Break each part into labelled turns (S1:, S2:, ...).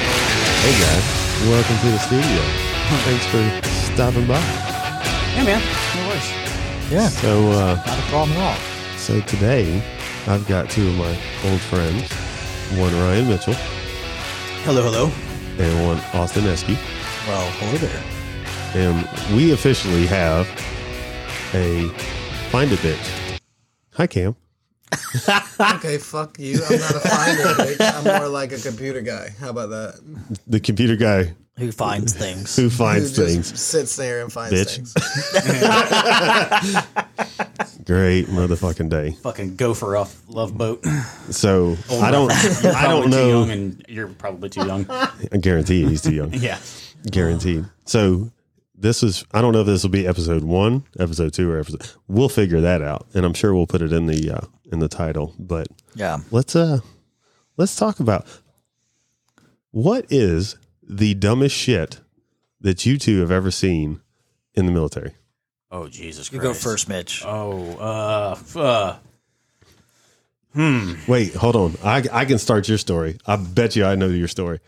S1: Hey guys, welcome to the studio. Thanks for stopping by.
S2: Yeah, man. No worries.
S3: Yeah,
S1: So, uh,
S3: not a problem at all.
S1: so today I've got two of my old friends, one Ryan Mitchell
S2: Hello, hello.
S1: and one Austin Eskey,
S2: Well, hello there.
S1: and we officially have a find a bitch. Hi Cam.
S4: Okay, fuck you. I'm not a finder. I'm more like a computer guy. How about that?
S1: the computer guy
S2: Who finds things?
S1: who finds
S4: Who
S1: things.
S4: just sits there and finds
S1: Bitch.
S4: things.
S1: Great motherfucking day.
S2: Fucking gopher off love boat.
S1: So
S2: Old
S1: I don't,
S2: reference. Oh You're
S1: I don't
S2: probably too young
S1: know.
S2: and you're probably too young.
S1: I guarantee he's too young.
S2: yeah.
S1: Guaranteed. So this is I don't know if this will be episode one, episode two, or episode. We'll figure that out, and I'm sure we'll put it in the uh, in the title. But
S3: Yeah.
S1: let's uh let's talk about what is the dumbest shit that you two have ever seen in the military.
S2: Oh Jesus Christ.
S3: You go first, Mitch.
S2: Oh, uh, f- uh
S1: Wait, hold on. I I can start your story. I bet you I know your story.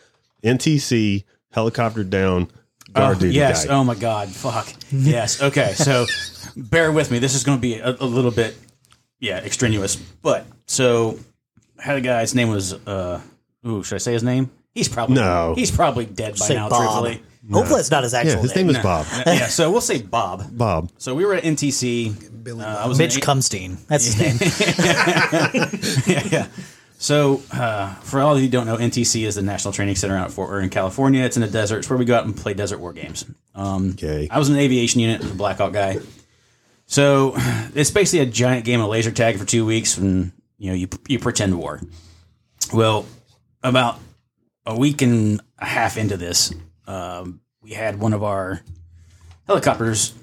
S1: NTC helicopter down guard
S2: oh,
S1: duty
S2: yes.
S1: guy.
S2: Oh my God. Fuck. Yes. Okay. So, bear with me. This is going to be a, a little bit, yeah, extraneous. But so, I had a guy. His name was. uh Ooh, should I say his name? He's probably
S1: No.
S2: He's probably dead by
S5: say
S2: now.
S5: Bob.
S2: Truthfully.
S5: Hopefully, it's not his actual
S1: yeah, his name
S5: name.
S1: is Bob.
S2: yeah. So we'll say Bob.
S1: Bob.
S2: So we were at NTC.
S4: Billy
S2: uh,
S4: Bob.
S2: I was
S5: Mitch
S2: in-
S5: Cumstein. That's his name.
S2: So, uh, for all of you who don't know, NTC is the National Training Center out at Fort Worth in California. It's in the desert. It's where we go out and play desert war games. Um,
S1: Okay.
S2: I was in an aviation unit, a Black Hawk guy. So, it's basically a giant game of laser tag for two weeks, and you know you you pretend war. Well, about a week and a half into this, um, we had one of our helicopters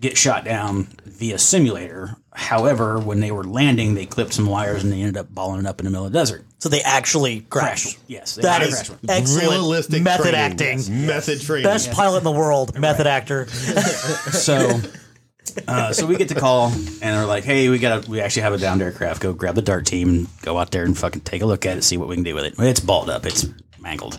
S2: get shot down via simulator. However, when they were landing, they clipped some wires and they ended up balling it up in the middle of the desert.
S5: So they actually crashed.
S2: Yes, they
S5: That
S2: did
S5: is
S2: crash one.
S5: excellent
S1: Realistic
S5: method
S1: training.
S5: acting.
S1: Method training.
S5: Best pilot in the world, method actor.
S2: So, uh, so we get the call, and they're like, "Hey, we got to we actually have a downed aircraft. Go grab the dart team, and go out there and fucking take a look at it, see what we can do with it. It's balled up, it's mangled."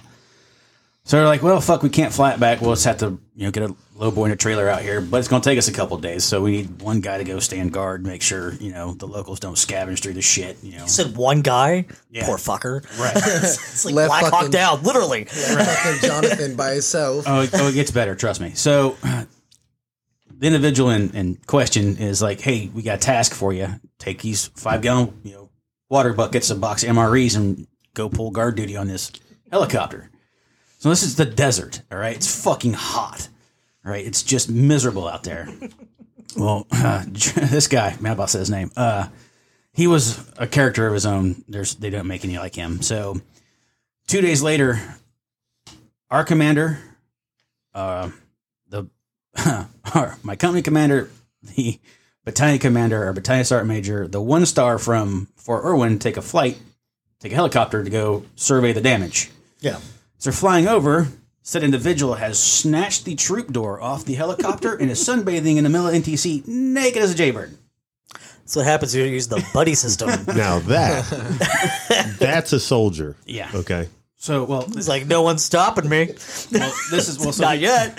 S2: So they're like, "Well, fuck, we can't fly it back. We'll just have to, you know, get a low boy and a trailer out here, but it's going to take us a couple days. So we need one guy to go stand guard, make sure you know the locals don't scavenge through the shit. You know,
S5: Said one guy.
S2: Yeah.
S5: Poor fucker.
S2: right?
S5: It's like
S4: Left
S5: Black
S4: fucking-
S5: Hawk down, literally.
S4: Fucking Jonathan by himself.
S2: Oh, it, oh, it gets better. Trust me. So the individual in, in question is like, "Hey, we got a task for you. Take these five gallon, you know, water buckets, a box of MREs, and go pull guard duty on this helicopter." So this is the desert. All right, it's fucking hot. All right, it's just miserable out there. well, uh, this guy, man, I'm about to say his name. Uh, he was a character of his own. There's they don't make any like him. So two days later, our commander, uh, the Uh, our, my company commander, the battalion commander, or battalion sergeant major, the one star from Fort Irwin, take a flight, take a helicopter to go survey the damage.
S5: Yeah.
S2: So they're flying over. Said individual has snatched the troop door off the helicopter and is sunbathing in the middle of NTC, naked as a jaybird.
S5: So what happens when you use the buddy system.
S1: Now that that's a soldier.
S2: Yeah.
S1: Okay.
S2: So, well, this,
S5: It's like, no one's stopping me.
S2: well, this is well, so,
S5: Not yet.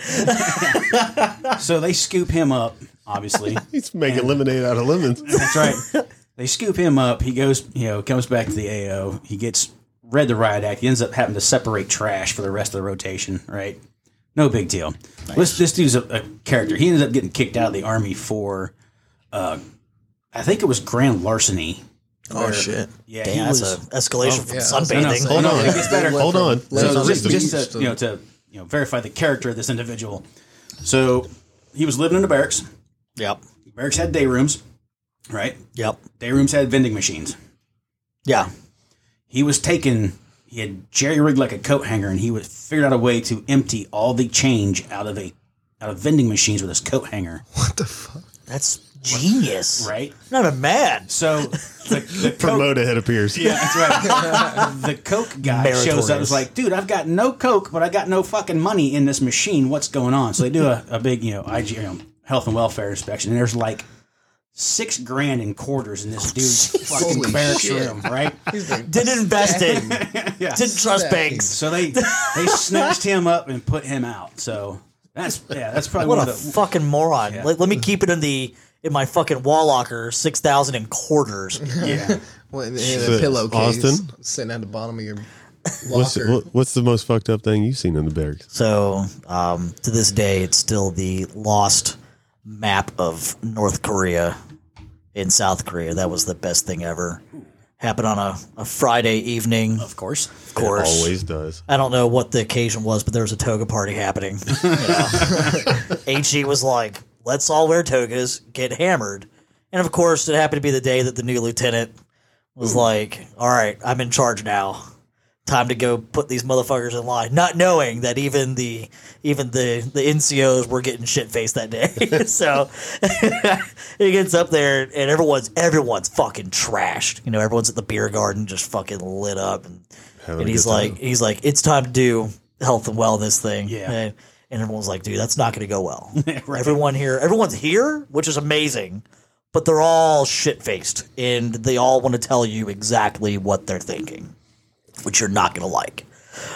S2: so they scoop him up, obviously.
S1: He's making lemonade out of lemons.
S2: That's right. they scoop him up. He goes, you know, comes back to the AO. He gets read the riot act. He ends up having to separate trash for the rest of the rotation. Right? No big deal. This this dude's a, a character. He ended up getting kicked out of the army for, uh, I think it was grand larcany.
S4: Oh, shit.
S2: Yeah,
S5: Damn, that's an escalation
S2: Oh,
S5: from
S4: yeah, I was gonna
S5: sunbathing.
S2: say. Hold on. It gets better.
S1: Hold on.
S2: so
S1: There's a
S2: just,
S1: reason.
S2: just to, you know to you know verify the character of this individual. So he was living in the barracks.
S5: Yep.
S2: Barracks had day rooms, right?
S5: Yep.
S2: Day rooms had vending machines.
S5: Yeah.
S2: he was taking he had jerry rigged like a coat hanger and he was figured out a way to empty all the change out of a out of vending machines with his coat hanger
S5: That's genius.
S2: right
S5: Not a man.
S2: so the, the coke,
S1: Promote ahead of Pierce.
S2: yeah that's right the coke guy shows up
S5: Meritorious.
S2: was like dude i've got no coke but i got no fucking money in this machine what's going on so they do a, a big you know ig you know, health and welfare inspection and there's like six grand in quarters in this dude's fucking
S4: Holy
S2: barracks
S4: shit.
S2: room, right?
S4: He's like,
S5: Didn't invest in.
S2: yeah.
S5: Didn't trust
S4: Stacking.
S5: banks.
S2: So they they snatched him up and put him out. So that's yeah, that's probably
S5: What
S2: one
S5: a
S2: of the
S5: fucking moron.
S2: Yeah.
S5: Let, let me keep it in the in my fucking wall locker, six thousand in quarters.
S2: yeah.
S4: well, in
S1: Shit.
S4: a pillowcase
S1: Austin?
S4: sitting at the bottom of your
S1: What's,
S4: locker.
S1: what, what's the most fucked up thing you've seen in the barracks?
S5: So um, to this day, it's still the lost map of North Korea in South Korea. That was the best thing ever. Happened on a, a Friday evening, of
S2: Of course.
S5: course.
S1: Always does.
S5: I don't know what the occasion was, but there was a toga party happening. You know? HE was like, let's all wear togas, get hammered. And of course, it happened to be the day that the new lieutenant
S1: Hmm.
S5: was like, all right, I'm in charge now. Time to go put these motherfuckers in line, not knowing that even the even the the NCOs were getting shit faced that day. so he gets up there and everyone's everyone's fucking trashed. You know, everyone's at the beer garden just fucking lit up and
S1: Having
S5: and
S1: a
S5: he's
S1: good time.
S5: like, he's like, it's time to do health and wellness thing.
S2: Yeah.
S5: And, and everyone's like, dude, that's not going to go well. Everyone here, everyone's here, which is amazing, but they're all shit faced and they all want to tell you exactly what they're thinking, which you're not going to like.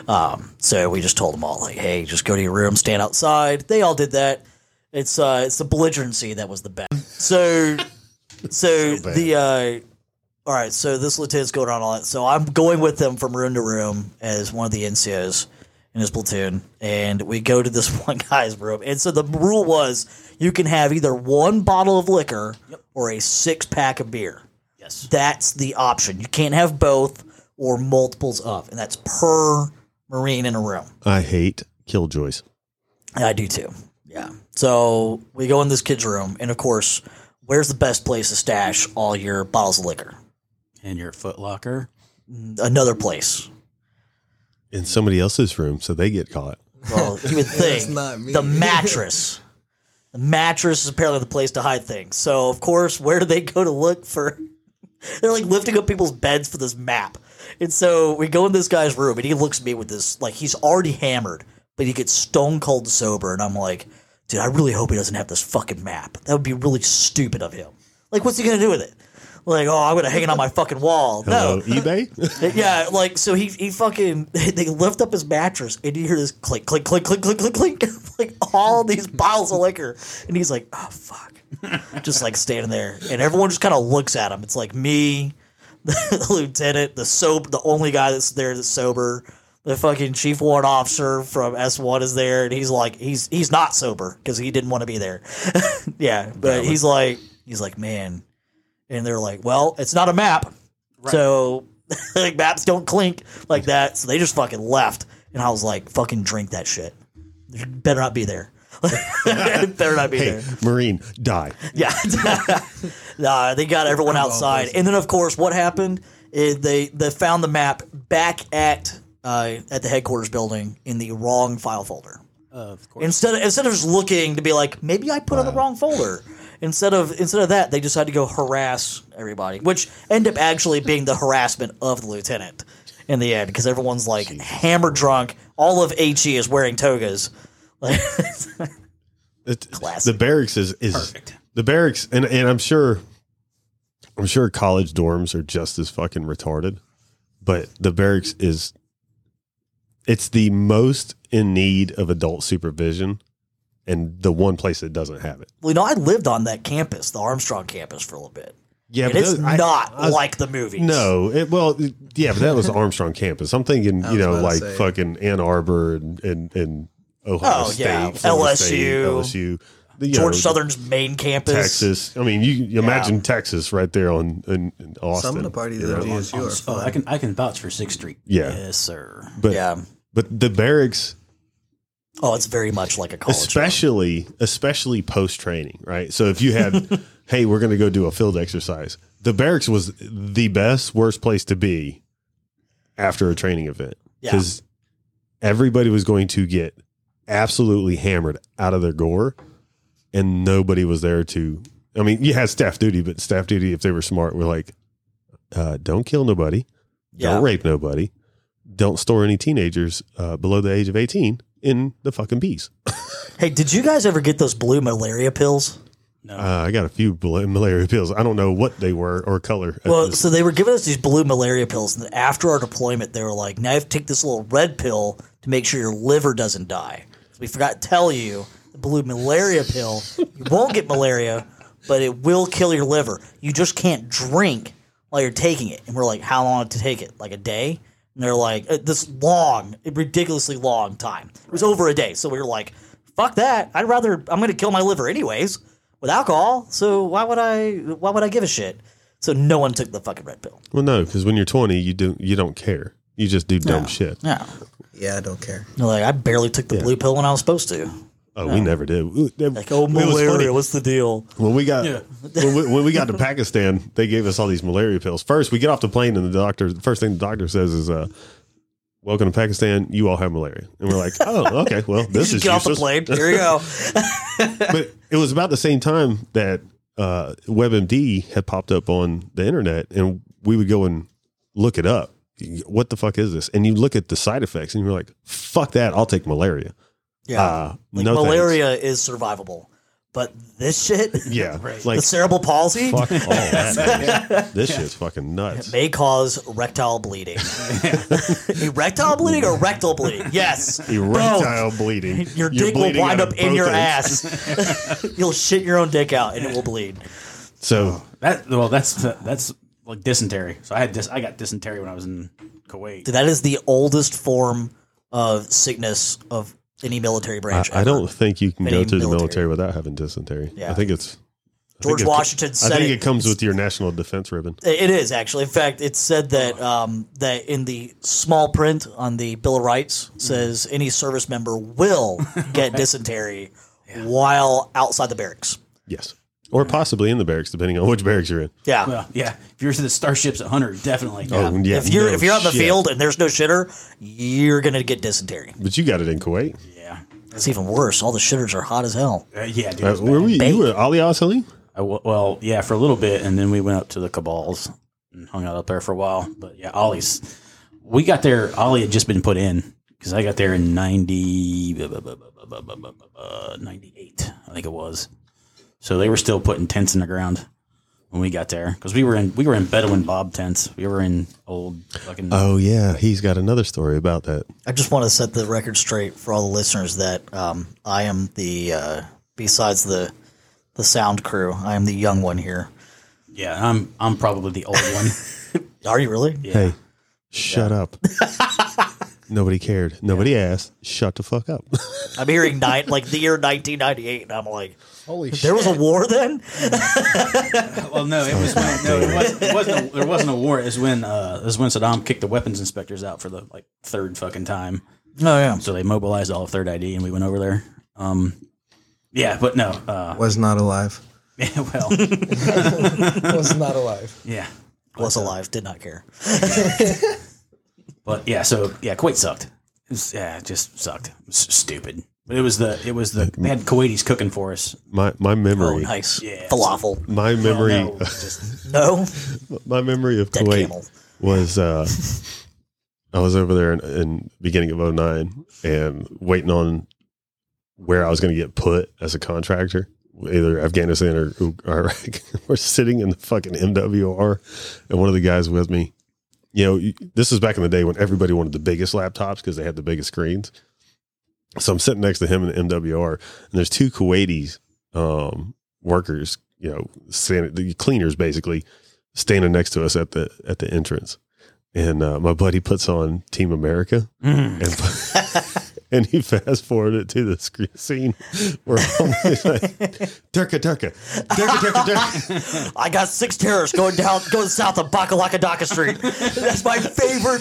S5: Um, so we just told them all, like, hey, just go to your room, stand outside. They all did that. It's uh, it's the belligerency that was the best. So, so, the uh, all right, so this lieutenant's going on all that. So I'm going with them from room to room as one of the NCOs in his platoon, and we go to this one guy's room. And so the rule was you can have either one bottle of liquor or a six pack of beer.
S2: Yes.
S5: That's the option. You can't have both or multiples of, and that's per marine in a room.
S1: I hate killjoys.
S5: And I do too. Yeah. So we go in this kid's room, and of course, where's the best place to stash all your bottles of liquor?
S2: And your foot locker.
S5: Another place.
S1: In somebody else's room, so they get caught.
S5: Well, you would think
S4: not me.
S5: the mattress. The mattress is apparently the place to hide things. So, of course, where do they go to look for? They're like lifting up people's beds for this map. And so we go in this guy's room, and he looks at me with this like he's already hammered, but he gets stone cold sober, and I'm like, dude, I really hope he doesn't have this fucking map. That would be really stupid of him. Like, what's he gonna do with it? Like, oh, I'm gonna hang it on my fucking wall. No,
S1: Hello, eBay?
S5: yeah, like so he he fucking they lift up his mattress and you hear this click click click click click click click like all these bottles of liquor and he's like oh fuck just like standing there and everyone just kind of looks at him. It's like me, the lieutenant, the soap, the only guy that's there that's sober. The fucking chief warrant officer from S one is there and he's like he's he's not sober because he didn't want to be there. yeah, but he's like he's like man, and they're like well it's not a map. So like maps don't clink like that. So they just fucking left. And I was like, fucking drink that shit. You better not be there. better not be
S1: hey,
S5: there.
S1: Marine, die.
S5: Yeah. nah, they got everyone outside. And then of course what happened is they they found the map back at uh, at the headquarters building in the wrong file folder.
S2: Of course.
S5: Instead of, instead of just looking to be like, maybe I put on the wrong folder. Instead of instead of that, they decided to go harass everybody, which ended up actually being the harassment of the lieutenant in the end, because everyone's like hammer drunk. All of HE is wearing togas. Like,
S1: It,
S5: Classic.
S1: the barracks is, is
S2: Perfect.
S1: The barracks, and, and I'm sure, I'm sure college dorms are just as fucking retarded, but the barracks is, it's the most in need of adult supervision, and the one place that doesn't have it.
S5: well, you know, I lived on that campus, the Armstrong campus, for a little bit.
S1: Yeah,
S5: And it's
S1: those- I-
S5: not
S1: I-
S5: like the movies.
S1: No, it, well, it- yeah, but that was Armstrong campus. I'm thinking, you
S4: was
S1: know,
S4: about to
S1: like
S4: say.
S1: fucking Ann Arbor and and, and Ohio
S5: Oh,
S1: State,
S5: yeah.
S1: Florida State,
S5: LSU,
S1: LSU, the, you
S5: George
S1: know,
S5: Southern's main campus.
S1: Texas. I mean, you, you imagine Texas right there on in, in Austin.
S4: Some of the parties
S1: you know?
S4: at DSU are
S2: Oh,
S4: fun.
S2: I can I can vouch for Sixth Street.
S1: Yeah.
S2: Yes, sir.
S1: but
S5: Yeah.
S1: but the barracks,
S5: Oh, it's very much like a college.
S1: especially especially post training, right? So if you had, hey, we're going to go do a field exercise, the barracks was the best worst place to be after a training event
S5: Yeah.
S1: because everybody was going to get absolutely hammered out of their gore, and nobody was there to. I mean, you had staff duty, but staff duty, if they were smart, were like, uh, don't kill nobody,
S5: Yeah.
S1: don't rape nobody, don't store any teenagers uh, below the age of eighteen in the fucking bees.
S5: Hey, did you guys ever get those blue malaria pills?
S2: No.
S1: Uh, I got a few bla- malaria pills. I don't know what they were or color. at
S5: Well,
S1: this-
S5: so they were giving us these blue malaria pills, and then after our deployment, they were like, "Now you have to take this little red pill to make sure your liver doesn't die." So we forgot to tell you the blue malaria pill. You won't get malaria, but it will kill your liver. You just can't drink while you're taking it. And we're like, "How long to take it? Like a day?" And they're like, uh, "This long, ridiculously long time. It was over a day." So we were like, "Fuck that! I'd rather I'm going to kill my liver anyways." With alcohol, so why would I? Why would I give a shit? So no one took the fucking red pill.
S1: well, no, because when you're 20, you do you don't care. You just do dumb shit.
S5: Yeah.
S4: Yeah, I don't care.
S5: Like I barely took the blue pill when I was supposed to.
S1: Oh, we never did. Ooh, that-
S5: Like, oh
S1: it was funny.
S5: malaria, what's the deal?
S1: When we got
S2: Yeah.
S1: when, we, when we got to Pakistan, they gave us all these malaria pills. First, we get off the plane, and the doctor. The first thing the doctor says is, uh, "Welcome to Pakistan. You all have malaria." And we're like, "Oh, okay. Well, this
S5: Just
S1: is
S5: get off the
S1: useless."
S5: plane. Here we go.
S1: but it was about the same time that uh, WebMD had popped up on the internet, and we would go and look it up. What the fuck is this? And you look at the side effects, and you're like, "Fuck that! I'll take malaria." Uh,
S5: Yeah. Ah, like
S1: no thanks.
S5: malaria is survivable, but this shit,
S1: Yeah,
S2: Right.
S1: like
S5: the cerebral palsy,
S1: fuck all that. man. This shit's fucking nuts.
S5: may cause rectal bleeding. Erectile bleeding or rectal bleeding? Yes.
S1: Erectile bleeding.
S5: Both. Your
S1: You're
S5: dick will
S1: bleeding
S5: wind
S1: out
S5: up
S1: of
S5: in
S1: both
S5: your
S1: ends.
S5: ass. You'll shit your own dick out and it will bleed. Oh,
S1: So
S2: that well, that's that's like dysentery. So I had this. I got dysentery when I was in Kuwait.
S5: Dude, that is the oldest form of sickness of any military branch.
S1: I don't think you can
S5: Any
S1: go to the
S5: military.
S1: military without having dysentery.
S5: Yeah.
S1: I think it's I
S5: George
S1: think it-
S5: Washington said
S1: I think
S5: it.
S1: it, comes with your national defense ribbon.
S5: It is actually. In fact, it said that um, that in the small print on the Bill of Rights says any service member will get dysentery while outside the barracks.
S1: Yes, or possibly in the barracks, depending on which barracks you're in.
S5: Yeah.
S2: Well, yeah. If you're to the starships at Hunter, definitely.
S1: Oh, yeah.
S5: if you're
S1: no
S5: if you're on the
S1: shit.
S5: field and there's no shitter, you're gonna get dysentery.
S1: but you got it in Kuwait.
S2: yeah,
S5: It's even worse. All the shitters are hot as hell.
S2: Uh, yeah, dude. it
S1: Uh,
S2: was
S1: were
S2: bad.
S1: we?
S5: Bait.
S1: You were Ali Al Salim?
S2: I w- well, yeah, for a little bit, and then we went up to the Cabals and hung out up there for a while. But yeah, Ollie's. We got there. Ollie had just been put in because I got there in ninety ninety eight, I think it was. So they were still putting tents in the ground when we got there because we were in we were in Bedouin Bob tents. We were in old fucking.
S1: Oh yeah, he's got another story about that.
S5: I just want to set the record straight for all the listeners that um, I am the uh, besides the the sound crew, I am the young one here.
S2: yeah, I'm I'm probably the old one.
S5: Are you really?
S2: Yeah.
S1: Hey, shut up. Nobody cared. Nobody asked. Shut the fuck up.
S5: I'm hearing nine, like the year 1998, and I'm like,
S4: Holy shit.
S5: there was a war then.
S2: Well, no, it was when, no, it wasn't. It wasn't a, there wasn't a war. It was when uh, it was when Saddam kicked the weapons inspectors out for the like third fucking time.
S5: No, yeah.
S2: So they mobilized all of Third ID, and we went over there. Um, yeah, but no. Uh,
S4: Was not alive.
S2: yeah, well,
S4: Was not alive.
S2: yeah,
S5: Was alive, did not care.
S2: but yeah. So yeah, Kuwait sucked. It was, yeah, it just sucked. It was stupid. But it was the it was the they had Kuwaitis cooking for us.
S1: My my memory.
S5: Oh, nice.
S2: Yeah.
S5: Falafel.
S1: My memory.
S2: No, it was just-
S5: No.
S1: my memory of
S5: Dead
S1: Kuwait
S5: camel.
S1: was uh, I was over there in, in beginning of 09 and waiting on where I was going to get put as a contractor, either Afghanistan or, U- or Iraq. We're sitting in the fucking MWR, and one of the guys with me, you know, you- this is back in the day when everybody wanted the biggest laptops because they had the biggest screens. So I'm sitting next to him in the MWR, and there's two Kuwaitis um, workers, you know, san- the cleaners basically, standing next to us at the at the entrance, and uh, my buddy puts on Team America,
S5: Mm.
S1: and and he fast forwarded to the screen scene where all these, like, Turka Turka Turka Turka Turka.
S5: I got six terrorists going down, going south of Bakalakadaka Street. That's my favorite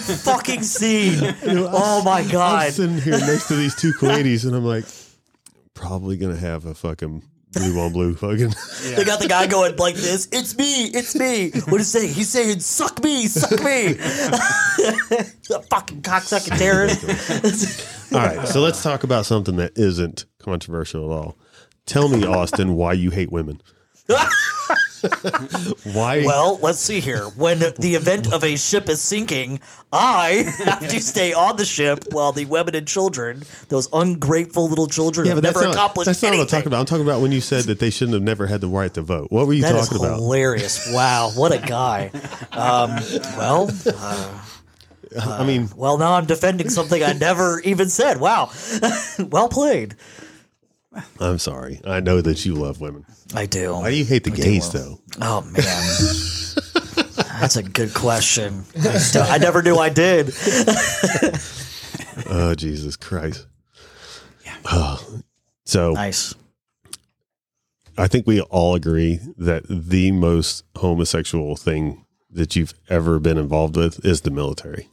S5: fucking scene. Oh my
S1: I'm
S5: god.
S1: sitting here next to these two Kuwaitis, and I'm like, probably gonna have a fucking blue on blue fucking.
S5: They got the guy going like this. It's me. It's me. What is he saying? He's saying, "Suck me, suck me." the fucking cocksucking terrorist.
S1: All right, so let's talk about something that isn't controversial at all. Tell me, Austin, why you hate women? Why?
S5: Well, let's see here. When the event of a ship is sinking, I have to stay on the ship while the women and children, those ungrateful little children,
S1: yeah,
S5: have
S1: but that's
S5: never
S1: not,
S5: accomplished
S1: that's not what I'm
S5: anything.
S1: talking about. I'm talking about when you said that they shouldn't have never had the right to vote. What were you
S5: That is
S1: talking about?
S5: hilarious. Wow, what a guy. Um, well, uh,
S1: I mean,
S5: well, now I'm defending something I never even said. Wow, well played.
S1: I'm sorry. I know that you love women.
S5: I do.
S1: Why do you hate the gays, though?
S5: Oh man, that's a good question. I, still, I never knew I did.
S1: Oh, Jesus Christ. Oh. So
S5: Nice.
S1: I think we all agree that the most homosexual thing that you've ever been involved with is the military.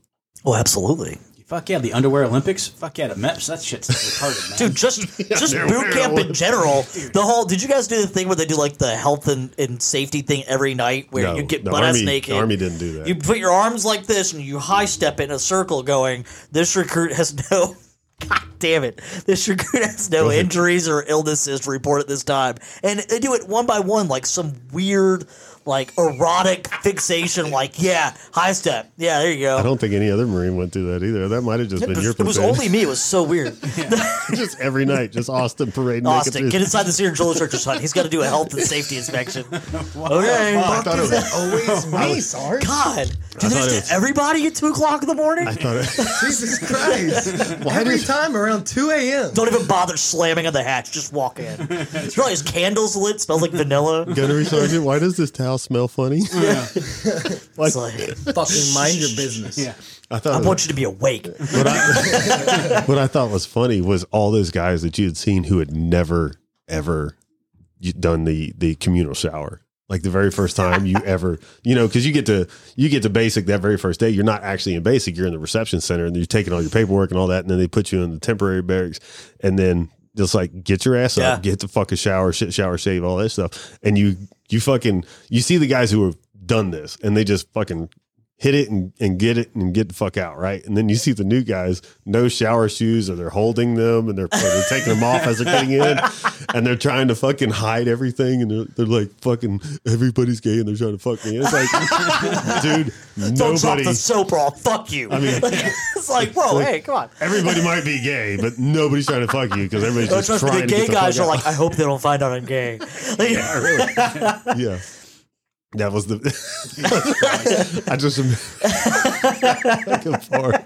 S5: Oh, absolutely,
S2: Fuck yeah, the underwear Olympics. Fuck yeah, the MEPS. That shit's retarded, man.
S5: dude. Just just boot camp in general. The whole. Did you guys do the thing where they do like the health and, and safety thing every night where
S1: No,
S5: you get
S1: the
S5: butt ass
S1: Army-
S5: naked?
S1: the Army didn't do that.
S5: You put your arms like this and you high step it in a circle, going, "This recruit has no." God damn it! This recruit has no injuries or illnesses to report at this time, and they do it one by one, like some weird, like erotic fixation. Like, yeah, high step. Yeah, there you go.
S1: I don't think any other Marine went through that either. That might have just
S5: it
S1: been
S5: was,
S1: your
S5: it was
S1: prepared-
S5: only me. It was so weird.
S1: just every night, just Austin parading. naked
S5: Austin,
S1: through-
S5: get inside the Sear and Joel Church's hut. He's got to do a health and safety inspection. okay.
S1: thought it was-
S4: Always me, Sarge.
S5: God, do
S1: thought
S5: this
S1: it
S5: to
S1: was-
S5: everybody at two o'clock in the morning?
S1: I thought it,
S4: Jesus Christ. Every time around 2 a.m.
S5: Don't even bother slamming on the hatch. Just walk in. There's all these candles lit. Smells like vanilla.
S1: Gunnery Sergeant, why does this towel smell funny? like,
S5: It's like
S4: Fucking mind your business.
S2: Yeah.
S1: I
S5: I
S1: thought
S5: want you to be awake.
S1: what, I, what I thought was funny was all those guys that you had seen who had never ever y- done the the communal shower. Like the very first time you ever, you know, because you get to you get to basic that very first day. You're not actually in basic. You're in the reception center, and you're taking all your paperwork and all that, and then they put you in the temporary barracks, and then just like get your ass
S5: Yeah.
S1: up, get the fucking shower, shit, shower, shave, all that stuff, and you you fucking you see the guys who have done this, and they just fucking hit it and, and get it and get the fuck out, right? And then you see the new guys, no shower shoes, or they're holding them and they're, or they're taking them off as they're getting in, and they're trying to fucking hide everything, and they're, they're like fucking everybody's gay and they're trying to fuck me. And it's like, dude,
S5: Don't drop
S1: nobody.
S5: the soap or I'll fuck you.
S1: mean-
S5: it's like, whoa, hey, come on.
S1: Everybody might be gay, but nobody's trying to fuck you because everybody's
S5: Oh,
S1: just
S5: trust me,
S1: trying
S5: the
S1: to
S5: gay
S1: get the
S5: guys
S1: fuck
S5: are
S1: out.
S5: like, I hope they don't find out I'm gay. Like,
S1: yeah. That was the. I just remember. Good part.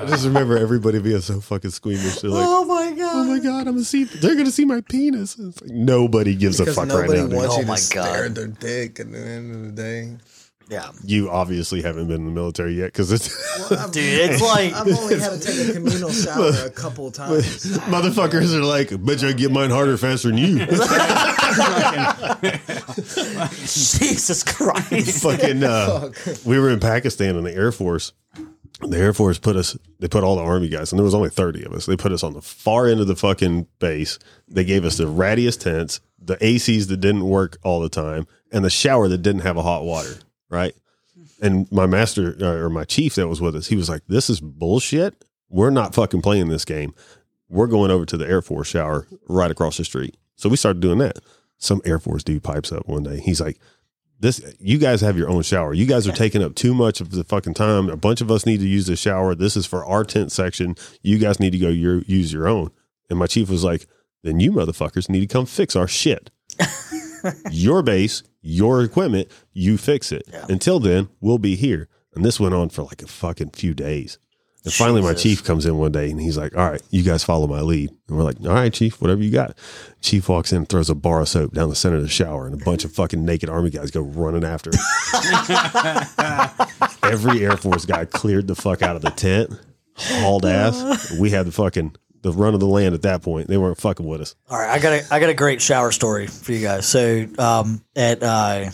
S1: I just remember everybody being so fucking squeamish. They're like,
S5: oh my
S1: oh
S5: god.
S1: my god, I'm gonna see. They're gonna see my penis. It's like, nobody gives
S4: Because
S1: a fuck right
S4: nobody
S1: now. dude.
S4: wants
S5: Oh
S4: you to
S5: my God.
S4: stare at their dick at the end of the day.
S5: Yeah,
S1: You obviously haven't been in the military yet, because it's
S5: dude, it's like
S4: I've only had to take a communal shower a couple times.
S1: motherfuckers are like, bet you I get mine harder faster than you.
S5: Jesus Christ.
S1: fucking uh, we were in Pakistan in the Air Force. The Air Force put us they put all the army guys and there was only 30 of us. They put us on the far end of the fucking base. They gave us the rattiest tents, the ACs that didn't work all the time, and the shower that didn't have a hot water, right? And my master uh, or my chief that was with us, he was like, "This is bullshit. We're not fucking playing this game. We're going over to the Air Force shower right across the street." So we started doing that. Some Air Force dude pipes up one day. He's like, this you guys have your own shower. You guys are taking up too much of the fucking time. A bunch of us need to use the shower. This is for our tent section. You guys need to go your, use your own. And my chief was like, then you motherfuckers need to come fix our shit. your base, your equipment, you fix it. Until then, we'll be here. And this went on for like a fucking few days. And finally, my chief comes in one day and he's like, All right, you guys follow my lead. And we're like, All right, chief, whatever you got. Chief walks in, throws a bar of soap down the center of the shower, and a bunch of fucking naked army guys go running after him. Every Air Force guy cleared the fuck out of the tent, hauled ass. We had the fucking the run of the land at that point. They weren't fucking with us.
S5: All right, I got a I got a great shower story for you guys. So, um, at uh,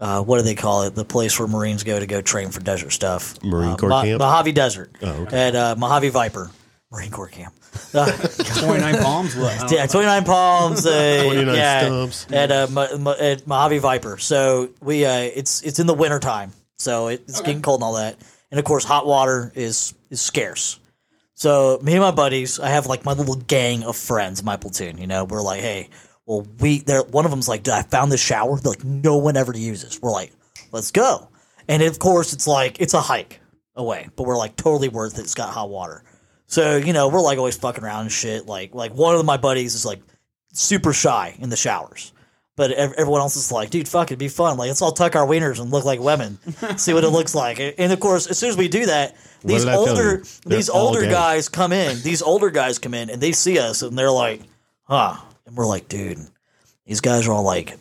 S5: uh, what do they call it? The place where Marines go to go train for desert stuff.
S1: Marine
S5: Uh,
S1: Corps camp? Oh,
S5: Mojave Desert. At uh, Mojave Viper Marine Corps camp. Uh,
S2: 29 palms? What? I don't
S5: yeah,
S2: know.
S5: twenty nine palms. Uh,
S1: 29
S5: yeah,
S1: stumps.
S5: At uh, Mo- Mo- at Mojave Viper. So we uh, it's it's in the wintertime, so it, it's getting cold and all that, and of course hot water is is scarce. So me and my buddies, I have like my little gang of friends, in my platoon. You know, we're like, hey, Well, we there one of them's like, Dude, I found this shower. They're like, no one ever uses. We're like, let's go. And of course it's like it's a hike away, but we're like totally worth it. It's got hot water. So, you know, we're like always fucking around and shit. Like like one of my buddies is like super shy in the showers. But ev- everyone else is like, dude, fuck, it'd be fun. Like, let's all tuck our wieners and look like women, see what it looks like. And of course, as soon as we do that, these
S1: did I tell
S5: older
S1: you? They're
S5: these
S1: all
S5: older
S1: gay.
S5: guys come in. These older guys come in and they see us and they're like, huh. And we're like, dude, these guys are all like,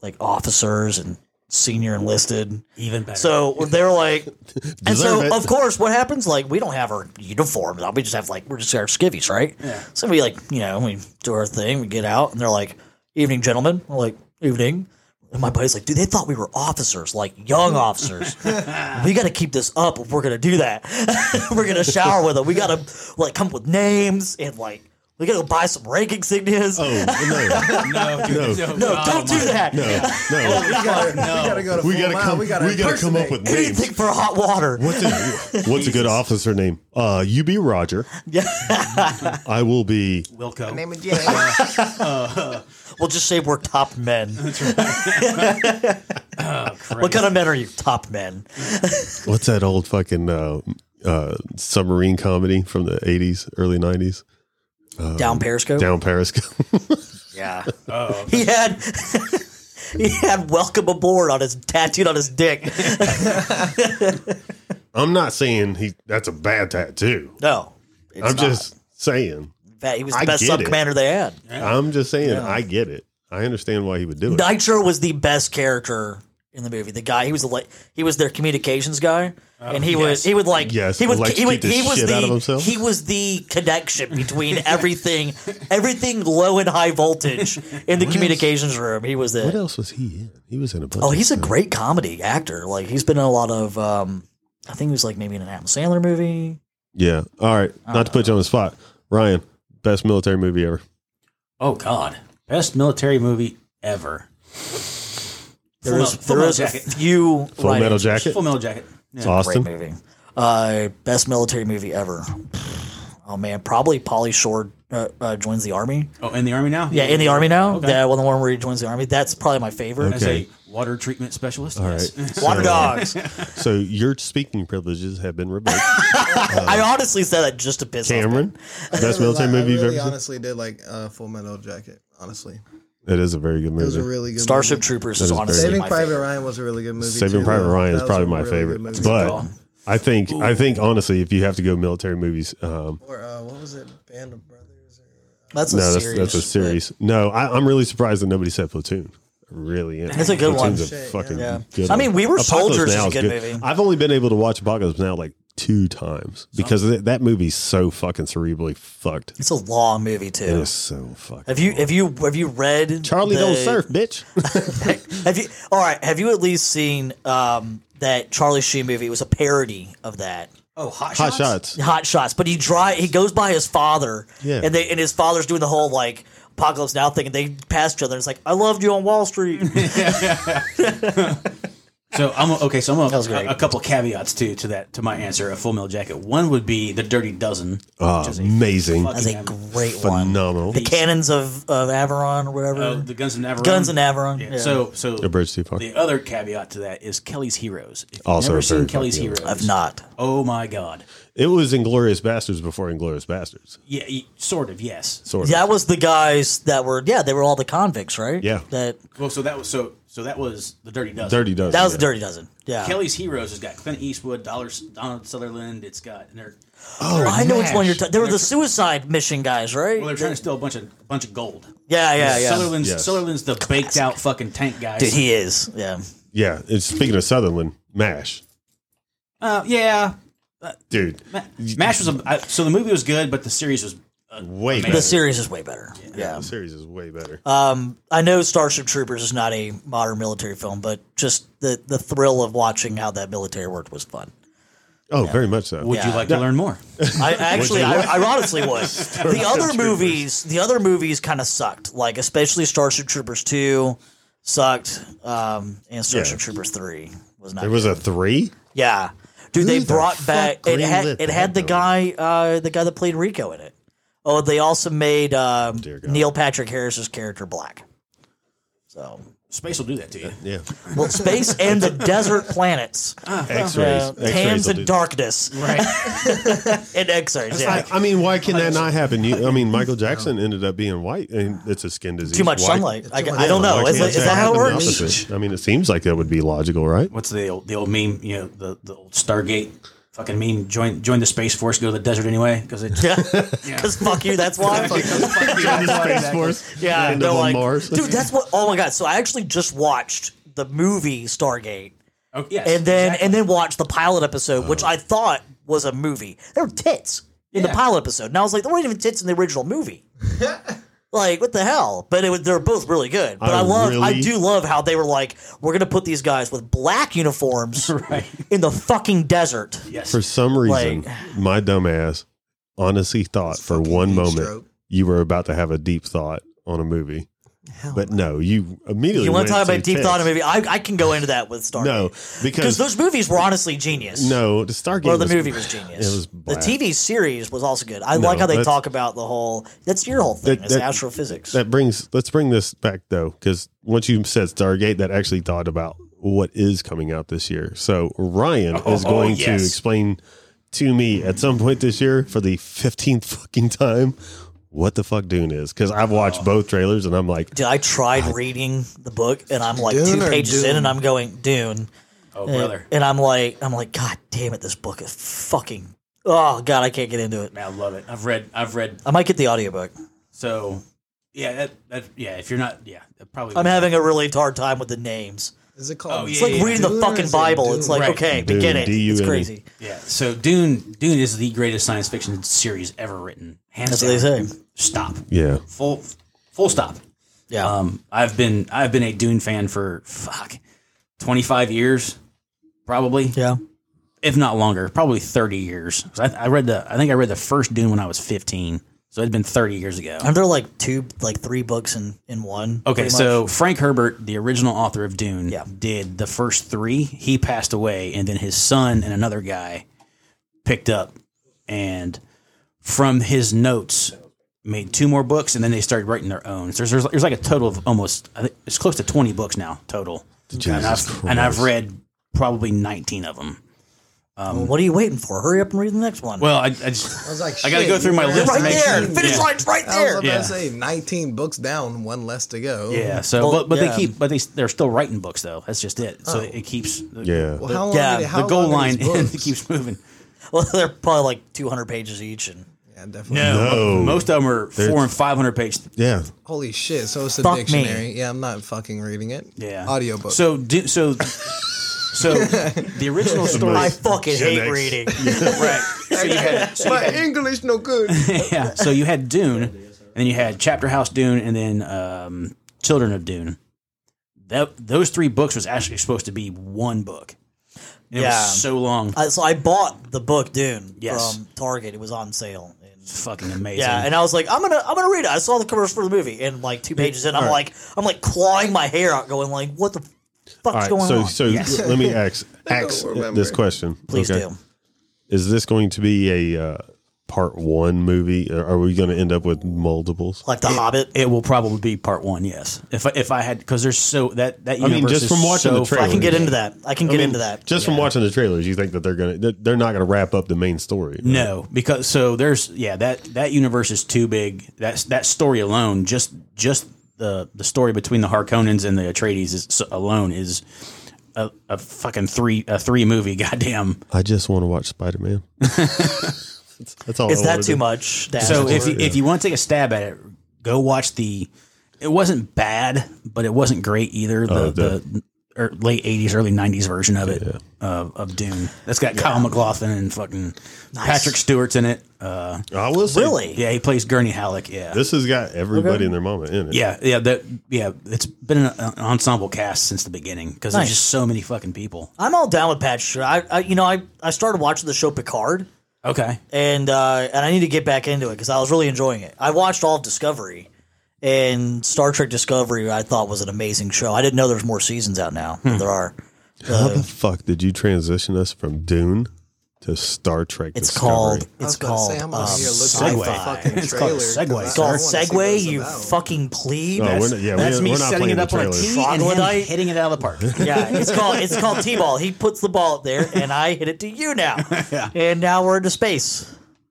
S5: like officers and senior enlisted.
S2: Even better.
S5: So they're like, and so
S1: Deserve it.
S5: of course, what happens? Like we don't have our uniforms. on. We just have like we're just our skivvies, right? Yeah. So we like you know we do our thing. We get out, and they're like, "Evening, gentlemen." We're like, "Evening." And my buddy's like, "Dude, they thought we were officers, like young officers. we got to keep this up if we're gonna do that. we're gonna shower with them. We gotta like come up with names and like we gotta go buy some rank insignias.
S1: Oh
S2: no, dude,
S1: No.
S5: no,
S2: God
S5: don't do
S2: almighty.
S5: that.
S1: no, no, no.
S4: We gotta, we gotta go to
S1: We
S4: Full
S1: gotta
S4: Mile.
S1: come.
S4: Oh, We
S1: We
S4: gotta,
S1: gotta, come up
S4: impersonate.
S1: with names.
S5: Anything for hot water.
S1: What's a, what's a good officer name? Uh, you be Roger. I will be.
S2: Wilco.
S4: Name of Jay.
S5: We'll just say we're top men. Oh,
S2: Christ.
S5: What kind of men are you? Top men.
S1: What's that old fucking uh, uh, submarine comedy from the eighties, early nineties?
S5: Down Periscope?
S1: Um, Down Periscope.
S5: Yeah.
S2: Oh,
S5: He had he had welcome aboard on his tattooed on his dick.
S1: I'm not saying he. That's a bad tattoo.
S5: No. It's
S1: I'm
S5: not.
S1: just saying.
S5: In fact, he was the
S1: I
S5: best
S1: get
S5: sub
S1: it.
S5: commander they had.
S1: I'm just saying. I get it. I understand why he would do it.
S5: Nitro was the best character in the movie. The guy he was the like he was their communications guy, and he was
S2: yes.
S5: he would like
S1: Yes,
S5: he would he
S1: electrocute
S5: would,
S1: the
S5: he was
S1: shit out of
S5: the
S1: himself.
S5: he was the connection between everything everything low and high voltage in the communications room. He was
S1: What
S5: the
S1: else was he in? He was in a bunch.
S5: oh
S1: of
S5: he's a
S1: stuff.
S5: great comedy actor. Like he's been in a lot of um, I think he was like maybe in an Adam Sandler movie.
S1: Yeah. All right. Not to put you on the spot, Ryan. Best military movie ever.
S2: oh God. Best military movie ever.
S5: There is
S2: Full
S5: there
S2: Metal
S5: is a
S2: Jacket.
S5: few
S1: Full
S5: right
S1: Metal
S5: answers.
S1: Jacket.
S2: Full Metal Jacket. Yeah.
S1: Austin.
S5: Great movie. Uh, best military movie ever. Oh man, probably Polly Shore uh, uh, joins the army.
S2: Oh, in the army now?
S5: Yeah, in the army now.
S2: Okay.
S5: Yeah, well, the one where he joins the army. That's probably my favorite.
S2: As
S1: Okay.
S2: a water treatment specialist.
S1: All right.
S2: yes.
S5: Water
S1: So, uh,
S5: dogs.
S1: So your speaking privileges have been revoked.
S5: I honestly said that just to piss off.
S1: Cameron, best
S4: I
S1: military
S4: really
S1: movie you've
S4: really
S1: ever seen.
S4: honestly did like uh, Full Metal Jacket. Honestly,
S1: It is a very good
S4: it was a
S1: movie.
S4: really good.
S5: Starship
S4: movie.
S5: Troopers
S1: That
S5: is
S1: is
S5: honestly
S1: very
S4: Saving
S5: my
S4: Private
S5: favorite.
S4: Ryan was a really good movie.
S1: Saving
S4: too,
S1: Private
S4: though.
S1: Ryan is
S4: That was
S1: probably
S4: a
S1: my
S4: really
S1: favorite,
S4: good movie.
S1: but I think I think honestly, if you have to go military movies, um,
S4: or uh, what was it? Band of Brothers.
S5: That's a
S1: no, that's,
S5: series.
S1: that's a
S5: but-
S1: series. No, I, I'm really surprised that nobody said Platoon. I Really, am.
S5: It's a good one.
S1: Platoon's A
S4: Shit,
S1: fucking
S5: yeah. Yeah.
S1: good
S5: I mean,
S1: one.
S5: We Were Soldiers is a
S1: Now
S5: good movie.
S1: I've only been able to watch Apocalypse Now like two times because that, that movie's so fucking cerebrally fucked.
S5: It's a long movie too.
S1: It is so fucking.
S5: Have you have you have you read
S1: Charlie
S5: the-
S1: don't surf, bitch.
S5: Have you all right? Have you at least seen um, that Charlie Sheen movie? It was a parody of that.
S2: Oh, hot,
S1: Hot
S2: shots?
S1: shots.
S5: Hot Shots, but he dry he goes by his father,
S1: Yeah.
S5: and they and his father's doing the whole like apocalypse now thing, and they pass each other. And it's like I loved you on Wall Street.
S2: So I'm okay. So I'm
S5: was great.
S2: a, a couple caveats too to that to my answer. A Full Metal Jacket. One would be the Dirty Dozen.
S1: Ah, amazing,
S5: That's a great one.
S1: phenomenal.
S5: The Cannons of of Averon or whatever.
S2: Uh, the Guns and Navarone.
S5: Guns and Averon.
S2: Yeah.
S5: yeah.
S2: So so
S1: A Bird's Too Far.
S2: the other caveat to that is Kelly's Heroes. If you've
S1: Also
S2: never
S1: a
S2: seen
S1: very
S2: Kelly's
S1: popular-
S2: Heroes.
S5: I've not.
S2: Oh my god.
S1: It was Inglorious Bastards before Inglorious Bastards.
S2: Yeah, y- sort of. Yes.
S1: Sort of.
S5: That was the guys that were yeah they were all the convicts right
S1: Yeah.
S5: that
S2: Well, so that was so so that was the Dirty Dozen.
S1: Dirty does.
S5: that was the Dirty Dozen yeah.
S2: Kelly's Heroes has got Clint Eastwood, Dollar, Donald Sutherland. It's got and they're
S5: Oh, I know which one you're talking. They were the suicide mission guys, right?
S2: well, they're trying to steal a bunch of bunch of gold.
S5: yeah, yeah, yeah.
S2: Sutherland's
S1: Yes.
S2: Sutherland's the baked out fucking tank guy.
S5: Dude, he is. Yeah.
S1: Yeah. And speaking of Sutherland, Mash.
S2: Uh, yeah,
S1: Dude,
S2: Ma- Mash was a I, so the movie was good, but the series was uh,
S1: way
S2: amazing.
S1: better.
S5: The series is way better. Yeah.
S1: The series is way better.
S5: Um, I know Starship Troopers is not a modern military film, but just the, the thrill of watching how that military worked was fun.
S1: oh, very much so.
S2: Would you like to learn more?
S5: I actually, I, I honestly was. The other movies, the other movies kind of sucked. Like especially Starship Troopers two sucked, um, and Starship
S1: Yeah.
S5: Troopers three was not.
S1: There was a three?
S5: Yeah, dude, they
S1: Who the
S5: brought
S1: fuck
S5: back it had
S1: greenlit
S5: it had the
S1: that,
S5: guy uh, the guy that played Rico in it. Oh, they also made um,
S1: Dear God.
S5: Neil Patrick Harris's character black. So,
S2: Space will do that to you.
S1: Yeah.
S5: well, space and the desert planets,
S1: X rays.
S5: uh, tans and darkness,
S2: Right.
S5: and X-rays. Yeah.
S1: I mean, why can that not happen? You, I mean, Michael Jackson ended up being white, and it's a skin disease.
S5: too much
S1: Why-
S5: sunlight. I,
S4: Too much
S5: I don't know.
S1: why
S5: Is,
S1: can't
S5: that- is that how it
S1: happen the
S5: works?
S1: opposite? I mean, it seems like that would be logical, right?
S2: What's the old, the old meme? You know, the, the old Stargate fucking meme. Join join the space force. Go to the desert anyway because it.
S5: Yeah. Because fuck you, that's why.
S1: Space Force.
S5: yeah,
S1: End
S5: they're
S1: up on
S5: like,
S1: Mars.
S5: dude, that's what. Oh my god! So I actually just watched the movie Stargate,
S2: Oh, yes,
S5: and then
S2: exactly.
S5: and then watched the pilot episode, which
S1: Oh.
S5: I thought was a movie. There were tits in the
S2: Yeah.
S5: pilot episode, and I was like, there weren't even tits in the original movie. like what the hell? But it was, they're both really good. But
S1: I
S5: I, love, I
S1: Oh, really-
S5: do love how they were like, we're gonna put these guys with black uniforms
S2: right.
S5: in the fucking desert.
S2: Yes.
S1: For some reason, my dumbass honestly thought for one moment
S4: stroke.
S1: you were about to have a deep thought on a movie. but no, you immediately.
S5: You
S1: went
S5: want to talk about deep
S1: tits.
S5: thought? Maybe I, I can go into that with Stargate.
S1: No,
S5: because
S1: because
S5: those movies were honestly genius.
S1: no, the Stargate.
S5: Or the
S1: was-
S5: movie was genius.
S1: It was
S5: the
S1: black.
S5: TV series was also good. I
S1: No,
S5: like how they
S1: that's-
S5: talk about the whole. That's your whole thing.
S1: That-
S5: It's
S1: that-
S5: astrophysics.
S1: That brings. Let's bring this back though, because once you said Stargate, that actually thought about what is coming out this year. So Ryan is
S2: Oh,
S1: going
S2: yes.
S1: to explain to me at some point this year for the fifteenth fucking time what the fuck Dune is, because I've
S2: Oh.
S1: watched both trailers and I'm like,
S5: Dude, I tried reading the book, and I'm like
S4: Dune
S5: two
S4: or
S5: pages in,
S4: Dune?
S5: and I'm going Dune,
S2: oh
S5: and,
S2: brother,
S5: and I'm like, I'm like, God damn it, this book is fucking. Oh God, I can't get into it.
S2: man, I love it. I've read. I've read.
S5: I might get the audiobook.
S2: So yeah, that, that yeah. If you're not, yeah, that probably.
S5: I'm having a really hard time with the names.
S4: Is it called?
S2: Oh,
S5: It's
S2: yeah,
S5: like
S2: yeah,
S5: reading the
S4: Dune or
S5: fucking
S4: is it
S5: Bible.
S4: Dune?
S5: It's like
S2: Right.
S5: okay, we
S1: Dune,
S5: get it.
S4: E.
S5: It's
S1: D-U-N-E.
S5: crazy.
S2: Yeah. So Dune Dune is the greatest science fiction series ever written. Hands
S5: That's what they
S2: down.
S5: say.
S2: Stop.
S1: yeah,
S2: Full full stop.
S5: Yeah.
S2: Um, I've been I've been a Dune fan for fuck twenty five years, probably
S5: yeah.
S2: if not longer, probably thirty years. 'Cause I, I read the I think I read the first Dune when I was fifteen, so it'd been thirty years ago.
S5: Aren't there like two, like three books in in one?
S2: Okay,
S5: pretty much?
S2: so Frank Herbert, the original author of Dune,
S5: Yeah.
S2: did the first three. He passed away, and then his son and another guy picked up, and from his notes, made two more books, and then they started writing their own. So there's, there's, there's like a total of almost, I think it's close to 20 books now total. and,
S1: Jesus
S2: I've, and I've
S1: Christ.
S2: read probably 19 of them.
S5: Well, Um, what are you waiting for? Hurry up and read the next one.
S2: Well, I, I just,
S4: I was like,
S2: I gotta
S4: shit,
S2: go through my
S4: you're
S2: list
S5: right
S2: to make
S5: there,
S2: sure-
S5: finish
S2: yeah.
S5: line's right
S4: I was
S5: there.
S4: about
S2: Yeah.
S4: to say 19 books down, one less to go.
S2: yeah, so,
S5: Well,
S2: but, but
S5: yeah.
S2: they keep, but they, they're still writing books though. That's just it. So it keeps,
S1: yeah.
S4: Well, how long?
S5: Yeah,
S4: did it-
S5: the
S4: how
S2: the goal
S4: long are
S2: line
S4: these
S2: and it
S4: books?
S2: keeps moving.
S5: Well, they're probably like 200 pages each, and
S4: Yeah, definitely.
S1: No.
S2: Most of them are four and five hundred page.
S1: yeah,
S4: Holy shit! So it's a
S5: Fuck me.
S4: dictionary. Yeah, I'm not fucking reading it.
S2: Yeah,
S4: audiobook.
S2: So do, so so the original story.
S5: I fucking
S1: Gen
S5: hate
S1: X.
S5: reading.
S2: right. So you had so you
S4: my
S2: had,
S4: English no good.
S2: yeah. So you had Dune, and then you had Chapter House Dune, and then um, Children of Dune. That those three books was actually supposed to be one book. And It
S5: Yeah.
S2: was so long,
S5: I, so I bought the book Dune
S2: Yes.
S5: from Target. It was on sale. And,
S2: fucking amazing.
S5: yeah, and I was like, I'm gonna, I'm gonna read it. I saw the covers for the movie, and like two pages in, I'm like, I'm like clawing my hair out, going like, what the fuck's
S1: All right,
S5: going
S1: so
S5: on?
S1: so let me ask ask
S4: remember.
S1: this question.
S5: Please
S1: okay?
S5: do.
S1: Is this going to be a uh, part one movie? Or are we going to end up with multiples?
S5: Like the Hobbit.
S2: it will probably be part one. Yes, if I, if I had because there's so that that
S1: mean,
S2: universe
S1: just
S2: is
S1: from watching
S2: so
S1: the trailer.
S5: I can
S2: fucking-
S5: get into that. I can get
S1: I mean,
S5: into that.
S1: Just from watching the trailers, you think that they're gonna that they're not gonna wrap up the main story. right?
S2: No, because so there's yeah that that universe is too big. That's that story alone, just just the the story between the Harkonnens and the Atreides is, so- alone is a, a fucking three a three movie. Goddamn.
S1: I just want to watch Spider Man. that's, that's all. I
S5: Is that
S1: wanna
S5: too
S1: do.
S5: much? to
S2: So
S5: ask
S2: if
S5: for?
S2: you, if you want to take a stab at it, go watch the. It wasn't bad, but it wasn't great either. The
S1: Oh, the-
S2: the. er late '80s, early '90s version of it uh, of Dune. That's got Kyle MacLachlan and fucking Patrick Stewart's in it. Uh,
S1: I will say,
S5: really,
S2: yeah, he plays Gurney Halleck. Yeah,
S1: This has got everybody and their mama in it.
S2: Yeah, yeah, that yeah. It's been an, an ensemble cast since the beginning because
S5: Nice.
S2: there's just so many fucking people.
S5: I'm all down with Pat Stewart. I, I, you know, I, I started watching the show Picard,
S2: Okay,
S5: and uh, and I need to get back into it because I was really enjoying it. I watched all of Discovery, and Star Trek Discovery. I thought was an amazing show. I didn't know
S1: Hmm.
S5: there's more seasons out now. than There are.
S1: How the fuck did you transition us from Dune to Star Trek.
S5: It's
S1: Discovery.
S5: called.
S4: I was
S5: It's
S4: gonna
S5: called.
S4: say, I'm
S5: um,
S4: over here looking
S5: sci-fi.
S4: at the fucking
S2: It's
S4: trailer.
S2: called Segway.
S4: 'cause I-
S2: It's
S5: It's
S4: I
S5: called
S4: wanna see what
S5: Segway.
S4: it's
S5: You
S4: about.
S5: fucking plebe.
S1: No, we're not, Oh, yeah,
S2: That's
S1: we,
S2: me
S1: we're not
S2: setting
S1: playing
S2: it
S1: the
S2: up on a
S1: trailer.
S2: tee and him
S5: Troglodyte.
S2: hitting it out of the park.
S5: yeah, it's called it's called T-ball. He puts the ball up there, and I hit it to you now, and now we're into space.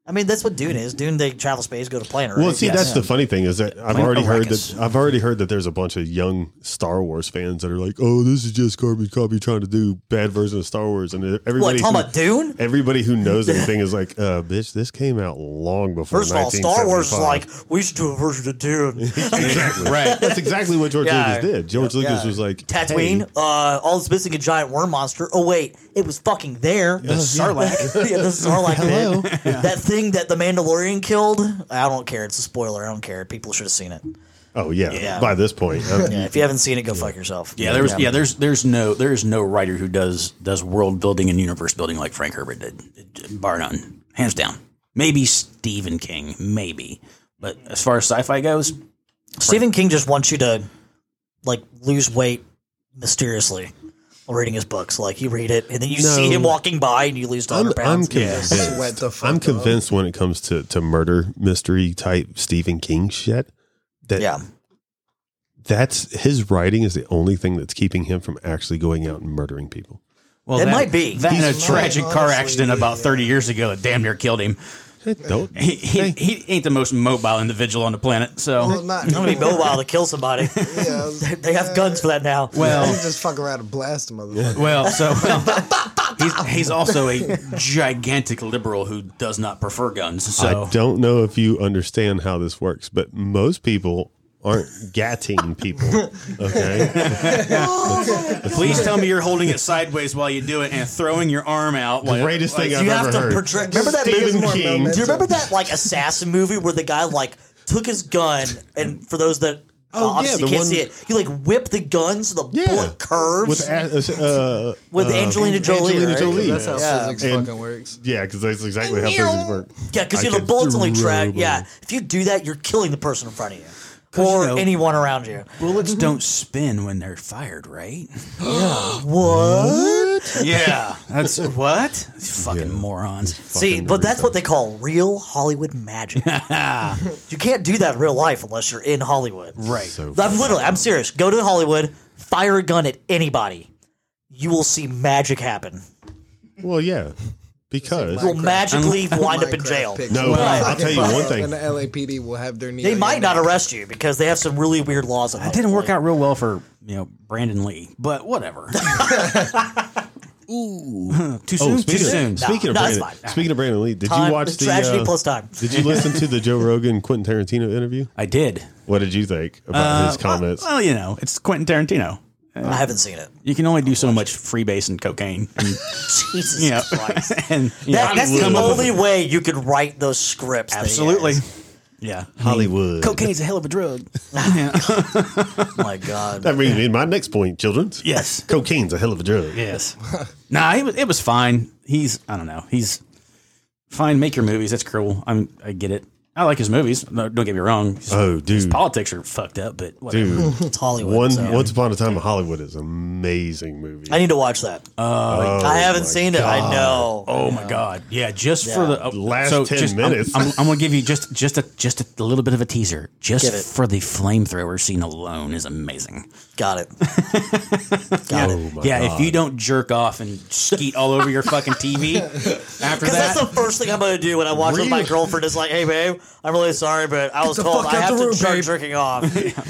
S5: I mean, that's what Dune is. Dune, they travel space, go to planet.
S1: Well,
S5: right?
S1: see,
S2: Yes.
S1: that's the funny thing is that I've
S2: Planet
S1: already heard
S2: Arrakis.
S1: that I've already heard that there's a bunch of young Star Wars fans that are like, "Oh, this is just garbage copy trying to do bad version of Star Wars," and everybody
S5: what talking
S1: who-
S5: about Dune?
S1: everybody who knows anything is like, uh, "Bitch, this came out long before."
S5: First of all, Star Wars is
S1: 1975.
S5: like we should do a version of Dune.
S1: exactly right. That's exactly what George
S5: Yeah.
S1: Lucas did. George Lucas
S5: yeah.
S1: was like
S5: Tatooine.
S1: hey,
S5: Uh, all that's missing a giant worm monster. Oh wait, it was fucking there. The Sarlacc. yeah, the Sarlacc.
S1: Hello.
S5: pit. That thing that the Mandalorian killed. I don't care. It's a spoiler. I don't care. People should have seen it.
S1: oh yeah,
S5: Yeah.
S1: By this point, um,
S5: Yeah, if you haven't seen it, go fuck yourself.
S2: Yeah, there was yeah. there's there's no there's no writer who does does world building and universe building like Frank Herbert did, bar none, hands down. Maybe Stephen King, maybe, but as far as sci-fi goes,
S5: Stephen King just wants you to like lose weight mysteriously while reading his books. Like you read it and then you
S1: No.
S5: see him walking by and you lose
S1: I'm,
S5: 100
S1: I'm
S5: pounds.
S1: convinced.
S4: Sweat the fuck
S1: I'm
S4: up.
S1: convinced when it comes to to murder mystery type Stephen King shit that
S5: yeah.
S1: that's his writing is the only thing that's keeping him from actually going out and murdering people.
S2: well,
S5: It might be.
S2: that and a
S4: He's-
S2: tragic car
S4: honestly,
S2: accident about
S4: yeah.
S2: thirty years ago that damn near killed him.
S1: Don't
S2: He, he, he ain't the most mobile individual on the planet,
S4: Well,
S2: so
S4: not
S5: I'm gonna be
S4: anymore.
S5: mobile to kill somebody.
S4: Yeah,
S5: they have guns for that now.
S4: I
S2: well,
S4: can just fuck around and blast a motherfucker.
S2: well, so well, he's he's also a gigantic liberal who does not prefer guns. So
S1: I don't know if you understand how this works, but most people aren't gatting people. Okay.
S2: Please tell me you're holding it sideways while you do it and throwing your arm out. While
S1: Greatest thing
S2: like-
S1: I've
S5: you have
S1: ever
S5: to
S1: heard.
S5: project. Remember that
S1: Stephen
S5: movie?
S1: King.
S5: Do you remember that like assassin movie where the guy like took his gun and for those that
S1: Oh,
S5: obviously
S1: yeah, the
S5: can't
S1: one-
S5: see it, he like whipped the gun so the
S1: Yeah.
S5: bullet curves
S1: With, a- uh,
S5: with
S1: uh,
S5: Angelina Jolie.
S1: Angelina
S5: right?
S1: Jolie.
S4: That's how
S5: Yeah.
S4: physics
S1: And-
S4: fucking works.
S1: Yeah, because that's exactly how things work.
S5: Yeah, because
S1: I
S5: you know, the
S1: could
S5: bullet's only track.
S1: throw
S5: Yeah,
S1: them.
S5: if you do that, you're killing the person in front of you or
S2: you know-
S5: anyone around you.
S2: Bullets don't spin when they're fired, right?
S5: What?
S2: Yeah, that's what fucking morons.
S5: See, but that's what they call real Hollywood magic. you can't do that in real life unless you're in Hollywood.
S2: Right.
S1: So
S5: I'm literally, I'm serious. Go to Hollywood, fire a gun at anybody. You will see magic happen.
S1: Well, yeah, because
S5: You'll magically wind up in
S4: Minecraft
S5: jail.
S4: picks
S1: No,
S4: will
S1: I'll
S4: fucking
S1: tell you
S4: pop
S1: one
S4: up
S1: thing.
S4: And the LAPD will have their knee.
S5: They
S4: on
S5: might
S4: your
S5: not
S4: neck.
S5: arrest you because they have some really weird laws. in
S2: That didn't
S5: Hollywood.
S2: work out real well for you know Brandon Lee, but whatever. Ooh, too soon, too soon.
S1: Oh, speaking, speaking
S5: No,
S1: of
S5: it's
S1: Brandon,
S5: fine.
S1: speaking of Brandon Lee, did
S5: Time-
S1: you watch the
S5: tragedy
S1: uh,
S5: plus time.
S1: Did you listen to the Joe Rogan Quentin Tarantino interview?
S2: I did.
S1: What did you think about
S2: Uh,
S1: his comments?
S2: Well, you know, it's Quentin Tarantino.
S5: I haven't seen it.
S2: You can only do so much freebase and cocaine. And,
S5: Jesus
S2: you know,
S5: Christ.
S2: and you know,
S5: That, that's the
S2: come up with-
S5: only way you could write those scripts. that he
S2: Absolutely.
S5: has.
S2: Yeah.
S1: Hollywood.
S2: Cocaine's a hell of a drug.
S5: Oh my God.
S1: That brings me to my next point, children.
S2: Yes.
S1: Cocaine's a hell of a drug.
S2: Yes. nah, it was, it was fine. He's, I don't know. He's fine. Make your movies. That's cool. I'm, I get it. I like his movies. No, don't get me wrong. His,
S1: Oh,
S2: his
S1: dude.
S2: politics are fucked up, but whatever.
S1: Dude,
S5: It's Hollywood.
S1: one
S5: so-
S1: Once Upon a Time in Hollywood is an amazing movie.
S5: I need to watch that. I haven't seen it. I know.
S2: Uh, Oh my God! Yeah, just for the uh,
S1: Last 10
S2: just-
S1: minutes.
S2: I'm, I'm, I'm gonna give you just just a just a little bit of a teaser.
S5: Give it.
S2: Just for the flamethrower scene alone is amazing.
S5: Got it. Got it.
S1: Oh my
S2: yeah,
S1: God.
S2: if you don't jerk off and skeet all over your fucking TV after
S5: Because
S2: that,
S5: that's the first thing I'm going to do when I watch with my
S1: Really?
S5: girlfriend. Is like, hey, babe, I'm really sorry, but I was
S4: the
S5: told
S4: fuck
S5: I
S4: out
S5: have
S4: the
S5: to
S4: room,
S5: start
S4: babe."
S5: jerking off.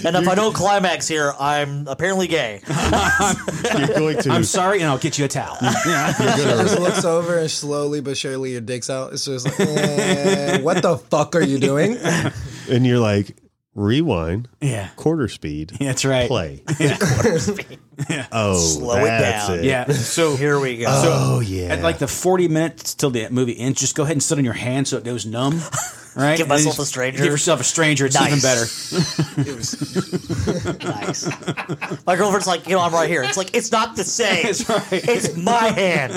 S5: And if I don't climax here, I'm apparently gay.
S1: You're going to.
S2: I'm sorry, and I'll get you a towel. yeah.
S1: you're gonna-
S4: Just looks over and slowly but surely your dick's out. It's just like, eh, what the fuck are you doing?
S1: and you're like, rewind,
S2: yeah,
S1: quarter speed,
S2: that's right.
S1: play. Oh,
S5: Slow it
S1: that's
S5: down.
S2: Yeah. So
S5: Here we go.
S1: Oh yeah.
S2: at like the 40 minutes till the movie ends, just go ahead and sit on your hand so it goes numb. Right. And
S5: Give
S2: then
S5: myself
S2: just
S5: a stranger.
S2: Give yourself a stranger. It's
S5: Nice.
S2: even better.
S4: It was
S5: nice. My girlfriend's like, you know, I'm right here. It's like, it's not the same.
S2: That's right.
S5: It's my hand.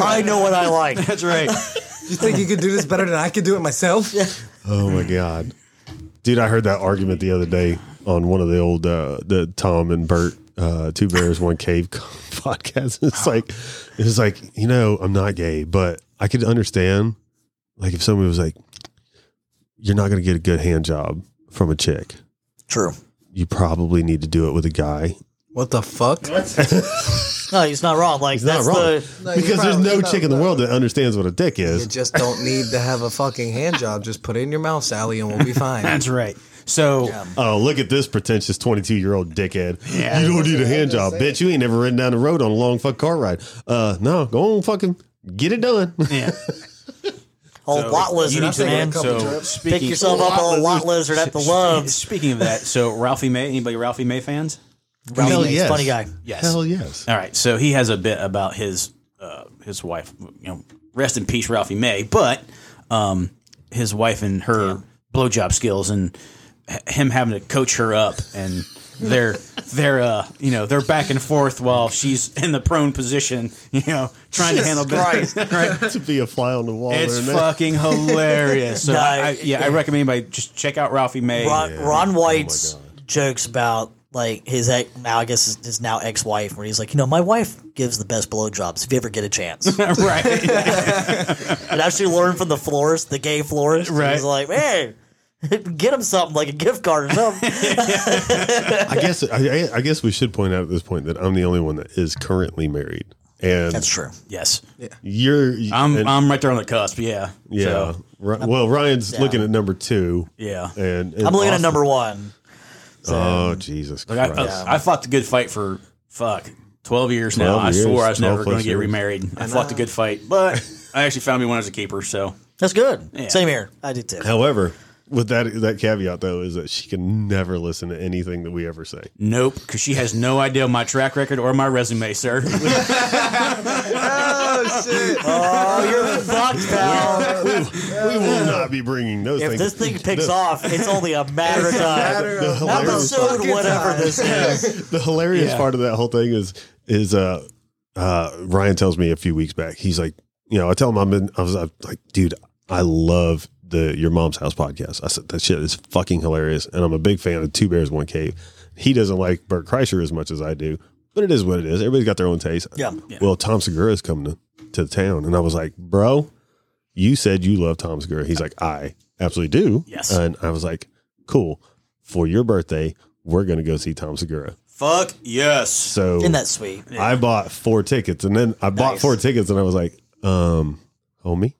S5: I know what I like.
S2: That's right.
S4: You think you could do this better than I could do it myself?
S1: Oh my god, dude! I heard that argument the other day on one of the old uh, the Tom and Bert uh, Two Bears One Cave podcast. It's like it's like you know I'm not gay, but I could understand like if somebody was like, You're not gonna get a good hand job from a chick.
S5: True.
S1: You probably need to do it with a guy.
S4: What the fuck?
S5: No, he's not wrong. Like
S1: He's not
S5: that's
S1: wrong.
S5: the
S4: No, you're
S1: because there's
S4: probably
S1: no
S4: not
S1: chick in the
S4: wrong.
S1: world that understands what a dick
S4: You
S1: is.
S4: just don't need to have a fucking hand job. Just put it in your mouth, Sally, and we'll be fine.
S2: That's right. So
S1: Oh, look at this pretentious 22 year old dickhead.
S2: Yeah.
S1: you don't need a hand job, bitch. You ain't never ridden down the road on a long fuck car ride. Uh, no, go on, fucking get it done.
S2: yeah.
S5: whole
S2: So,
S5: lot lizard,
S2: you need to-
S5: man.
S4: couple
S2: So
S4: trips.
S5: Pick
S2: speaking,
S5: yourself up a
S1: Lot
S5: little lot lizard at the loves.
S2: speaking of that, so Ralphie May, anybody Ralphie May fans?
S5: Ralphie
S1: Hell
S5: Mays,
S1: yes.
S5: funny guy.
S2: Yes.
S1: Hell yes.
S2: All right, so he has a bit about his uh, his wife. You know, rest in peace, Ralphie May. But um, his wife and her blowjob skills, and h- him having to coach her up, and their their uh, you know they're back and forth while she's in the prone position, you know, trying to handle business. right?
S1: to be a fly on the wall.
S2: It's
S1: there, man.
S2: fucking hilarious. So I, I,
S5: Nice.
S2: yeah, I recommend anybody just check out Ralphie May.
S5: Ron, Ron White's jokes about like his ex, now I guess his, his now ex wife, where he's like, you know, my wife gives the best blowjobs if you ever get a chance.
S2: right.
S5: and actually learned from the florist, the gay florist.
S2: Right.
S5: He's like, hey, get him something like a gift card or something.
S1: I guess I, I- I guess we should point out at this point that I'm the only one that is currently married, and
S5: That's true.
S2: Yes.
S1: you're.
S2: I'm
S1: and-
S2: I'm right there on the cusp. Yeah.
S1: yeah.
S2: So,
S1: Ri- well, Ryan's
S5: Yeah.
S1: looking at number two.
S2: yeah.
S1: and,
S5: I'm looking at number one.
S1: Oh Jesus
S2: I, uh,
S1: Christ!
S2: I, I fought a good fight for fuck twelve years now.
S1: 12
S2: I swore I
S1: years,
S2: was
S1: 12
S2: never going to
S1: plus
S2: get
S1: years.
S2: remarried. I, fought a good fight, but I actually found me one as a keeper. So
S5: That's good.
S2: Yeah.
S5: Same here. I did too.
S1: However, with that that caveat though is that she can never listen to anything that we ever say.
S2: nope, because she has no idea of my track record or my resume, sir.
S4: oh shit!
S5: Oh, you're fucked, pal.
S1: we, we will not be bringing those
S5: If
S1: things.
S5: this thing picks off, it's only a matter of
S4: Matter
S5: time.
S4: of
S1: the
S4: fucking
S5: Episode
S4: time.
S5: whatever this is.
S1: the hilarious
S2: Yeah.
S1: part of that whole thing is is uh uh Ryan tells me a few weeks back he's like you know I tell him I'm in I was I'm like dude I love the your mom's house podcast I said that shit is fucking hilarious and I'm a big fan of Two Bears One Cave he doesn't like Bert Kreischer as much as I do but it is what it is everybody's got their own taste
S5: Yeah.
S1: well Tom Segura is coming to, to town and I was like bro you said you love Tom Segura he's like I absolutely do
S2: Yes.
S1: and I was like cool for your birthday we're gonna go see Tom Segura
S2: fuck yes.
S1: so
S5: Isn't that sweet?
S1: I bought four tickets, and then I bought
S5: Nice.
S1: four tickets, and I was like, um, "Homie,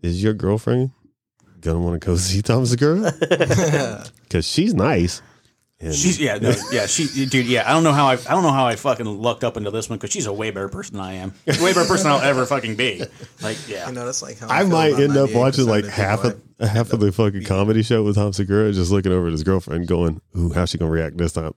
S1: is your girlfriend gonna want to go see Tom Segura? Because she's nice." And
S2: She's yeah no, yeah she dude yeah I don't know how I I don't know how I fucking lucked up into this one because she's a way better person than I am way better person I'll ever fucking be like yeah
S4: You know, that's like how
S1: I
S4: feel
S1: might
S4: about
S1: end up
S4: 98%
S1: watching like
S4: of
S1: half
S4: people
S1: of half of the fucking comedy show with Tom Segura, just looking over at his girlfriend, going, "Ooh, how's she gonna react this time?"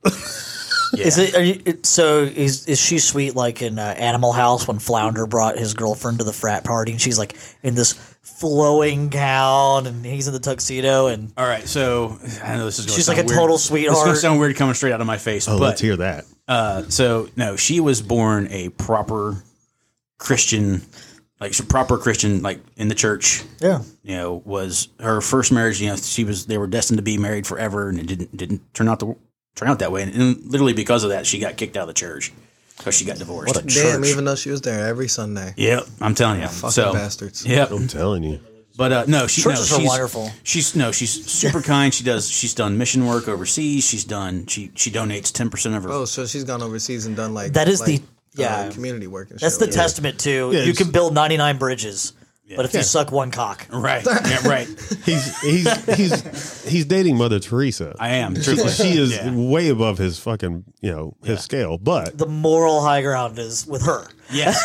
S5: Is it, are you, it- so? Is is she sweet like in uh, Animal House when Flounder brought his girlfriend to the frat party and she's like in this flowing gown and he's in the tuxedo and
S4: Oh,
S2: all right so I know this is gonna
S5: She's
S2: sound
S5: like a
S2: weird.
S5: total
S2: It's gonna
S5: sweetheart.
S2: sound weird coming straight out of my face
S1: oh,
S2: but
S1: let's hear that.
S2: Uh, so no, she was born a proper Christian, like she's a proper Christian, like in the church.
S5: yeah,
S2: You know, was her first marriage. You know, she was they were destined to be married forever, and it didn't didn't turn out to turn out that way. And, and literally because of that, she got kicked out of the church because she got divorced.
S5: What a
S4: Damn,
S5: church.
S4: even though she was there every Sunday.
S2: Yep, I'm telling you.
S4: Fucking
S2: so,
S4: bastards.
S2: Yep.
S1: I'm telling you,
S2: But uh, no, she, no,
S5: Churches are
S2: she's
S5: wonderful.
S2: She's no, she's super kind. She does. She's done mission work overseas. She's done. She she donates ten percent of her.
S4: Oh, so she's gone overseas and done like
S5: That is the-
S4: like, uh,
S5: yeah.
S4: community work. And
S5: that's the
S4: shit like
S5: testament to you
S1: it's-
S5: can build ninety nine bridges, but if
S1: Yeah.
S5: you suck one cock,
S2: Right. Yeah, right.
S1: he's he's he's he's dating Mother Teresa.
S2: I am.
S1: she,
S2: truthfully.
S1: she is
S2: Yeah.
S1: way above his fucking you know his scale, but
S5: the moral high ground is with her.
S2: Yes,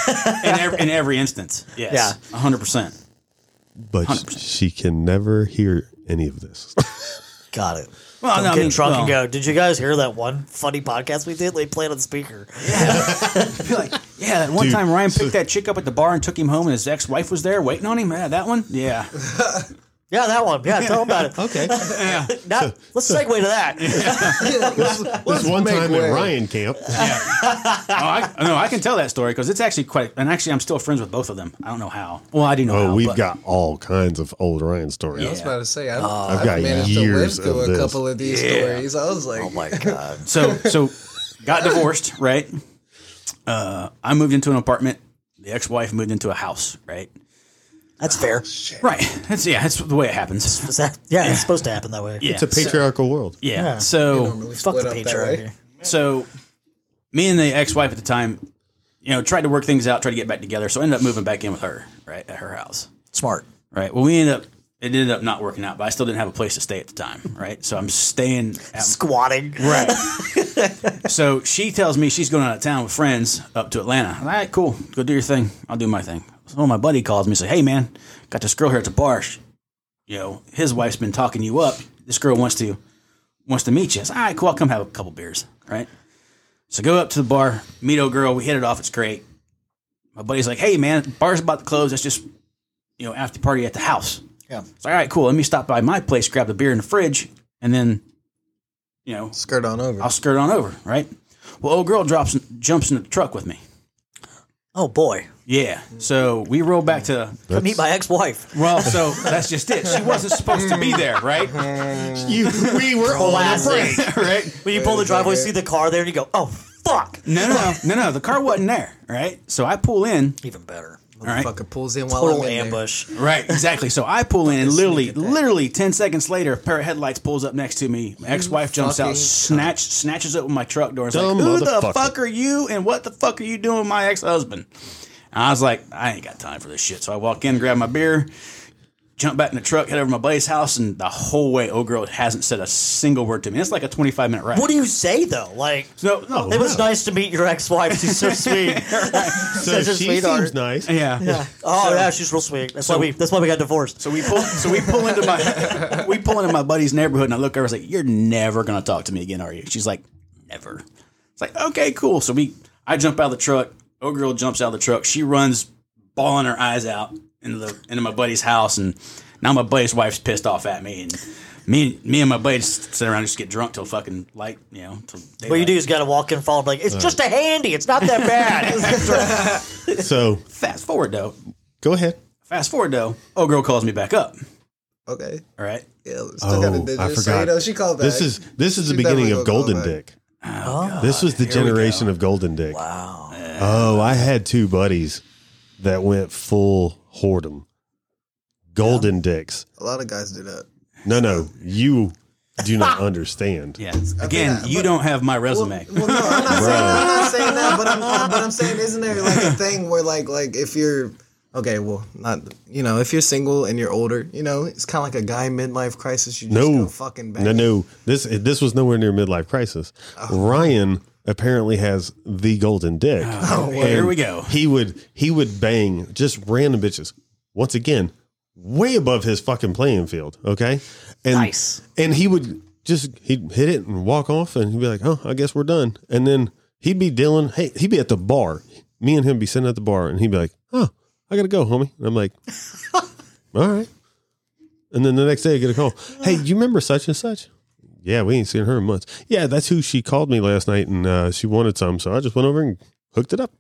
S2: in every, in every instance. Yes, yeah, hundred percent.
S1: but she can never hear any of this.
S5: Got it.
S2: Well,
S5: Don't
S2: no, I
S5: get
S2: mean,
S5: drunk and
S2: well-
S5: go. Did you guys hear that one funny podcast we did? They played on the speaker.
S2: Yeah, that one
S1: Dude,
S2: time Ryan picked that chick up at the bar and took him home, and his ex wife was there waiting on him. Yeah, that one. Yeah,
S5: Yeah, that one. Yeah, tell them about it.
S1: Okay.
S2: yeah.
S5: Now, let's segue to that.
S1: This one
S4: make
S1: time
S4: way.
S1: at Ryan Camp,
S2: Oh, I, no, I can tell that story because it's actually quite. And actually, I'm still friends with both of them. I don't know how. Well, I do know.
S1: oh,
S2: how,
S1: we've
S2: but-
S1: got all kinds of old Ryan stories.
S4: I was
S2: Yeah.
S4: about to say, I've,
S1: I've
S4: I've
S1: got
S4: managed to live
S1: years
S4: through
S1: of
S4: a
S1: this.
S4: couple of these stories. I was like,
S5: Oh my god.
S2: so so got divorced right uh i moved Uh, into an apartment the the ex-wife moved into a house, right?
S5: That's fair.
S2: Right. That's yeah. That's the way it happens.
S5: Is that, yeah, it's supposed to happen that way.
S2: Yeah.
S1: It's a patriarchal world.
S2: yeah.
S5: Yeah.
S2: So
S4: Normally
S5: Fuck
S4: split
S5: the
S4: up that
S5: patriarchy.
S4: way.
S2: so me and the ex-wife at the time, you know, tried to work things out, tried to get back together. So I ended up moving back in with her, right, at her house.
S5: Smart.
S2: Right. Well, we ended up it ended up not working out, but I still didn't have a place to stay at the time, right? So I'm staying at
S5: Squatting.
S2: Right. so she tells me she's going out of town with friends up to Atlanta. I'm like, All right, cool. Go do your thing. I'll do my thing. So my buddy calls me and says, Hey, man, got this girl here at the bar. She- you know, his wife's been talking you up. This girl wants to wants to meet you. I said, All right, cool. I'll come have a couple beers. Right. So go up to the bar, meet old girl. We hit it off. It's great. My buddy's like, Hey, man, bar's about to close. Let's just, you know, after party at the house.
S5: Yeah.
S2: It's like, All right, cool. Let me stop by my place, grab the beer in the fridge, and then, you know,
S4: Skirt on over.
S2: I'll skirt on over, right? Well, old girl drops jumps in the truck with me.
S5: Oh boy.
S2: Yeah. So we roll back to
S5: Come meet my ex-wife.
S2: well, so that's just it. She wasn't supposed to be there, right?
S1: You, we were on a break.
S2: right?
S5: When you pull the driveway,
S4: second.
S5: see the car there, and you go, "Oh fuck!"
S2: No, no, no, no, no. The car wasn't there, right? So I pull in.
S5: Even better.
S2: right.
S4: Motherfucker pulls in while
S5: Total
S4: I'm in there.
S5: ambush.
S2: Right, exactly. So I pull in, and literally, literally ten seconds later, a pair of headlights pulls up next to me. My ex-wife jumps out,
S4: fucking
S2: snatch, snatches open my truck door, and is like,
S1: Dumb
S2: "Who the
S1: motherfucker.
S2: fuck are you? And what the fuck are you doing with my ex-husband?" And I was like, "I ain't got time for this shit." So I walk in, grab my beer, jump back in the truck, head over to my buddy's house, and the whole way, old girl hasn't said a single word to me. It's like a twenty-five minute ride.
S5: What do you say though? Like,
S2: no, no,
S5: it was nice to meet your ex-wife. She's so sweet.
S1: So
S5: Such a
S1: she
S5: sweetheart.
S1: seems nice.
S2: yeah.
S5: Yeah. Oh yeah, she's real sweet. That's why we. That's why we got divorced.
S2: So we pull. So we pull into my we pull into my buddy's neighborhood, and I look over. I was like, "You're never gonna talk to me again, are you?" She's like, "Never." It's like, okay, cool. So we, I jump out of the truck. Old girl jumps out of the truck. She runs, bawling her eyes out into the into my buddy's house, and now my buddy's wife's pissed off at me, and me, me and my buddy just sit around and just get drunk till fucking light, you know. Till
S5: What you
S2: daylight.
S5: do is got to walk in, follow, like it's just a handy. It's not that bad.
S1: So
S2: Fast forward though.
S1: go ahead.
S2: Fast forward though. Old girl calls me back up.
S4: Okay.
S2: All right.
S4: Yeah, still
S1: Oh,
S4: got a
S1: I
S4: digit. So, you
S1: forgot.
S4: know, she called back.
S1: This is this is the
S4: She
S1: beginning
S4: definitely
S1: of
S4: will call
S1: Golden
S4: back.
S1: Dick. this was the
S2: we
S1: generation of Golden Dick. Wow. Oh, I had two buddies that went full whoredom. Golden Dicks.
S4: A lot of guys do that.
S1: No, no, you do not understand.
S2: Yeah. Again, you don't have my resume.
S4: Well, no, I'm not, saying, I'm not saying that, but I'm, but I'm saying, isn't there like a thing where like like if you're okay, well, not you know, if you're single and you're older, you know, it's kind of like a guy midlife crisis. You just
S1: No
S4: go fucking back.
S1: No, no. This this was nowhere near midlife crisis.
S2: Oh.
S1: Ryan apparently has the golden dick. Oh,
S2: here we go.
S1: He would he would bang just random bitches. Once again, way above his fucking playing field. Okay, and
S5: Nice.
S1: And he would just he'd hit it and walk off, and he'd be like, "Oh, I guess we're done." And then he'd be dealing. Hey, he'd be at the bar. Me and him be sitting at the bar, and he'd be like, "Oh, I gotta go, homie." And I'm like, "All right." And then the next day I get a call. Hey, you remember such and such? Yeah, we ain't seen her in months. Yeah, that's who she called me last night and uh, she wanted some. So I just went over and hooked it up.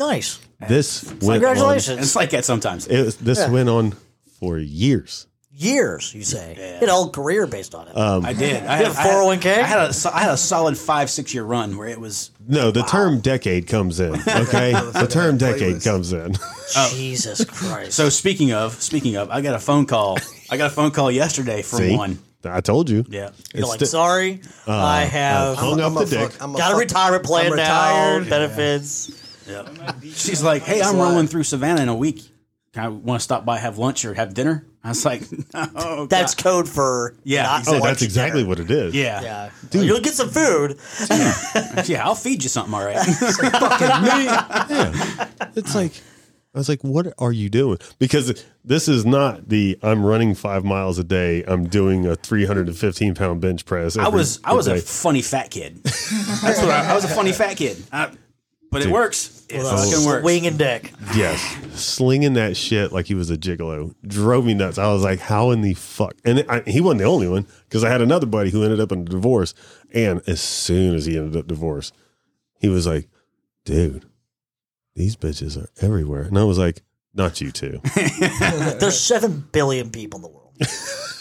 S5: nice.
S1: This went
S5: Congratulations.
S2: It's like that sometimes.
S1: On, it was, this went on for years.
S5: Years, you say. It all career based on it.
S1: Uh,
S2: I did. I
S5: You had a 401k?
S2: I had a, so- I had a solid five six year run where it was
S1: No, the term decade comes in. Okay. the term decade
S4: Playlist.
S1: comes in. oh.
S5: Jesus Christ.
S2: so. Speaking of speaking of, I got a phone call. I got a phone call yesterday from
S1: See?
S2: one.
S1: I told you.
S2: Yeah.
S5: You're
S1: It's
S5: like,
S1: the- Uh, oh,
S5: sorry, I have
S1: hung up
S4: I'm
S1: the
S4: a
S1: dick.
S4: fuck, I'm a
S5: got a
S4: fuck-
S5: retirement plan
S4: I'm
S5: now,
S4: retired.
S5: benefits.
S2: She's like, "Hey, I'm rolling through Savannah in a week. Can I want to stop by, have lunch, or have dinner?" I was like, "No,
S5: That's
S2: God."
S5: code for
S2: Yeah,
S5: Not
S2: he said
S1: oh,
S5: lunch
S1: that's
S5: and
S1: exactly
S5: dinner.
S1: what it is.
S2: yeah, yeah,
S5: Yeah, you'll get some food.
S2: I'll feed you something, all right."
S1: It's like, I was like, what are you doing? Because this is not the I'm running five miles a day. I'm doing a 315 pound bench press.
S2: I
S1: every
S2: was I was a
S1: day.
S2: funny fat kid. That's what I, I was a funny fat kid. I, but it works. It fucking works.
S5: Wing and dick.
S1: Yes. Slinging that shit like he was a gigolo drove me nuts. I was like, how in the fuck? And I, he wasn't the only one because I had another buddy who ended up in a divorce. And as soon as he ended up divorced, he was like, dude, these bitches are everywhere. And I was like, not you two.
S5: There's seven billion people in the world.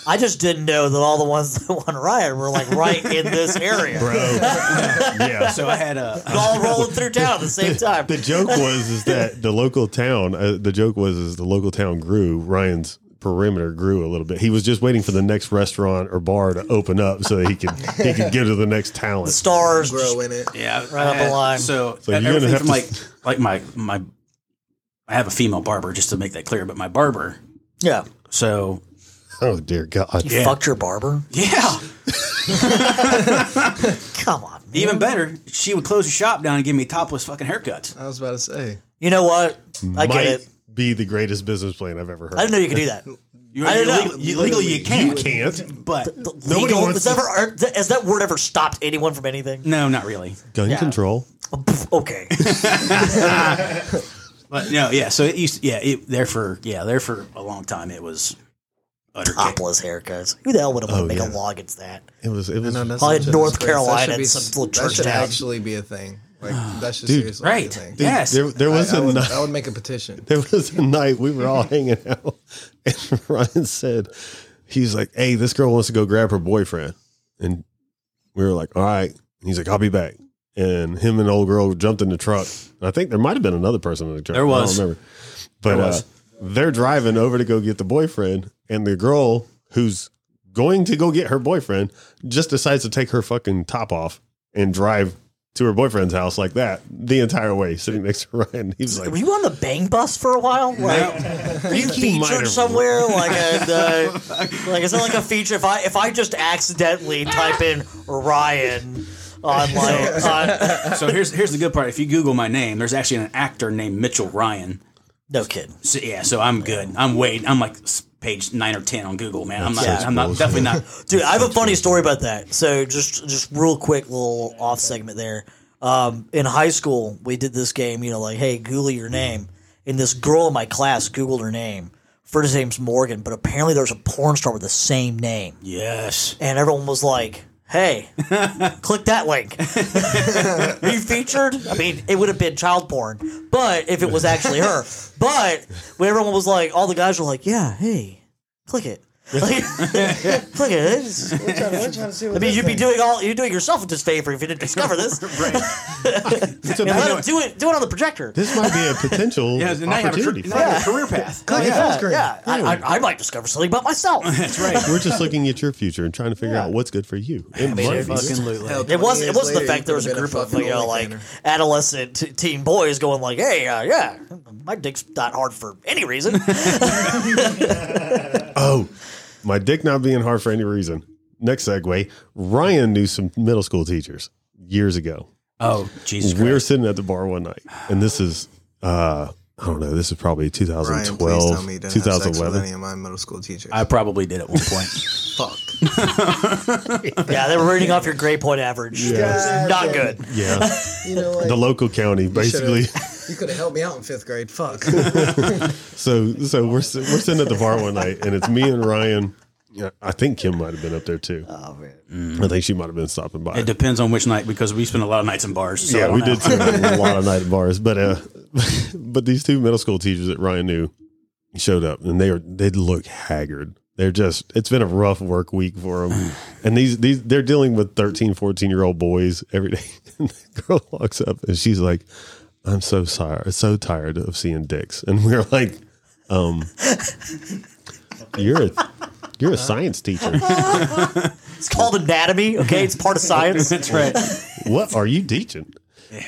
S5: I just didn't know that all the ones that won riot were like right in this area.
S1: yeah.
S2: So I had a.
S5: All rolling through town at the same time.
S1: The joke was is that the local town. Uh, the joke was is the local town grew. Ryan's perimeter grew a little bit. He was just waiting for the next restaurant or bar to open up so that he could he could get to the next
S5: The
S1: talent.
S5: stars just-
S4: grow in it.
S2: Yeah,
S5: Right
S2: I
S5: up
S2: had-
S5: the line.
S2: So,
S1: So you're gonna
S2: everything
S1: have
S2: from
S1: to-
S2: like like my my I have a female barber just to make that clear, but my barber.
S5: Yeah.
S2: So
S1: Oh dear God!
S5: You fucked your barber?
S2: yeah,
S5: Come on. man.
S2: even better, she would close her shop down and give me topless fucking haircuts.
S4: I was about to say.
S5: You know what? I
S1: Might
S5: get it.
S1: be the greatest business plan I've ever heard.
S5: I didn't know you could do that.
S2: You,
S5: I don't
S2: you
S5: know.
S2: legal- you- legally you
S1: you
S2: can't,
S1: can't.
S2: but
S1: Nobody
S5: Legal-
S1: wants
S5: has,
S1: to-
S5: ever, are- th- has that word ever stopped anyone from anything?
S2: no, not really.
S1: Gun control.
S5: Okay.
S2: But no, yeah. So it used, yeah, it, there for yeah, there for a long time. It was utter kick.
S5: Topless haircuts. Who the hell would have
S1: Oh,
S5: make
S1: yeah.
S5: a law against that?
S1: It was. It was.
S4: No, that's
S5: Probably
S4: not just-
S5: North
S4: that should
S5: Carolina,
S4: be-
S5: some little
S4: that
S5: church
S4: should
S5: town.
S4: actually be a thing. Like that should
S1: Dude,
S4: seriously
S2: right?
S4: be a thing.
S2: Yes.
S1: There, there was
S4: I, I
S1: a
S4: would,
S1: night.
S4: I would make a petition.
S1: There was a night we were all hanging out, and Ryan said, "He's like, hey, this girl wants to go grab her boyfriend," and we were like, "All right." And he's like, "I'll be back." And him and old girl jumped in the truck. And I think there might have been another person in the truck.
S2: There
S1: I
S2: was.
S1: don't remember. But
S2: There was.
S1: Uh, they're driving over to go get the boyfriend, and the girl who's going to go get her boyfriend just decides to take her fucking top off and drive to her boyfriend's house like that the entire way, sitting next to Ryan. He was like,
S5: Were you on the bang bus for a while? Like, were you
S1: he might
S5: featured
S1: have-
S5: somewhere? Like, and, uh, like is it like a feature? If I if I just accidentally type in Ryan on like on,
S2: so here's here's the good part. If you Google my name, there's actually an actor named Mitchell Ryan.
S5: no kidding.
S2: So, yeah, so I'm good. I'm way. I'm like s- page nine or ten on Google, man. I'm not.
S1: That's
S2: I'm not
S1: bullshit.
S2: definitely not.
S5: Dude, I have a funny story about that. So just just real quick little off segment there. Um, in high school, we did this game. You know, like hey, Google your name. And this girl in my class Googled her name. First name's Morgan, but apparently there's a porn star with the same name.
S2: Yes.
S5: and everyone was like, "Hey, click that link." Be featured. I mean, it would have been child porn, but if it was actually her. But when everyone was like, all the guys were like, "Yeah, hey, click it." Like, click it. It's- I mean, you'd be doing all you're doing yourself a disfavor if you didn't discover this.
S1: It's a-
S5: Let 'em do it. Do it on the projector.
S1: This might be a potential
S2: Yeah, and now you have a,
S1: opportunity.
S2: cr- now you have a career path.
S5: Click
S4: yeah,
S5: yeah,
S4: that's great.
S5: yeah. I, I, I might discover something about myself.
S2: That's right.
S1: We're just looking at your future and trying to figure out what's good for you. It
S2: Yeah,
S1: might be.
S2: fucking loot
S4: Hell,
S2: lake.
S5: It
S4: 20
S5: wasn't.
S4: years
S5: It wasn't the
S4: later,
S5: fact there
S4: you
S5: was a
S4: could've been
S5: group of
S4: fucking
S5: you know like
S4: OnlyFaner.
S5: adolescent t- teen boys going like, "Hey, uh, yeah, my dick's not hard for any reason."
S1: Oh, my dick not being hard for any reason. Next segue. Ryan knew some middle school teachers years ago.
S2: Oh Jesus
S1: We were
S2: Christ!
S1: sitting at the bar one night, and this is uh, I don't know. This is probably
S4: Ryan, please tell
S1: 2012,
S4: me you didn't have sex with
S1: 2011.
S4: any of my middle school teachers.
S2: I probably did at one point.
S4: Fuck.
S5: yeah, they were reading off your grade point average. It was not good.
S1: Yeah,
S4: You know, like,
S1: the local county basically.
S4: you could have helped me out in fifth grade. Fuck.
S1: So so we're si- we're sitting at the bar one night, and it's me and Ryan. Yeah, I think Kim might have been up there too.
S5: Oh, man.
S1: I think she might have been stopping by.
S2: it depends on which night because we spent a lot of nights in bars. So I
S1: yeah,
S2: don't
S1: we
S2: know.
S1: did spend a lot of night at bars, but uh, but these two middle school teachers that Ryan knew showed up, and they are they look haggard. They're just it's been a rough work week for them, and these these they're dealing with 13, 14 year old boys every day. And the girl walks up and she's like, "I'm so sorry, so tired of seeing dicks," and we're like, um, "You're a you're a science teacher.
S5: It's called anatomy. Okay, it's part of science.
S2: That's right.
S1: what are you teaching?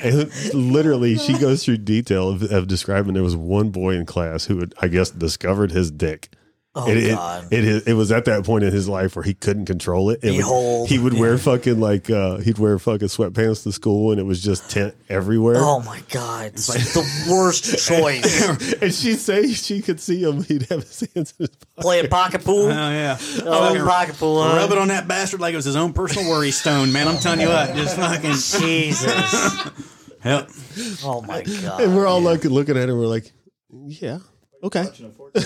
S1: And literally, she goes through detail of, of describing there was one boy in class who had, I guess, discovered his dick.
S5: Oh
S1: it, it-
S5: God.
S1: It, it, was at that point in his life where he couldn't control it. It would-
S5: Behold.
S1: he would wear fucking like, uh, he'd wear fucking sweatpants to school and it was just tent everywhere.
S5: Oh my God! It's the worst choice.
S1: And she'd say she could see him. He'd have his hands in his pocket.
S5: Playing pocket pool.
S2: Oh yeah.
S5: Oh,
S2: Fucking
S5: pocket pool. huh?
S2: Rub it on that bastard like it was his own personal worry stone, man. I'm telling you what, just fucking
S5: Jesus.
S2: help.
S5: Oh my
S1: And
S5: God.
S1: we're all like looking at him. We're like, yeah. Okay.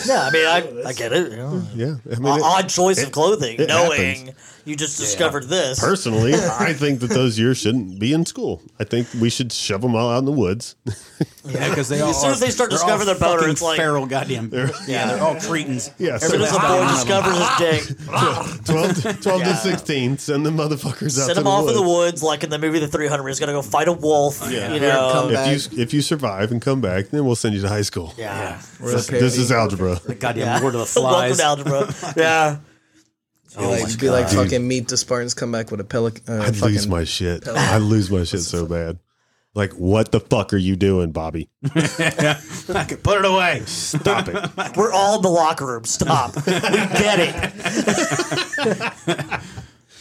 S5: Yeah, I mean, I, I get it. you know.
S1: Yeah. Hmm. I mean,
S5: O-
S1: it-
S5: odd choice of clothing,
S1: it
S5: knowing you just discovered this.
S1: personally, I think that those years shouldn't be in school. I think we should shove them all out in the woods.
S2: Yeah, because they all
S5: soon as
S2: are-
S5: they start
S2: they're all
S5: discovering their boner,
S2: fucking
S5: it's like-
S2: feral, goddamn. yeah, they're all cretins.
S1: Yeah,
S2: Every
S1: so-
S5: As
S2: last
S5: a
S2: one
S5: boy
S2: of them.
S5: discovers his
S1: 12,
S5: dick,
S1: to, 12 to 16, send the motherfuckers out
S5: send
S1: to
S5: him
S1: the
S5: off
S1: woods.
S5: in the woods, like in the movie The 300. He's going to go fight a wolf,
S1: Yeah.
S5: you
S1: Yeah,
S5: know.
S4: come back.
S1: If you, if you survive and come back, then we'll send you to high school.
S5: Yeah.
S4: We're
S1: This,
S4: the parody.
S1: this is algebra.
S2: The goddamn
S5: yeah.
S2: Lord of the
S5: Welcome
S2: Flies.
S5: to algebra. yeah.
S2: Oh my
S4: like, be like
S2: God.
S4: fucking meet the Spartans come back with a pelican. Uh,
S1: I'd
S4: fucking,
S1: lose my shit. I'd lose my shit so bad. Like, what the fuck are you doing, Bobby?
S2: I could put it away.
S1: Stop it.
S5: We're all in the locker room. Stop. we get it. Uh,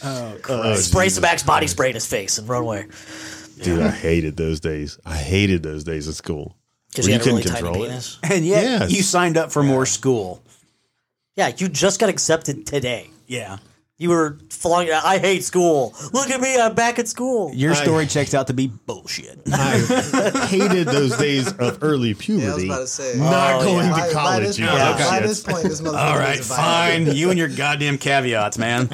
S1: Oh,
S5: Spray some Axe body spray in his face and run away.
S1: Dude, I hated those days. I hated those days at school.
S5: Because
S1: Well, you
S5: you had a really
S1: couldn't
S5: tiny
S1: control it.
S5: penis.
S2: And yet
S1: Yes.
S2: you signed up for more school.
S5: Yeah, you just got accepted today.
S2: Yeah.
S5: You were flying. I hate school. Look at me. I'm back at school.
S2: Your
S1: I-
S2: story checks out to be bullshit.
S1: I hated those days of early puberty.
S4: Yeah, I was about to say.
S1: Not
S5: Oh,
S1: going
S5: yeah.
S1: to
S4: by, by
S1: college.
S4: this
S1: you
S4: point,
S1: know,
S4: by
S1: shit.
S4: this point, this motherfucker
S2: All right,
S4: is a violent-
S2: fine. you and your goddamn caveats, man.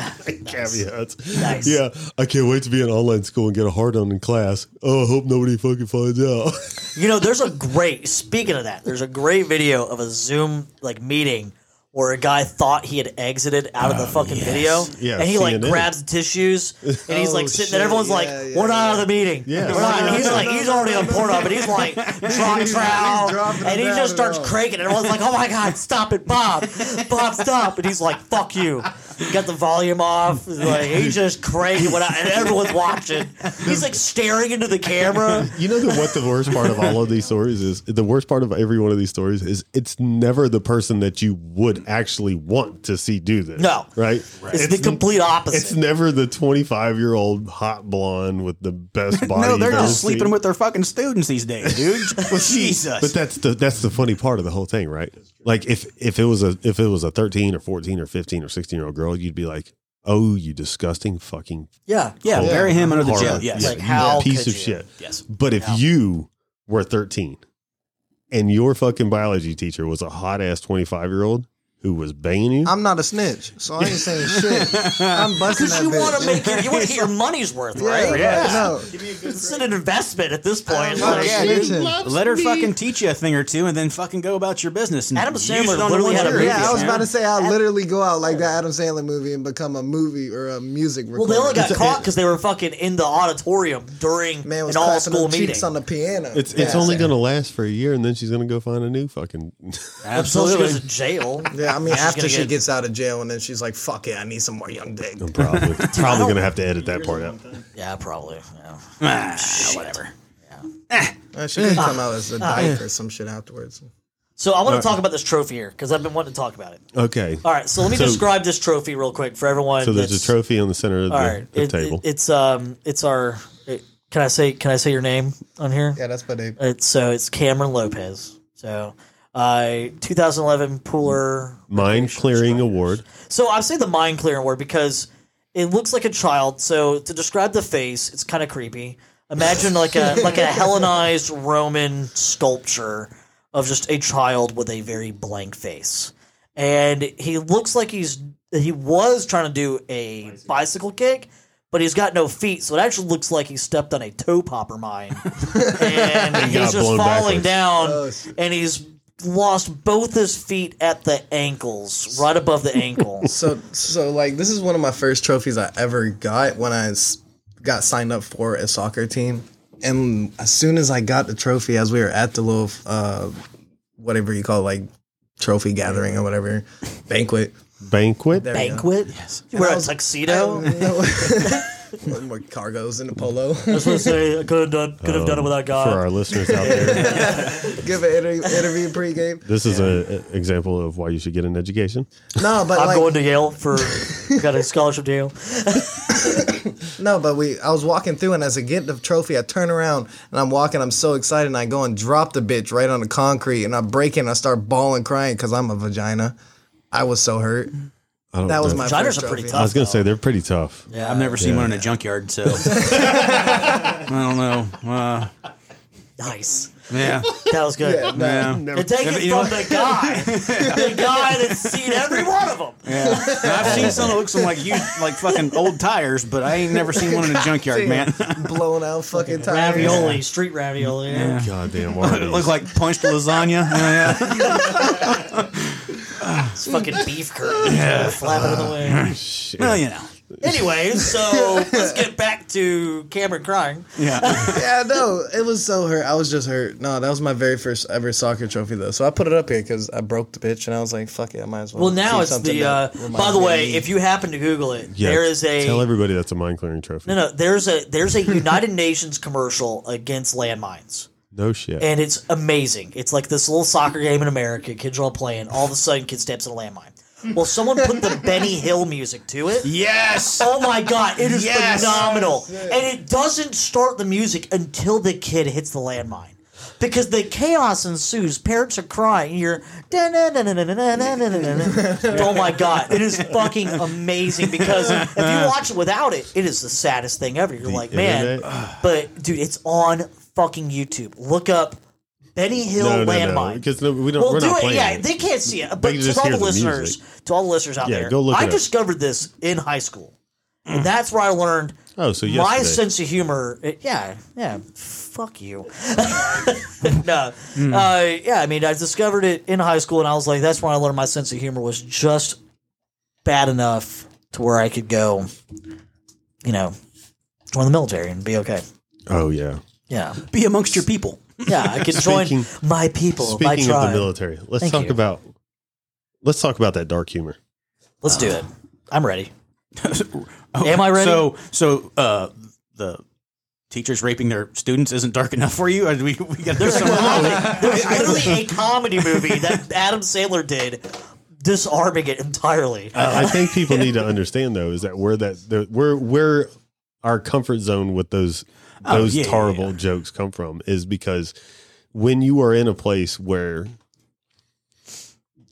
S1: caveats.
S5: Nice.
S1: Yeah, I can't wait to be in online school and get a hard on in class. Oh, I hope nobody fucking finds out.
S5: You know, there's a great. Speaking of that, there's a great video of a Zoom like meeting where a guy thought he had exited out of the fucking
S2: yes.
S5: video,
S1: Yeah,
S5: and he like
S1: CNN.
S5: grabs the tissues, and he's like
S4: Oh,
S5: sitting
S4: shit.
S5: there. Everyone's
S4: Yeah,
S5: like,
S4: yeah,
S5: "We're not
S4: yeah.
S5: out of the meeting.
S1: Yeah.
S5: We're not." and he's like, he's already on Pornhub, but he's like, drop trowel,
S4: dropping
S5: and he
S4: it down
S5: just
S4: at
S5: starts
S4: all.
S5: cranking. And everyone's like, "Oh my god, stop it, Bob! Bob, stop!" And he's like, "Fuck you." He got the volume off. He's Like he just cranking, went out, and everyone's watching. He's like staring into the camera.
S1: you know the, what the worst part of all of these stories is? The worst part of every one of these stories is it's never the person that you would actually want to see do this.
S5: No.
S1: Right?
S5: It's, the complete opposite.
S1: It's never the 25 year old hot blonde with the best body.
S2: No, they're
S1: you've ever
S2: just sleeping
S1: seen.
S2: with their fucking students these days, dude. Jesus.
S1: But that's the that's the funny part of the whole thing, right? Like if if it was a if it was a 13 or 14 or 15 or 16 year old girl, you'd be like, "Oh, you disgusting fucking
S5: yeah,
S2: yeah,
S1: Horrible.
S2: bury him under the jail.
S1: horrible-
S2: Yes.
S1: yeah,
S5: Like,
S1: you
S5: how
S1: piece of
S5: could you?"
S1: shit."
S2: yes.
S1: But if you were 13 and your fucking biology teacher was a hot ass 25 year old who was banging you,
S4: I'm not a snitch, so I ain't saying shit. I'm busting that
S5: you
S4: bitch.
S5: want to make it, you want to get your money's worth, right?
S4: yeah. No.
S5: It's an investment at this point.
S4: Oh,
S5: Like,
S4: yeah, dude.
S2: Let her fucking teach you a thing or two and then fucking go about your business. And
S5: Adam
S2: use
S5: Sandler
S2: it on the
S5: literally had a
S2: ones you're
S5: movie,
S4: Yeah, I was
S2: in,
S4: about to
S2: man.
S4: say I'll literally go out like that Adam Sandler movie and become a movie or a music
S5: Well,
S4: recorder.
S5: they only got caught because they were fucking in the auditorium during
S4: Man was
S5: an all
S4: clapping
S5: school
S4: them
S5: meeting.
S4: cheeks on the piano.
S1: it's it's
S4: Yeah.
S1: only going to last for a year and then she's going to go find a new fucking
S5: so she goes
S2: Absolutely.
S5: to jail.
S4: Yeah, I mean,
S5: She's
S4: after
S5: gonna
S4: she
S5: get-
S4: gets out of jail and then she's like, "Fuck it, I need some more young dick."
S1: probably probably going to have to edit that part out.
S5: Yeah, probably. Yeah.
S2: Ah, whatever.
S4: Uh, she could come out as a dyke
S5: uh.
S4: or some shit afterwards.
S5: So I want to talk about this trophy here because I've been wanting to talk about it.
S1: Okay.
S5: All right, so let me
S1: So-
S5: describe this trophy real quick for everyone.
S1: So there's a
S5: that's-
S1: trophy on the center of the,
S5: All right,
S1: the
S5: it-
S1: table.
S5: it- it's um, it's our. It, can I say? Can I say your name on here?
S4: Yeah, that's what they.
S5: It's so it's Cameron Lopez. So, uh, 2011 Pooler.
S1: Mind clearing award.
S5: So I say the mind clearing word because it looks like a child. So to describe the face, it's kind of creepy. Imagine like a like a Hellenized Roman sculpture of just a child with a very blank face, and he looks like he's he was trying to do a bicycle kick. But he's got no feet, so it actually looks like he stepped on a toe popper mine, and
S1: got
S5: he's just
S1: blown backwards.
S5: falling down,
S4: Oh, shit.
S5: and he's lost both his feet at the ankles, right above the ankle.
S4: So, so like, this is one of my first trophies I ever got when I s- got signed up for a soccer team. And as soon as I got the trophy, as we were at the little, uh, whatever you call it, like trophy gathering or whatever banquet.
S1: Banquet.
S4: There we go.
S5: banquet. Yes. Wear a tuxedo. I
S4: No- more cargos and a polo.
S5: was gonna say I could have done could have done it without God.
S1: For our listeners out there,
S4: Give an interview, interview pregame.
S1: this is an example of why you should get an education.
S4: No, but
S5: I'm
S4: like,
S5: going to Yale for got a scholarship to Yale.
S4: No, but we I was walking through and as I get the trophy, I turn around and I'm walking, I'm so excited, and I go and drop the bitch right on the concrete and I break it and I start bawling crying because I'm a vagina. I was so hurt.
S1: I don't
S4: That was
S1: know.
S4: my
S5: Oh, Vaginas
S4: first
S5: are
S4: trophy.
S5: pretty
S1: I was going to
S5: though.
S1: say they're pretty tough.
S2: Yeah, I've never seen one in a junkyard, so I don't know. Uh,
S5: Nice.
S2: Yeah.
S5: That was good.
S4: Yeah, no.
S2: Yeah.
S1: Never-
S5: And take
S2: Yeah,
S5: it
S2: but you
S5: from
S2: know-
S5: the guy, the guy that's seen every one of them.
S2: Yeah. And I've seen some that looks like you like fucking old tires, but I ain't never seen one in a junkyard, man.
S4: blown out fucking tires.
S5: Ravioli, street ravioli. Yeah.
S1: Goddamn, why are
S2: it
S1: these-
S2: looked like punched lasagna. Oh, Yeah, yeah.
S5: It's fucking beef curtains yeah. flapping in the way.
S1: Shit.
S2: Well, you know.
S5: Anyway, so let's get back to Cameron crying.
S2: Yeah.
S4: Yeah, no, it was so hurt. I was just hurt. No, that was my very first ever soccer trophy though. So I put it up here because I broke the bitch, and I was like, "Fuck it, I might as well."
S5: Well, now
S4: do
S5: it's
S4: something
S5: the.
S4: that
S5: Uh,
S4: reminds
S5: by the
S4: me of
S5: way,
S4: me.
S5: if you happen to Google it,
S1: Yeah,
S5: there is a.
S1: Tell everybody that's a mine clearing trophy.
S5: no,
S1: No,
S5: no, there's a there's a United Nations commercial against landmines.
S1: shit.
S5: and it's amazing. It's like this little soccer game in America. Kids are all playing. All of a sudden, kid steps in a landmine. Well, someone put the Benny Hill music to it.
S2: yes.
S5: Oh my god, it is
S2: Yes.
S5: phenomenal. And it doesn't start the music until the kid hits the landmine. Because the chaos ensues, parents are crying. You're oh my god, it is fucking amazing. Because if you watch it without it, it is the saddest thing ever. You're like, man,
S1: internet?
S5: but dude, it's on fucking YouTube. Look up Benny Hill
S1: no, no, no,
S5: landmine.
S1: because no, we don't.
S5: Well,
S1: we're
S5: do
S1: not
S5: it.
S1: playing.
S5: Yeah,
S1: it.
S5: they can't see it. But
S1: can
S5: to
S1: just
S5: all
S1: hear
S5: the
S1: the
S5: listeners, to all the listeners out
S1: Yeah,
S5: there,
S1: go look
S5: I
S1: it up. Mm.
S5: discovered this in high school, and that's where I learned
S1: Oh, so
S5: my
S1: yesterday.
S5: sense of humor. it- yeah, yeah. Fuck you. no,
S1: Mm.
S5: uh, yeah. I mean, I discovered it in high school, and I was like, that's when I learned my sense of humor was just bad enough to where I could go, you know, join the military and be okay.
S1: oh yeah.
S5: Yeah,
S2: Be amongst your people.
S5: yeah. I could join
S1: Speaking-
S5: my people, my
S1: Speaking of
S5: tribe.
S1: the military, let's
S5: Thank
S1: talk
S5: you.
S1: about let's talk about that dark humor.
S5: Let's do it. I'm ready. Am I ready?
S2: So, so uh, the teachers raping their students isn't dark enough for you? Or do we, we got there's some
S5: There's literally a comedy movie that Adam Sandler did, disarming it entirely.
S1: I think people need to understand though is that we're that the- we're we're our comfort zone with those
S2: Oh,
S1: those
S2: yeah, yeah,
S1: horrible
S2: yeah.
S1: jokes come from is because when you are in a place where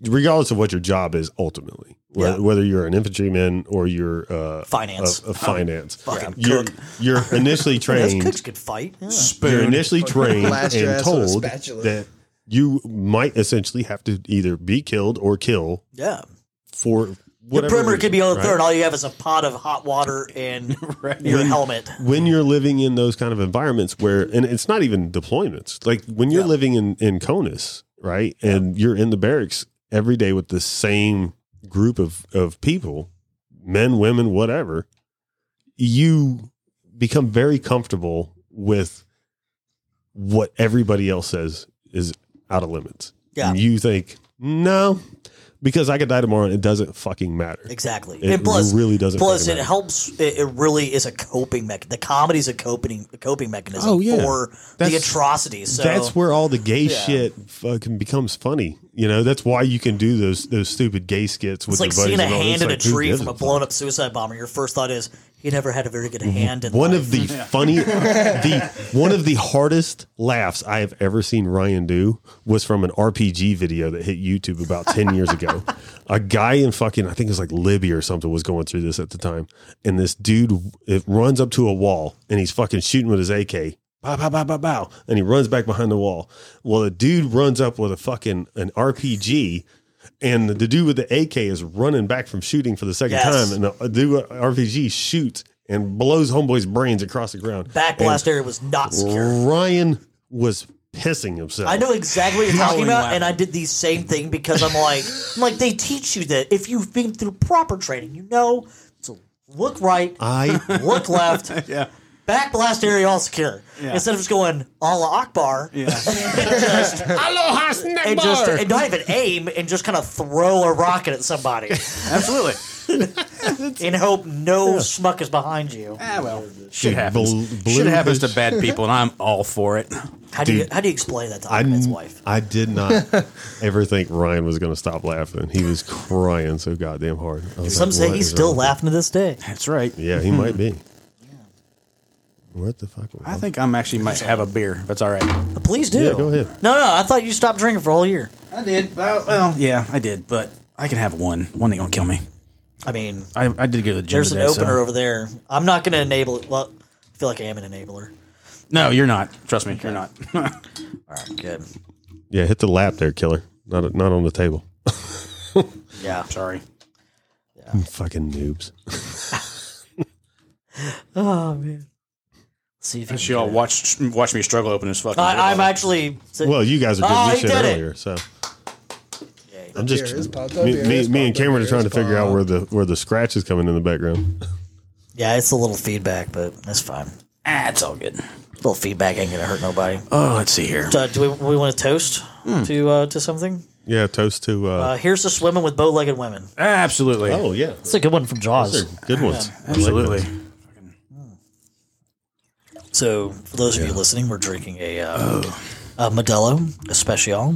S1: regardless of what your job is ultimately whe-
S5: Yeah.
S1: whether you're an infantryman or you're uh,
S5: Finance.
S1: a, a finance
S5: Fucking
S1: you're,
S5: cook.
S1: you're initially
S5: Those
S1: trained
S5: cooks could fight. Yeah.
S1: you're
S2: spoon.
S1: initially trained
S4: blast your
S1: and
S4: ass with a
S1: told
S4: spatula.
S1: that you might essentially have to either be killed or kill
S5: yeah.
S1: for
S5: Your
S1: whatever
S5: primer
S1: reason,
S5: could be on the
S1: right?
S5: third. All you have is a pot of hot water and your helmet.
S1: when you're living in those kind of environments where and it's not even deployments like when you're living in in conus right and you're in the barracks every day with the same group of of people men women whatever you become very comfortable with what everybody else says is out of limits
S5: Yeah.
S1: and you think no because i could die tomorrow and it doesn't fucking matter
S5: Exactly.
S1: It
S5: and plus,
S1: really doesn't
S5: Plus,
S1: fucking
S5: it
S1: matter.
S5: helps. It, it really is a coping mech. The comedy's a coping a coping mechanism
S1: Oh, yeah.
S5: for the
S1: That's-
S5: atrocities. So
S1: that's where all the gay shit fucking becomes funny. You know, that's why you can do those those stupid gay skits with
S5: it's like
S1: your buddies
S5: seeing a
S1: and all.
S5: hand in
S1: like,
S5: a
S1: who
S5: tree
S1: gives
S5: from a
S1: fuck?
S5: blown up suicide bomber. Your first thought is he never had a very good hand. In
S1: Mm-hmm. One
S5: life.
S1: of the funny, the one of the hardest laughs I have ever seen Ryan do was from an RPG video that hit YouTube about ten years ago. A guy in fucking, I think it was like Libya or something, was going through this at the time, and this dude it runs up to a wall and he's fucking shooting with his AK. Bow, bow, bow, bow, bow. And he runs back behind the wall. Well, the dude runs up with a fucking an RPG, and the dude with the AK is running back from shooting for the second
S5: Yes.
S1: time, and the dude with RPG shoots and blows homeboy's brains across the ground.
S5: Backblast area was not secure.
S1: And Ryan was pissing himself.
S5: I know exactly what you're talking
S2: Howling
S5: about,
S2: loud.
S5: and I did the same thing because I'm like, I'm like they teach you that if you've been through proper training, you know to look right,
S1: I
S5: look left,
S2: Yeah.
S5: back blast area all secure.
S2: Yeah.
S5: Instead of just going Allah Akbar
S2: Yeah.
S1: aloha
S5: and just and not even aim and just kind of throw a rocket at somebody
S2: Absolutely.
S5: and hope no schmuck is behind you.
S2: Ah, well. Shit
S1: bl-
S2: happens.
S1: blew
S2: Shit happens to
S1: his-
S2: bad people, and I'm all for it.
S5: How do you
S1: Dude.
S5: how do you explain that to
S1: I,
S5: Ahmed's wife?
S1: I did not ever think Ryan was going to stop laughing. He was crying so goddamn hard. I was
S5: Some
S1: like,
S5: say
S1: what
S5: he's
S1: is
S5: still
S1: wrong?
S5: laughing to this day.
S2: That's right.
S1: Yeah, he might be. What the fuck?
S2: I think I'm actually might have a beer. if That's all right.
S5: But please do.
S1: Yeah, go ahead.
S5: No, no, I thought you stopped drinking for a whole year.
S2: I did. Well, yeah, I did, but I can have one. One that gonna kill me.
S5: I mean,
S2: I, I did go to the gym.
S5: There's an
S2: today, so-
S5: opener over there. I'm not going to enable it. Well, I feel like I am an enabler.
S2: No, you're not. Trust me, you're not.
S5: All right, good.
S1: Yeah, hit the lap there, killer. Not not on the table.
S5: Yeah.
S2: Sorry.
S1: Fucking noobs.
S5: Oh man. Let's see if you
S2: She all watched watch me struggle open this fucking. beer
S5: I, I'm
S2: bottle.
S5: actually.
S1: Well, you guys are doing
S5: Oh,
S1: this
S5: he
S1: shit
S5: did it.
S1: earlier, so I'm
S4: Beer is
S1: just
S4: popped up,
S1: me,
S4: beer
S1: me,
S4: is
S1: me and
S4: popped up,
S1: Cameron are
S4: beer
S1: trying to
S4: is
S1: figure out
S4: popped.
S1: where the where the scratch is coming in the background.
S5: yeah, it's a little feedback, but that's fine.
S2: ah, it's all good.
S5: little feedback ain't gonna hurt nobody.
S2: Oh, let's see here.
S5: So, do we, we want to toast to uh, to something?
S1: Yeah, toast to. Uh,
S5: Uh, here's to swimming with bow-legged women.
S2: Absolutely,
S1: oh yeah,
S5: That's a good one from
S1: those
S5: Jaws.
S1: are good ones.
S2: absolutely.
S5: So, for those of you listening, we're drinking a, uh, a Modelo Especial.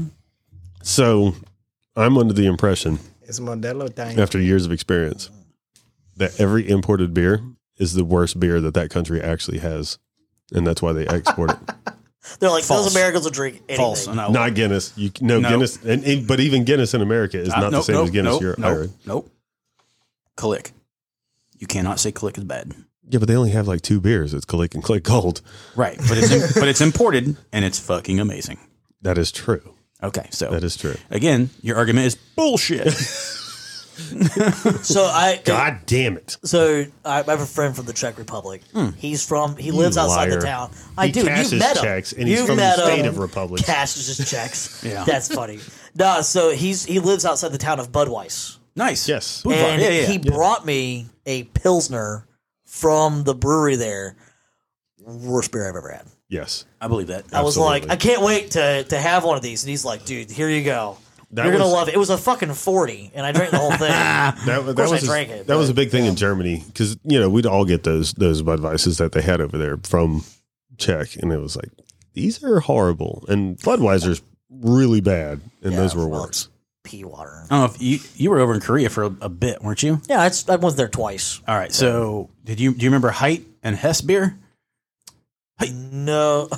S1: So I'm under the impression
S4: It's Modelo time.
S1: after years of experience that every imported beer is the worst beer that that country actually has, and that's why they export it.
S5: They're like
S2: False.
S5: those Americans will drink anything.
S2: False. No.
S1: Not Guinness. You no,
S2: No.
S1: Guinness, and, and- but even Guinness in America is
S2: Ah,
S1: not the
S2: nope,
S1: same as
S2: nope,
S1: Guinness.
S2: nope,
S1: You're
S2: nope,
S1: Irish.
S2: Nope. Click. You cannot say click is bad.
S1: Yeah, but they only have like two beers. It's Click and Click Gold.
S2: Right, but it's im- but it's imported and it's fucking amazing.
S1: That is true.
S2: Okay, so
S1: That is true.
S2: again, your argument is bullshit.
S5: So I
S1: God damn it!
S5: so I I have a friend from the Czech Republic. He's from he lives outside
S1: Hmm. liar.
S5: the town. I
S1: He
S5: do. You've
S1: cashes
S5: met him.
S1: checks, and he's
S5: You've
S1: from the
S5: met
S1: state
S5: him.
S1: of Republic.
S5: Cashes his checks.
S2: Yeah.
S5: that's funny. No, so he's he lives outside the town of Budweis,
S2: nice.
S1: Yes.
S2: Boulevard.
S5: and
S2: yeah, yeah.
S5: he
S2: yeah.
S5: brought me a pilsner from the brewery there. Worst beer I've ever had.
S1: Yes.
S2: I believe that.
S5: I was
S1: Absolutely.
S5: like, I can't wait to to have one of these. And he's like, dude, here you go.
S1: That
S5: You're
S1: was-
S5: gonna love it. It was a fucking forty, and I drank the whole thing.
S1: That, that
S5: course
S1: was
S5: I
S1: a,
S5: drank it,
S1: that was
S5: but-
S1: a big thing in Germany because you know we'd all get those those Budweisers that they had over there from Czech, and it was like these are horrible, and Budweiser's really bad, and those were
S5: well,
S1: worse.
S5: Pee water.
S2: I don't know if you you were over in Korea for a, a bit, weren't you?
S5: Yeah, I, I went there twice.
S2: All right. So did you do you remember Height and Hess beer?
S5: No,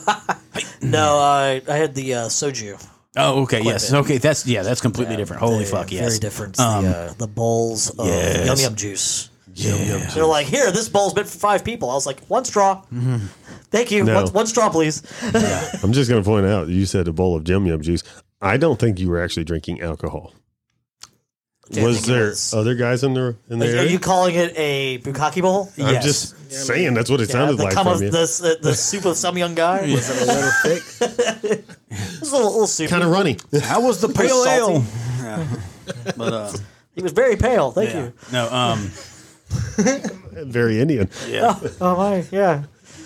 S5: no, I I had the uh, soju.
S2: Oh, okay. yes.
S5: bit.
S2: Okay. That's yeah. That's completely different. Holy
S5: The
S2: fuck. Yes.
S5: very different.
S2: Um,
S5: the, uh, the bowls of
S2: yes.
S5: yum yum juice.
S1: Yeah.
S5: They're like, here, this bowl's meant for five people. I was like, one straw.
S2: Mm-hmm.
S5: Thank you.
S1: No.
S5: One, one straw, please.
S1: I'm just gonna point out you said a bowl of Jim Yum juice. I don't think you were actually drinking alcohol.
S5: Damn, I
S1: was
S5: think it
S1: there
S5: was.
S1: other guys in there? In
S5: Are
S1: there?
S5: you calling it a bukkake bowl?
S1: I'm
S2: Yes.
S1: just saying that's what it
S5: Yeah,
S1: sounded
S5: the
S1: like
S5: cum of
S1: from you.
S5: the, s- the, the soup of some young guy.
S4: Is it a little thick?
S5: It was a little, little soup.
S1: Kind of runny.
S2: How was the pale
S5: Salty.
S2: ale? Yeah. But uh,
S5: He was very pale. Thank
S2: yeah.
S5: you.
S2: no. Um.
S1: Very Indian.
S2: Yeah.
S5: Oh my, yeah.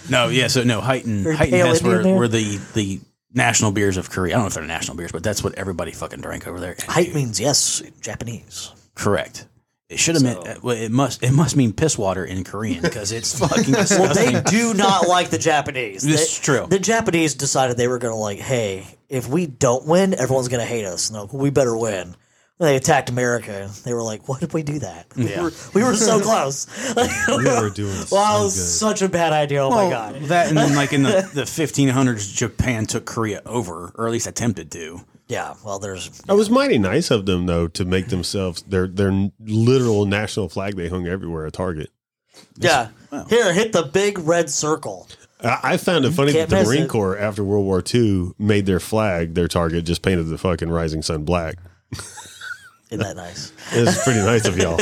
S2: No. Yeah. So no. Height and
S5: Very
S2: Height and
S5: pale
S2: Hess
S5: Indian
S2: were,
S5: there.
S2: were the the national beers of Korea. I don't know if they're national beers, but that's what everybody fucking drank over there.
S5: Height means yes in Japanese.
S2: Correct. It should have meant. uh, Well, it must. It must mean piss water in Korean because it's fucking
S5: Well,
S2: disgusting.
S5: they do not like the Japanese.
S2: This
S5: They-
S2: is true.
S5: The Japanese decided they were going to like, hey, if we don't win, everyone's going to hate us. No, we better win. When they attacked America, they were like, why did we do that?
S2: Yeah.
S5: We, were, we were so close.
S1: We were doing
S5: wow, it was such a bad idea. Oh my god.
S2: That and then like in the, the 1500s, Japan took Korea over, or at least attempted to.
S5: Yeah. Well, there's
S1: It was mighty nice of them though to make themselves their their literal national flag they hung everywhere at Target.
S5: yeah. Here, hit the big red circle.
S1: I, I found it funny that
S5: Can't
S1: the
S5: miss
S1: Marine
S5: it.
S1: Corps after World War II made their flag their target, just painted the fucking rising sun black.
S5: Isn't that nice?
S1: It's pretty nice of y'all.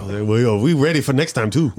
S1: Oh, there we go. We ready for next time too.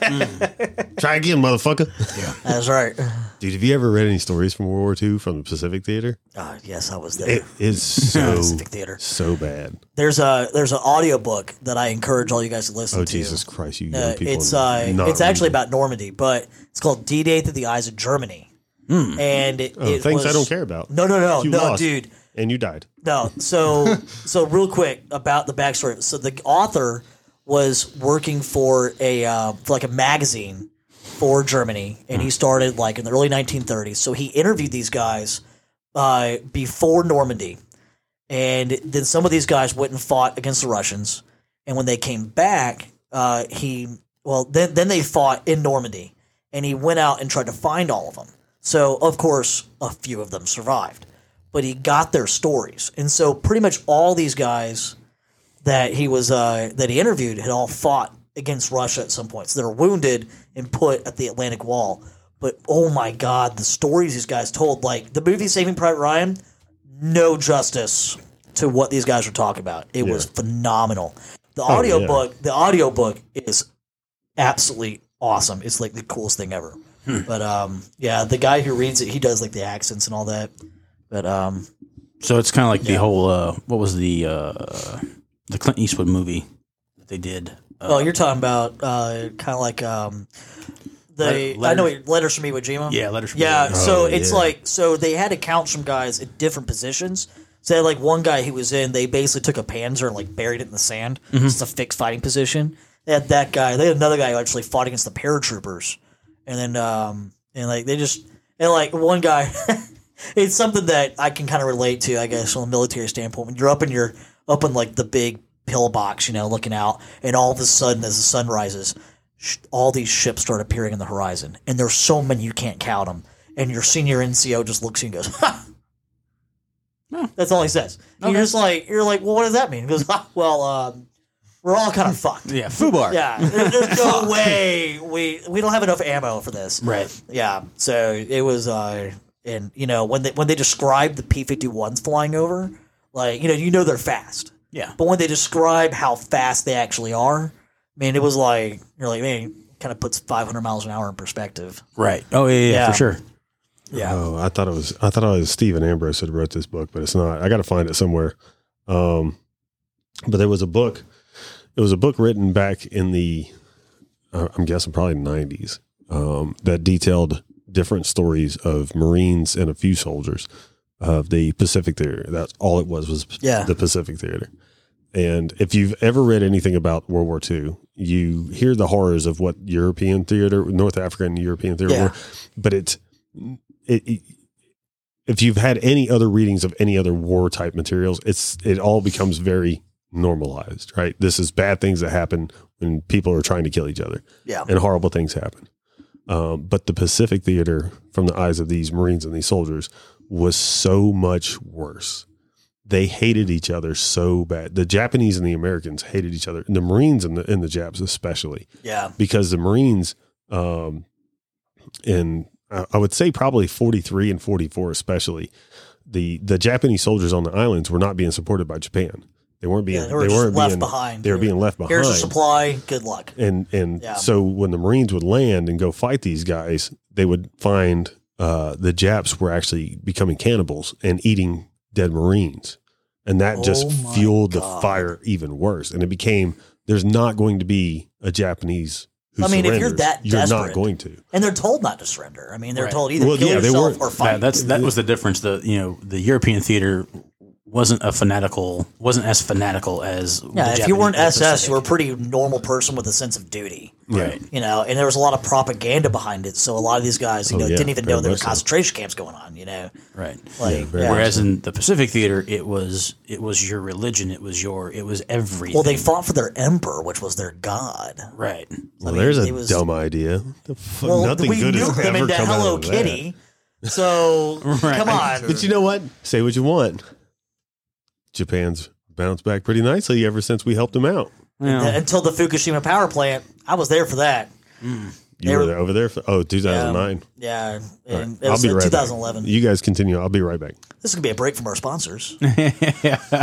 S1: Try again, motherfucker.
S5: That's right.
S1: Dude, have you ever read any stories from World War II from the Pacific Theater?
S5: Ah, yes, I was there.
S1: It is so
S5: Pacific Theater.
S1: so bad.
S5: There's a there's an audiobook that I encourage all you guys to listen
S1: Oh
S5: to.
S1: Jesus Christ, you young
S5: Uh,
S1: people!
S5: it's uh,
S1: not
S5: it's actually
S1: reading.
S5: about Normandy, but it's called D Day Through the Eyes of Germany. And it,
S1: Oh,
S5: it
S1: things I
S5: was-
S1: don't care about.
S5: No, no, no,
S1: You
S5: no,
S1: lost,
S5: dude.
S1: And you died.
S5: No. So, so real quick about the backstory. So the author was working for a uh, for like a magazine for Germany, and
S1: Hmm.
S5: he started like in the early 1930s. So he interviewed these guys uh, before Normandy, and then some of these guys went and fought against the Russians. And when they came back, uh, he well then then they fought in Normandy, and he went out and tried to find all of them. So of course, a few of them survived, but he got their stories, and so pretty much all these guys that he was uh, that he interviewed had all fought against Russia at some points. They're wounded and put at the Atlantic Wall. But oh my God, the stories these guys told, like the movie Saving Private Ryan, no justice to what these guys were talking about. It was phenomenal. The audiobook, the audiobook is absolutely awesome. It's like the coolest thing ever. But um, yeah, the guy who reads it, he does like the accents and all that. But um,
S2: So it's kind of like the whole uh, what was the uh, the Clint Eastwood movie that they did? Uh,
S5: oh, you're talking about uh, kind of like um, the
S2: Let- letter-
S5: I know what- letters from Iwo Jima.
S2: yeah, letters. From
S5: Yeah,
S2: Iwo Jima.
S5: so it's
S1: yeah.
S5: like so they had accounts from guys at different positions. So they had like one guy who was in, they basically took a panzer and like buried it in the sand.
S2: Mm-hmm.
S5: It's a fixed fighting position. They had that guy. They had another guy who actually fought against the paratroopers, and then um and like they just and like one guy. it's something that I can kind of relate to, I guess, from a military standpoint. When you're up in your up in like the big pillbox, you know, looking out, and all of a sudden, as the sun rises, sh- all these ships start appearing on the horizon, and there's so many you can't count them. And your senior NCO just looks at you and goes, "Ha." That's all he says. And You're just like, you're like, well, what does that mean? He goes, "Ah, well, um, we're all kind of fucked.
S2: yeah, Fubar.
S5: Yeah, there- there's no way we we don't have enough ammo for this.
S2: Right.
S5: Yeah. So it was, uh, and you know when they when they describe the P-51s flying over, like you know you know they're fast,
S2: Yeah.
S5: but when they describe how fast they actually are, man, it was like you're like man, kind of puts 500 miles an hour in perspective.
S2: Right. Oh yeah, yeah, yeah,
S5: Yeah.
S2: for sure. Yeah.
S1: Oh, I thought it was I thought it was Stephen Ambrose that wrote this book, but it's not. I got to find it somewhere. Um, but there was a book. It was a book written back in the, uh, I'm guessing probably 90s, um, that detailed different stories of Marines and a few soldiers of the Pacific Theater. That's all it was was
S5: Yeah.
S1: the Pacific Theater. And if you've ever read anything about World War II, you hear the horrors of what European theater, North Africa and European theater
S5: Yeah.
S1: were, but it's it, it- if you've had any other readings of any other war type materials, it's it all becomes very normalized, right? This is bad things that happen when people are trying to kill each other,
S5: Yeah.
S1: and horrible things happen. Um, but the Pacific Theater, from the eyes of these Marines and these soldiers, was so much worse. They hated each other so bad. The Japanese and the Americans hated each other, and the Marines and the and the Japs especially
S5: Yeah.
S1: because the Marines, um, in I I would say probably 43 and 44 especially, the the Japanese soldiers on the islands were not being supported by Japan. They weren't being
S5: Yeah,
S1: they,
S5: they were just
S1: were not
S5: left
S1: being,
S5: behind.
S1: They were being left behind.
S5: Here's a supply. Good luck.
S1: and and
S5: Yeah.
S1: so when the Marines would land and go fight these guys, they would find uh, the Japs were actually becoming cannibals and eating dead Marines, and that just
S5: Oh my
S1: fueled the
S5: God.
S1: fire even worse. And it became there's not going to be a Japanese. Who
S5: I mean, if you're
S1: surrenders.
S5: that
S1: you're not
S5: desperate,
S1: going to.
S5: And they're told not to surrender. I mean, they're
S2: Right.
S5: told either
S1: Well,
S5: kill
S1: yeah, they
S5: yourself
S1: weren't-
S5: or
S2: Yeah,
S5: fight.
S2: that's that was the difference. The you know the European theater wasn't a fanatical wasn't as fanatical as the
S5: yeah, if you
S2: Japanese-
S5: weren't
S2: the
S5: SS,
S2: Pacific.
S5: you were a pretty normal person with a sense of duty.
S2: right.
S5: you know, and there was a lot of propaganda behind it. So a lot of these guys, you know,
S1: Oh, yeah,
S5: didn't even
S1: very
S5: know there were
S1: much so.
S5: concentration camps going on. You know,
S2: Right.
S5: like
S1: very
S5: yeah.
S2: Whereas in the Pacific theater, it was it was your religion, it was your it was everything.
S5: well, they fought for their emperor, which was their god.
S2: right.
S1: Well,
S5: mean,
S1: there's a
S5: it was-
S1: dumb idea. The fuck,
S5: Well,
S1: nothing
S5: we
S1: good
S5: nuked
S1: has
S5: them
S1: ever
S5: into
S1: come out
S5: Hello
S1: of that.
S5: Kitty. So come on,
S1: But you know what? Say what you want. Japan's bounced back pretty nicely ever since we helped them out.
S2: Yeah.
S5: Uh, until the Fukushima power plant, I was there for that.
S1: You
S5: They
S1: were
S5: were-
S1: there- over there for oh 2009.
S5: Yeah,
S1: All right.
S5: and it was in
S1: right back.
S5: 2011.
S1: You guys continue. I'll be right back.
S5: This is gonna be a break from our sponsors.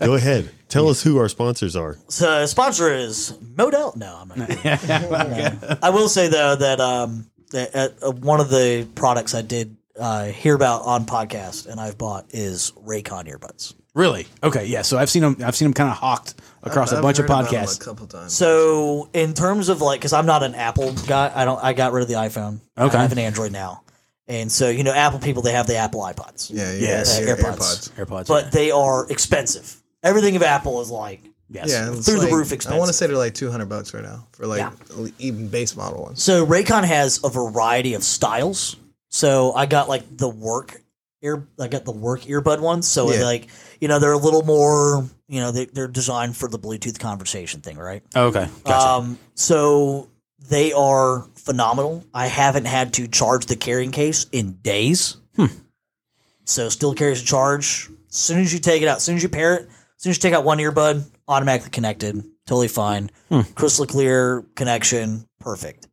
S1: Go ahead. Tell us who our sponsors are.
S5: So uh, sponsor is Model. No, I'm not. No. I will say though that um, that at, uh, one of the products I did uh, hear about on podcast and I've bought is Raycon earbuds.
S2: Really? Okay. Yeah. So I've seen them. I've seen them kind of hawked across a
S4: I've
S2: bunch of
S4: heard about 'em
S2: podcasts.
S4: A couple times.
S5: So in terms of like, because I'm not an Apple guy, I don't. I got rid of the iPhone.
S2: Okay.
S5: I have an Android now, and so you know, Apple people they have the Apple iPods.
S4: yeah, yeah,
S2: Yes.
S4: yeah, AirPods.
S5: AirPods.
S2: AirPods.
S5: But they are expensive. Everything of Apple is like
S2: yes.
S4: Yeah, it's
S5: Through the roof
S4: I want to
S5: expensive.
S4: say they're like two hundred bucks right now for like
S5: Yeah.
S4: even base model ones.
S5: So Raycon has a variety of styles. So I got like the work ear, I got the work earbud ones. So
S4: Yeah.
S5: like you know they're a little more you know they, they're designed for the Bluetooth conversation thing, right?
S2: Oh, Okay. Gotcha.
S5: Um, so they are phenomenal. I haven't had to charge the carrying case in days. So still carries a charge. As soon as you take it out, as soon as you pair it, as soon as you take out one earbud, automatically connected, totally fine, crystal clear connection, perfect.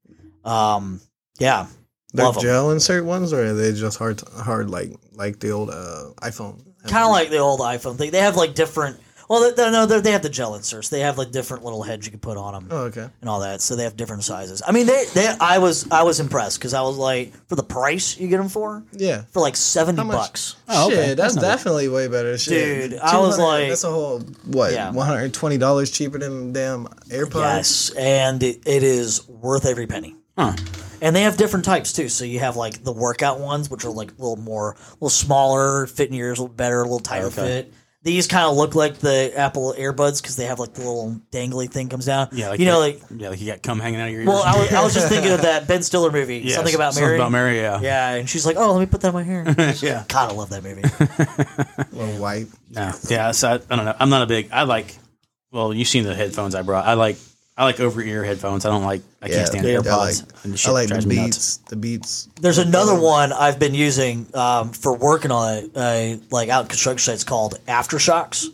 S5: Um, yeah,
S4: They're
S5: Love 'em.
S4: gel insert ones, or are they just hard, hard like like the old uh, iPhone?
S5: kind of like the old iPhone thing. They have like different. Well, they, they, no, they they have the gel inserts. They have like different little heads you can put on them.
S4: Oh, okay.
S5: and all that. So they have different sizes. I mean, they, they I was I was impressed because I was like, for the price you get them for,
S4: Yeah.
S5: for like seventy
S4: much?
S5: bucks.
S2: Oh, okay.
S4: Shit, that's,
S2: That's not bad.
S4: definitely way better. Shit.
S5: Dude, I was
S4: 200
S5: like-
S4: that's a whole what
S5: Yeah.
S4: one hundred twenty dollars cheaper than damn AirPods.
S5: Yes, and it, it is worth every penny.
S2: Huh.
S5: And they have different types too. So you have like the workout ones, which are like a little more, a little smaller, fit in your ears a little better, a little tighter fit. These kind of look like the Apple earbuds because they have like the little dangly thing comes down.
S2: Yeah, like
S5: you know,
S2: that-
S5: like
S2: yeah, like you got cum hanging out of your ears.
S5: well, I was, I was just thinking of that Ben Stiller movie,
S2: Yeah,
S5: something about Mary.
S2: Something about Mary. Yeah.
S5: Yeah, and she's like, "Oh, let me put that in my hair."
S2: Yeah.
S5: God, I love that movie.
S4: Little white.
S2: No. Yeah. So I, I don't know. I'm not a big. I like. Well, you've seen the headphones I brought. I like. I like over ear headphones. I don't like. I
S4: Yeah,
S2: can't stand
S4: I
S2: AirPods.
S4: like-
S2: and the
S4: I
S2: shit
S4: like
S2: drives
S4: the
S2: me
S4: beats.
S2: nuts.
S4: The beats.
S5: There's another one I've been using um, for working on it, uh, like out in construction sites, called aftershocks.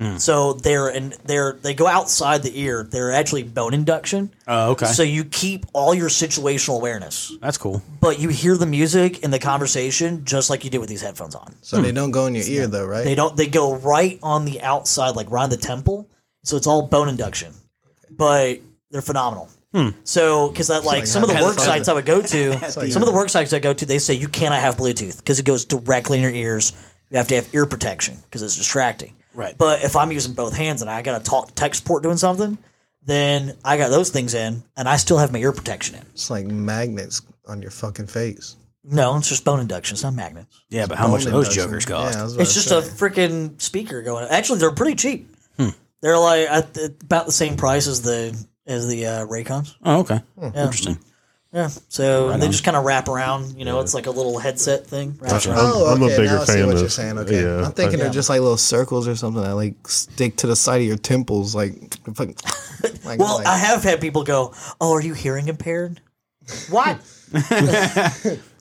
S2: Hmm.
S5: So they're and they're they go outside the ear. They're actually bone induction.
S2: Oh, okay.
S5: So you keep all your situational awareness,
S2: That's cool.
S5: but you hear the music and the conversation just like you do with these headphones on.
S4: So
S2: Hmm.
S4: they don't go in your ear though, right?
S5: They don't. They go right on the outside, like around the temple. So it's all bone induction, but they're phenomenal. So because that, like,
S4: like
S5: some of the
S4: having
S5: work
S4: fun.
S5: sites I would go to,
S4: like
S5: some of the work sites I go to, they say you cannot have Bluetooth because it goes directly in your ears. You have to have ear protection because it's distracting.
S2: Right.
S5: But if I'm using both hands and I got a talk text port doing something, then I got those things in and I still have my ear protection in.
S4: It's like magnets on your fucking face.
S5: No, it's just bone induction. It's not magnets.
S2: Yeah, but how much do those
S4: Induction.
S2: jokers cost?
S4: Yeah, I was about
S5: It's
S4: to
S5: just
S4: say.
S5: a freaking speaker going. Actually, they're pretty cheap.
S1: Hmm.
S5: They're like at the, about the same price as the as the uh, Raycons.
S2: Oh, okay. Interesting.
S5: Yeah. So they just kind of wrap around. You know, it's like a little headset thing. Wraps around.
S4: Oh,
S1: I'm a
S4: okay,
S1: bigger
S4: now I see
S1: fan
S4: what
S1: of-
S4: you're saying. Okay,
S1: yeah.
S4: I'm thinking
S5: Yeah.
S4: they're just like little circles or something that like stick to the side of your temples, like. fucking- like
S5: Well,
S4: like-
S5: I have had people go, "Oh, are you hearing impaired?" What?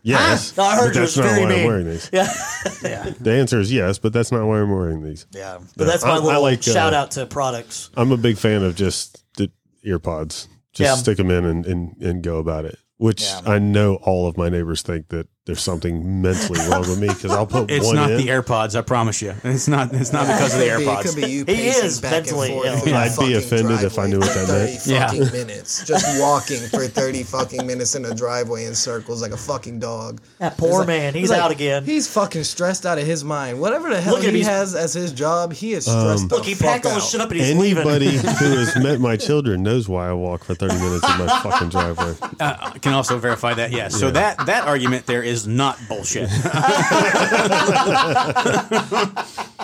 S1: Yes.
S5: Ah, I heard
S1: but
S5: you
S1: that's
S5: was
S1: not
S5: very
S1: why I'm
S5: mean.
S1: wearing these.
S5: Yeah.
S2: Yeah.
S1: The answer is yes, but that's not why I'm wearing these.
S5: Yeah. But that's my
S1: I- I
S5: little
S1: like, uh,
S5: shout out to products.
S1: I'm a big fan of just the ear pods. Just
S5: Yeah.
S1: stick them in and, and, and go about it. Which
S5: Yeah.
S1: I know all of my neighbors think that there's something mentally wrong with me because I'll put
S2: It's
S1: one
S2: not
S1: in.
S2: the AirPods. I promise you. It's not. It's not because of the
S4: Could be-
S2: AirPods.
S4: could be you
S5: He
S4: pacing
S5: is
S4: back and
S5: mentally
S4: forth
S5: ill.
S4: in your
S1: I'd be
S4: fucking
S1: offended if I
S4: driveway
S1: knew what
S4: for
S1: that meant.
S4: 30 fucking
S2: Yeah.
S4: minutes, just walking for thirty fucking minutes in a driveway in circles like a fucking dog.
S5: That poor
S4: It's like-
S5: man, he's
S4: it's like,
S5: out again.
S4: He's fucking stressed out of his mind. Whatever the hell
S5: Look at him,
S4: he
S5: he's-
S4: has as his job, he is
S1: Um,
S4: stressed. the
S5: Look, he packed
S4: fuck
S5: all his
S4: out.
S5: shit up and he's leaving.
S1: Anybody who has met my children knows why I walk for 30 minutes in my fucking driveway.
S2: Uh, I can also verify that. Yeah. So that that argument there is not bullshit.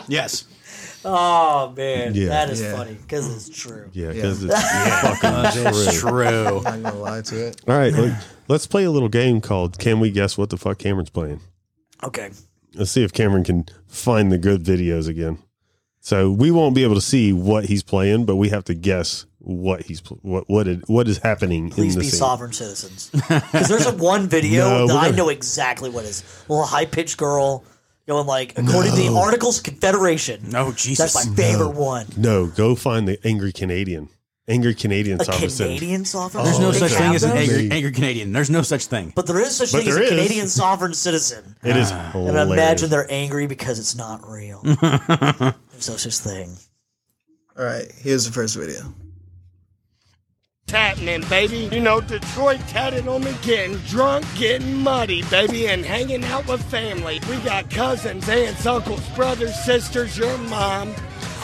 S2: yes.
S5: Oh man,
S1: Yeah.
S5: that is
S4: Yeah.
S5: funny because it's true.
S1: Yeah, because it's fucking true.
S2: True.
S4: I'm not gonna lie to it.
S1: All right, let, let's play a little game called "Can we guess what the fuck Cameron's playing?"
S5: Okay.
S1: Let's see if Cameron can find the good videos again. So we won't be able to see what he's playing, but we have to guess what he's pl- what what it, what is happening
S5: Please
S1: in the
S5: be
S1: scene.
S5: sovereign citizens. Because there's a one video
S1: No,
S5: that
S1: we're
S5: I
S1: gonna-
S5: know exactly what is. Little high pitched girl going like, according to the Articles of Confederation.
S2: No, Jesus.
S5: That's my favorite one.
S1: No, go find the angry Canadian, angry Canadian
S5: A
S1: sovereign citizen.
S5: Canadian sovereign.
S2: There's no
S5: They
S2: such
S5: have
S2: thing as an
S5: those?
S2: angry, angry Canadian. There's no such thing.
S5: But there is such
S1: But
S5: thing as
S1: there
S5: a
S1: is.
S5: Canadian sovereign citizen.
S1: It is
S5: And
S1: hilarious.
S5: imagine they're angry because it's not real. There's no such thing.
S4: All right, here's the first video.
S3: happening, baby. You know, Detroit tatted on me, getting drunk, getting muddy, baby, and hanging out with family. We got cousins, aunts, uncles, brothers, sisters, your mom.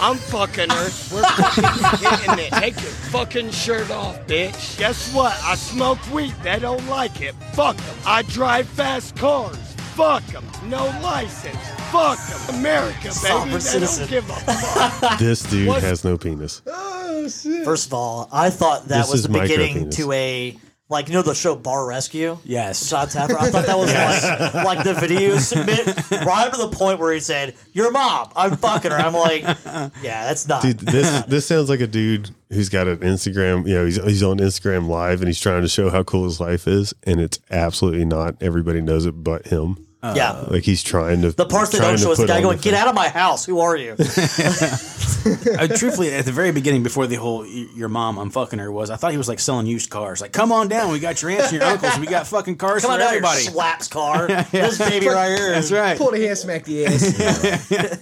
S3: I'm fucking her. We're fucking getting it. Take your fucking shirt off, bitch. Guess what? I smoke weed. They don't like it. Fuck them. I drive fast cars. Fuck them. No license. Fuck them. America,
S5: Sovereign
S3: baby. They
S5: citizen.
S3: don't give a fuck.
S1: this dude
S3: What?
S1: has no penis.
S4: Oh shit!
S5: First of all, I thought that
S1: This
S5: was
S1: is
S5: the beginning
S1: micropenis.
S5: to a like you know the show Bar Rescue.
S2: Yes.
S5: John Taffer. I thought that was like like the video submit right to the point where he said, "Your mom, I'm fucking her." I'm like, yeah, that's not.
S1: Dude, this this sounds like a dude who's got an Instagram. You know, he's he's on Instagram Live and he's trying to show how cool his life is, and it's absolutely not. Everybody knows it, but him.
S5: yeah.
S1: Like he's trying to.
S5: Oh. The parts they
S1: trying
S5: don't
S1: to
S5: show is the
S1: put
S5: guy
S1: on
S5: going,
S1: the
S5: "Get out of my house! Who are you?"
S2: I, Uh, truthfully, at the very beginning, before the whole y- your mom, I'm fucking her was, I thought he was like selling used cars. Like, come on down, we got your aunts and your uncles, we got fucking cars
S5: Come on
S2: for
S5: down,
S2: everybody.
S5: everybody. Slaps car. This baby right here.
S2: That's right.
S4: Pull the hand, smack the ass.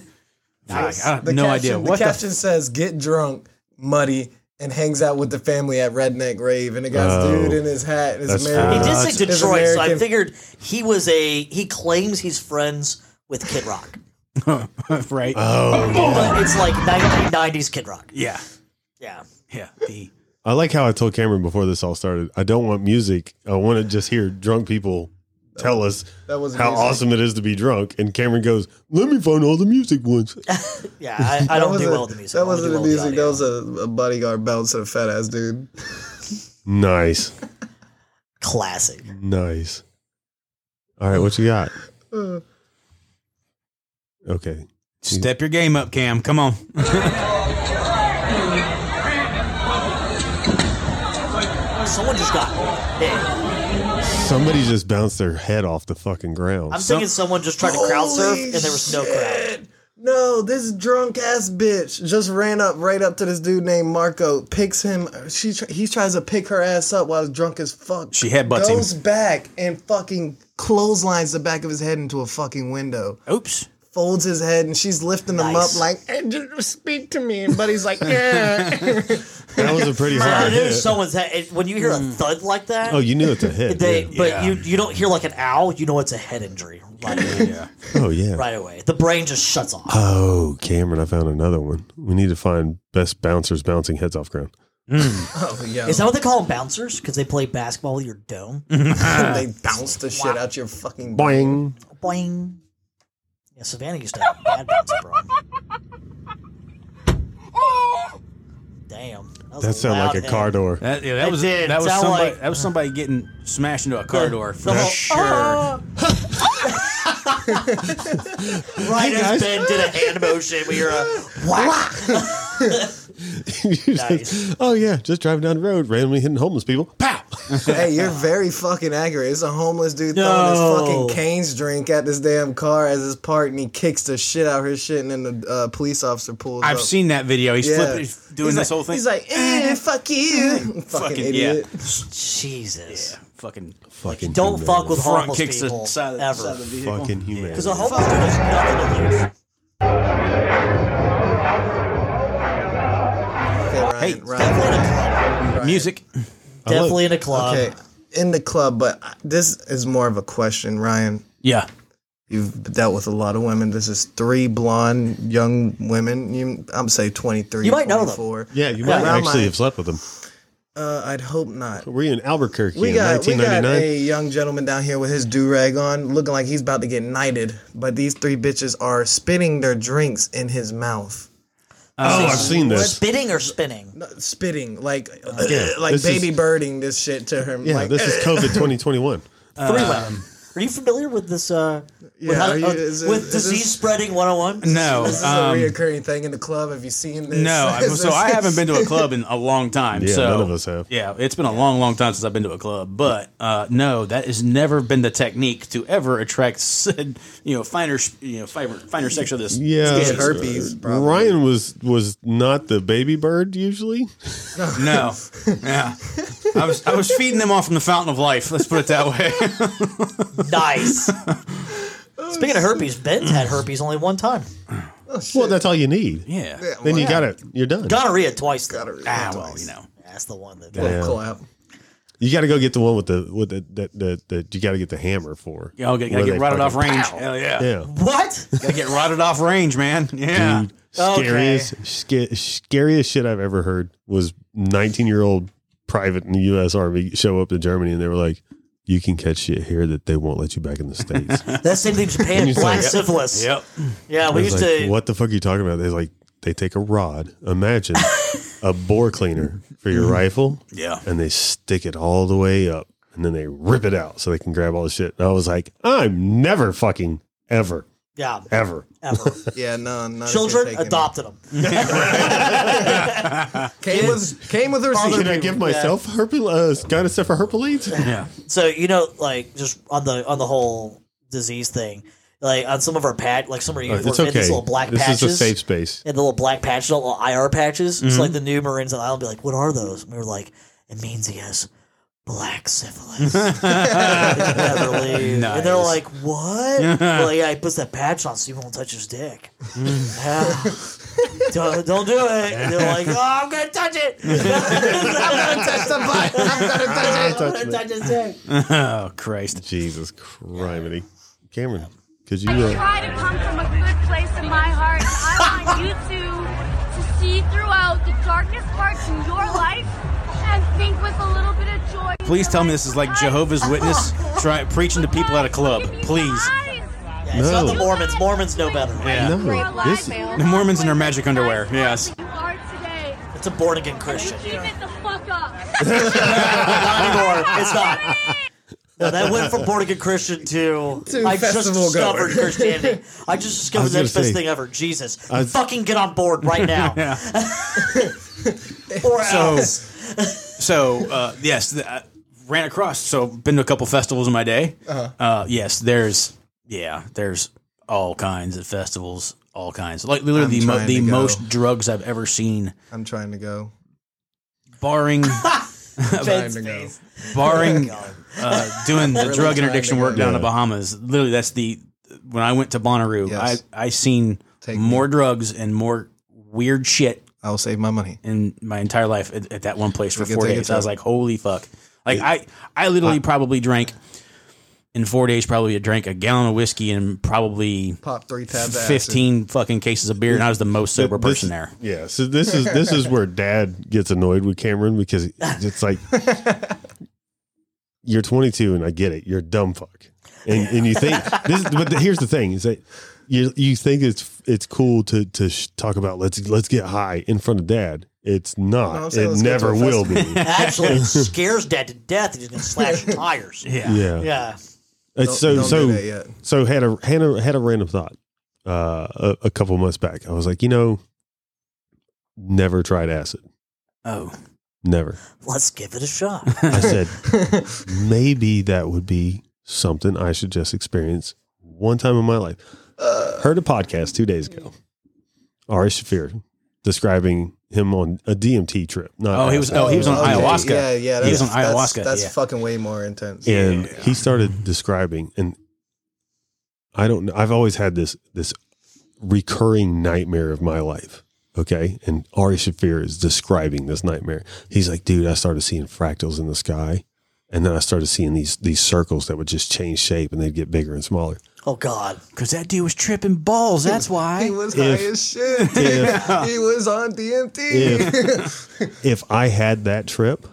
S2: I, I have
S4: The
S2: no
S4: caption,
S2: idea
S4: The
S2: what the. f-
S4: caption says, "Get drunk, muddy, and hangs out with the family at Redneck Rave." And it got
S1: Oh.
S4: dude in his hat and his
S1: That's
S4: American.
S5: He
S1: Uh,
S5: did
S1: it's-
S5: say
S4: his
S5: Detroit, so I
S4: American-
S5: figured he was a. He claims he's friends with Kid Rock,
S2: right?
S5: Uh. but it's like 1990s Kid Rock.
S2: yeah,
S5: Yeah,
S2: yeah. The,
S1: I like how I told Cameron before this all started. I don't want music. I want to just hear drunk people tell us
S4: That was
S1: how
S4: music.
S1: awesome it is to be drunk. And Cameron goes, "Let me find all the music once."
S5: yeah. I, I
S4: That
S5: don't do
S4: wasn't-
S5: well with the music. I
S4: That
S5: only
S4: wasn't
S5: do
S4: the
S5: well with
S4: music. that
S5: audio.
S4: was a, a bodyguard bouncing a fat ass dude.
S1: nice,
S5: classic.
S1: nice. All right, what you got?
S4: Uh.
S1: Okay,
S2: step your game up, Cam. Come on.
S5: Someone just got hit.
S1: somebody just bounced their head off the fucking ground.
S5: I'm thinking someone just tried to crowd surf and there was no crowd.
S4: crowd. No, this drunk ass bitch just ran up right up to this dude named Marco, picks him. She tr- he tries to pick her ass up while he's drunk as fuck.
S2: She headbutts him.
S4: goes back and fucking clotheslines the back of his head into a fucking window.
S2: Oops.
S4: Folds his head and she's lifting him
S5: Nice.
S4: up like, "Hey, just speak to me. And Buddy's like, yeah.
S1: That was a pretty
S5: I
S1: hard
S5: knew
S1: hit.
S5: someone's head. it- When you hear a thud like that,
S1: Oh, you knew it's a hit.
S5: they,
S1: yeah.
S5: but
S2: Yeah.
S5: you you don't hear like an owl. You know it's a head injury right,
S2: Yeah.
S1: Oh yeah.
S5: right away. The brain just shuts off.
S1: Oh, Cameron, I found another one. We need to find best bouncers bouncing heads off ground.
S4: oh, yo.
S5: Is that what they call them bouncers? Because they play basketball with your dome.
S4: they bounce the shit out your fucking
S1: Boing.
S5: Mm-hmm. Boing. Yeah, Savannah used to have a bad bouncer problem. Damn. That, was
S1: That sounded like
S5: loud
S1: a car
S5: hit.
S1: door.
S2: That, yeah, that
S5: It
S2: was
S5: did.
S2: that was
S5: Sound
S2: somebody
S5: like-
S2: that was somebody getting smashed into a car door for
S5: the whole-
S2: sure.
S5: oh. Right as Ben did a hand motion, we were a whack.
S1: You're just like,
S5: Nice.
S1: oh yeah, just driving down the road, randomly hitting homeless people. Pow!
S4: Hey, you're very fucking accurate. It's a homeless dude
S5: No.
S4: throwing his fucking canes drink at this damn car as it's parked, and he kicks the shit out of his shit, and then the uh, police officer pulls.
S2: I've
S4: up.
S2: seen that video. He's
S4: Yeah.
S2: flipping, he's doing
S4: He's
S2: this
S4: like-
S2: whole thing.
S4: He's like, eh, fuck you, fucking,
S2: fucking
S4: idiot.
S2: yeah,
S5: Jesus.
S2: fucking
S1: Fucking
S5: Don't
S1: human.
S5: fuck with
S2: front
S5: homeless
S2: kicks
S5: people
S2: the side of, side of the
S5: ever.
S2: vehicle.
S1: fucking human.
S5: Because a homeless dude has nothing to lose.
S4: Okay, Ryan,
S2: Hey,
S4: Ryan,
S5: Definitely in a club.
S2: Music.
S5: Definitely in a club.
S4: okay, in the club, but I- this is more of a question, Ryan.
S2: Yeah.
S4: You've dealt with a lot of women. This is three blonde young women. You, I'm say 23.
S5: You might know them.
S4: 24.
S1: Yeah, you might
S4: Around
S1: actually
S4: my-
S1: have slept with them.
S4: Uh, I'd hope not.
S1: Were you in Albuquerque
S4: We
S1: in
S4: got, we got
S1: 1999?
S4: a young gentleman down here with his do rag on, looking like he's about to get knighted. But these three bitches are spitting their drinks in his mouth,
S1: Oh, I've seen this.
S5: Spitting or spinning?
S4: No, spitting like uh,
S1: This
S4: like
S1: is-
S4: baby birding this shit to him.
S1: Yeah,
S4: like,
S1: this is COVID 2021.
S5: Three women. Are you familiar with this? Uh, with,
S4: Yeah,
S5: how,
S4: are you-
S5: uh,
S4: is it-
S5: with
S4: is
S5: disease
S4: this-
S5: spreading 101?
S2: No.
S4: this is
S2: um,
S4: a reoccurring thing in the club. Have you seen this?
S2: no. I- so I haven't been to a club in a long time.
S1: Yeah,
S2: so
S1: none of us have.
S2: Yeah, it's been a long, long time since I've been to a club. But uh, no, that has never been the technique to ever attract said, you know, finer, you know, finer, finer section of this.
S1: Yeah,
S4: It's herpes, probably.
S1: Ryan was was not the baby bird usually.
S2: No. Yeah. I was I was feeding them off from the fountain of life. Let's put it that way.
S5: Nice. Speaking of herpes, Ben's had herpes only one time.
S1: Well, that's all you need.
S2: Yeah.
S1: Then you got it. You're done.
S5: Gonorrhea twice. Though.
S2: Ah, well, you know.
S5: That's the one that.
S1: Yeah.
S4: Clap.
S1: You got to go get the one with the with the that that that you got to get the hammer for.
S2: Yeah, I'll get,
S1: Where
S2: gotta
S1: they
S2: get rotted off
S1: fucking-
S2: range. Hell yeah.
S1: Yeah.
S5: What?
S2: Gotta get rotted off range, man. Yeah.
S1: Dude, scariest sca- scariest shit I've ever heard was 19 year old private in the U.S. Army show up to Germany and they were like, "You can catch shit here that they won't let you back in the states." I
S5: That's the same thing in Japan.
S1: say-
S5: Black syphilis.
S2: Yep.
S5: Yeah, we
S1: was
S5: used
S1: like,
S5: to.
S1: "What the fuck are you talking about?" They like they take a rod, imagine a bore cleaner for your rifle,
S2: Yeah.
S1: and they stick it all the way up, and then they rip it out so they can grab all the shit. And I was like, "I'm never fucking ever
S5: Yeah,
S1: ever."
S5: ever.
S4: Yeah, no, no.
S5: Children adopted them.
S4: Came with came with a receipt.
S1: Can I give myself herpes? Uh, kind of stuff for herpes?
S2: Yeah.
S5: So you know, like just on the on the whole disease thing. Like on some of our patch, like some of our uniforms,
S1: it's
S5: they had
S1: okay.
S5: these little black
S1: This
S5: patches.
S1: is a safe Mm-hmm. space.
S5: and the little black patches, the little IR patches. It's like the new Marines on the island be like, "What are those?" And we were like, "It means he has black syphilis." Never leave. And they're
S2: Nice.
S5: like, "What?" well, yeah, he puts that patch on so you won't touch his dick.
S1: Mm.
S5: Yeah. don't, don't do it. And they're like, "Oh, I'm gonna touch it. I'm gonna touch the butt. I'm gonna touch it. I'm gonna touch his dick."
S2: Oh Christ!
S1: Jesus criminy, Cameron, could you? Uh,
S6: try to come from a good place in my heart. I want you to to see throughout the darkest parts in your life and think with a little bit of joy.
S2: Please tell me this is like Jehovah's Witness try, preaching to people at a club. Please,
S5: Yeah, It's not
S1: No.
S5: the Mormons. Mormons know better.
S2: yeah.
S1: no, this
S2: The Mormons in their magic underwear, yes.
S6: You are today.
S5: It's a born again Christian.
S6: Keep it the fuck up.
S5: Not anymore. It's not. No, that went from born again Christian to,
S4: To
S5: I just
S4: festival
S5: discovered
S4: goer.
S5: Christianity. I just
S1: I
S5: discovered
S1: was
S5: the
S1: gonna
S5: best
S1: say-
S5: thing ever. Jesus,
S1: I was-
S5: fucking get on board right now, or else.
S2: So uh, yes, th- I ran across. So been to a couple festivals in my day.
S4: Uh-huh.
S2: uh yes, there's yeah, there's all kinds of festivals, all kinds. Like
S4: I'm
S2: literally the, mo-
S4: trying
S2: the
S4: to go.
S2: most drugs I've ever seen,
S4: I'm trying to go.
S2: barring
S4: Trying to go. Oh
S2: barring uh, doing the drug
S4: trying
S2: interdiction
S4: to
S2: work
S4: go.
S2: down in
S1: Yeah.
S2: the Bahamas. Literally, that's the when I went to Bonnaroo,
S4: Yes.
S2: I I seen
S4: Take me.
S2: more drugs and more weird shit
S4: I'll save my money.
S2: in my entire life at, at that one place for
S4: We can
S2: four
S4: take
S2: days.
S4: it
S2: I was
S4: to-
S2: like, holy fuck! Like I, I literally probably drank in four days probably drank a gallon of whiskey and probably
S4: Pop three tabs. of acid.
S2: fifteen fucking cases of beer, and I was the most sober
S1: this-
S2: person there.
S1: Yeah, so this is this is where Dad gets annoyed with Cameron because it's like you're 22 and I get it. You're a dumb fuck, and and you think this. But here's the thing: is that you you think it's it's cool to to sh- talk about let's let's get high in front of Dad. It's
S4: No, I'm
S1: not.
S4: saying
S1: it
S4: let's go to
S1: never
S4: a
S1: will be. yeah.
S5: Actually, it scares Dad to death. He's gonna slash his tires. Yeah,
S1: It's
S4: Don't-
S1: so
S4: don't
S1: so
S4: do that yet.
S1: so had a had a had a random thought uh, a, a couple months back. I was like, you know, never tried acid.
S2: Oh,
S1: Never.
S5: let's give it a shot.
S1: I said, maybe that would be something I should just experience one time in my life. Heard a podcast two days ago, Ari Shafir describing him on a DMT trip. Not
S2: Oh, he was-
S1: acid.
S2: oh, he was on ayahuasca.
S4: Yeah, yeah.
S2: He was
S4: that's-
S2: on
S4: that's-
S2: ayahuasca,
S4: That's
S2: yeah.
S4: fucking way more intense.
S1: and he started describing, and I don't know. I've always had this this recurring nightmare of my life. Okay, and Ari Shafir is describing this nightmare. He's like, dude, I started seeing fractals in the sky. And then I started seeing these these circles that would just change shape and they'd get bigger and smaller.
S5: Oh God,
S2: because that dude was tripping balls. That's
S4: He
S2: why.
S4: was
S1: If-
S4: high as shit. he was on DMT.
S1: If if I had that trip,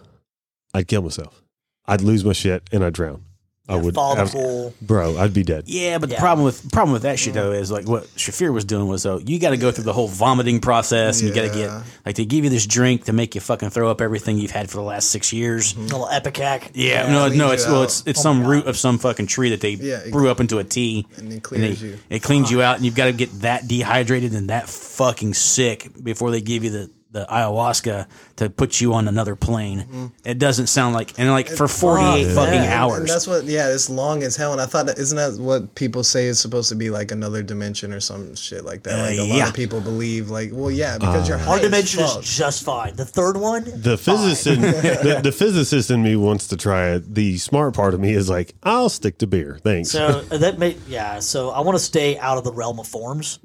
S1: I'd kill myself. I'd lose my shit and I'd drown. I would,
S5: fall in
S1: I
S5: the pool.
S1: bro. I'd be dead.
S2: Yeah, but the
S5: Yeah.
S2: problem with problem with that shit though is like what Shafir was doing was though you got to go through the whole vomiting process and you got to
S4: Yeah.
S2: get like they give you this drink to make you fucking throw up everything you've had for the last six years.
S4: Mm-hmm.
S5: A little epicac.
S2: Yeah, no,
S4: cleans
S2: no,
S4: you
S2: it's well,
S4: out.
S2: it's it's some root of some fucking tree that they
S4: oh Yeah, it-
S2: brew up into a tea,
S4: And it clears
S2: they-
S4: you.
S2: It cleans you out, and you've got to get that dehydrated and that fucking sick before they give you the the ayahuasca to put you on another plane.
S4: Mm-hmm.
S2: It doesn't sound like and like for forty eight
S5: Fuck
S2: fucking
S5: that.
S4: And- And
S2: hours.
S4: that's what, yeah, it's long as hell. And I thought, that, isn't that what people say is supposed to be like another dimension or some shit like that? Like a lot
S2: yeah. Uh,
S4: of people believe, like, well, yeah, because you're high
S5: Our
S4: as
S5: dimension
S4: fuck.
S5: is just fine. The third one,
S1: The physicist, in, the, the physicist in me wants to try it. The smart part of me is like, I'll stick to beer. Thanks.
S5: So uh, that may yeah. So I want to stay out of the realm of forms.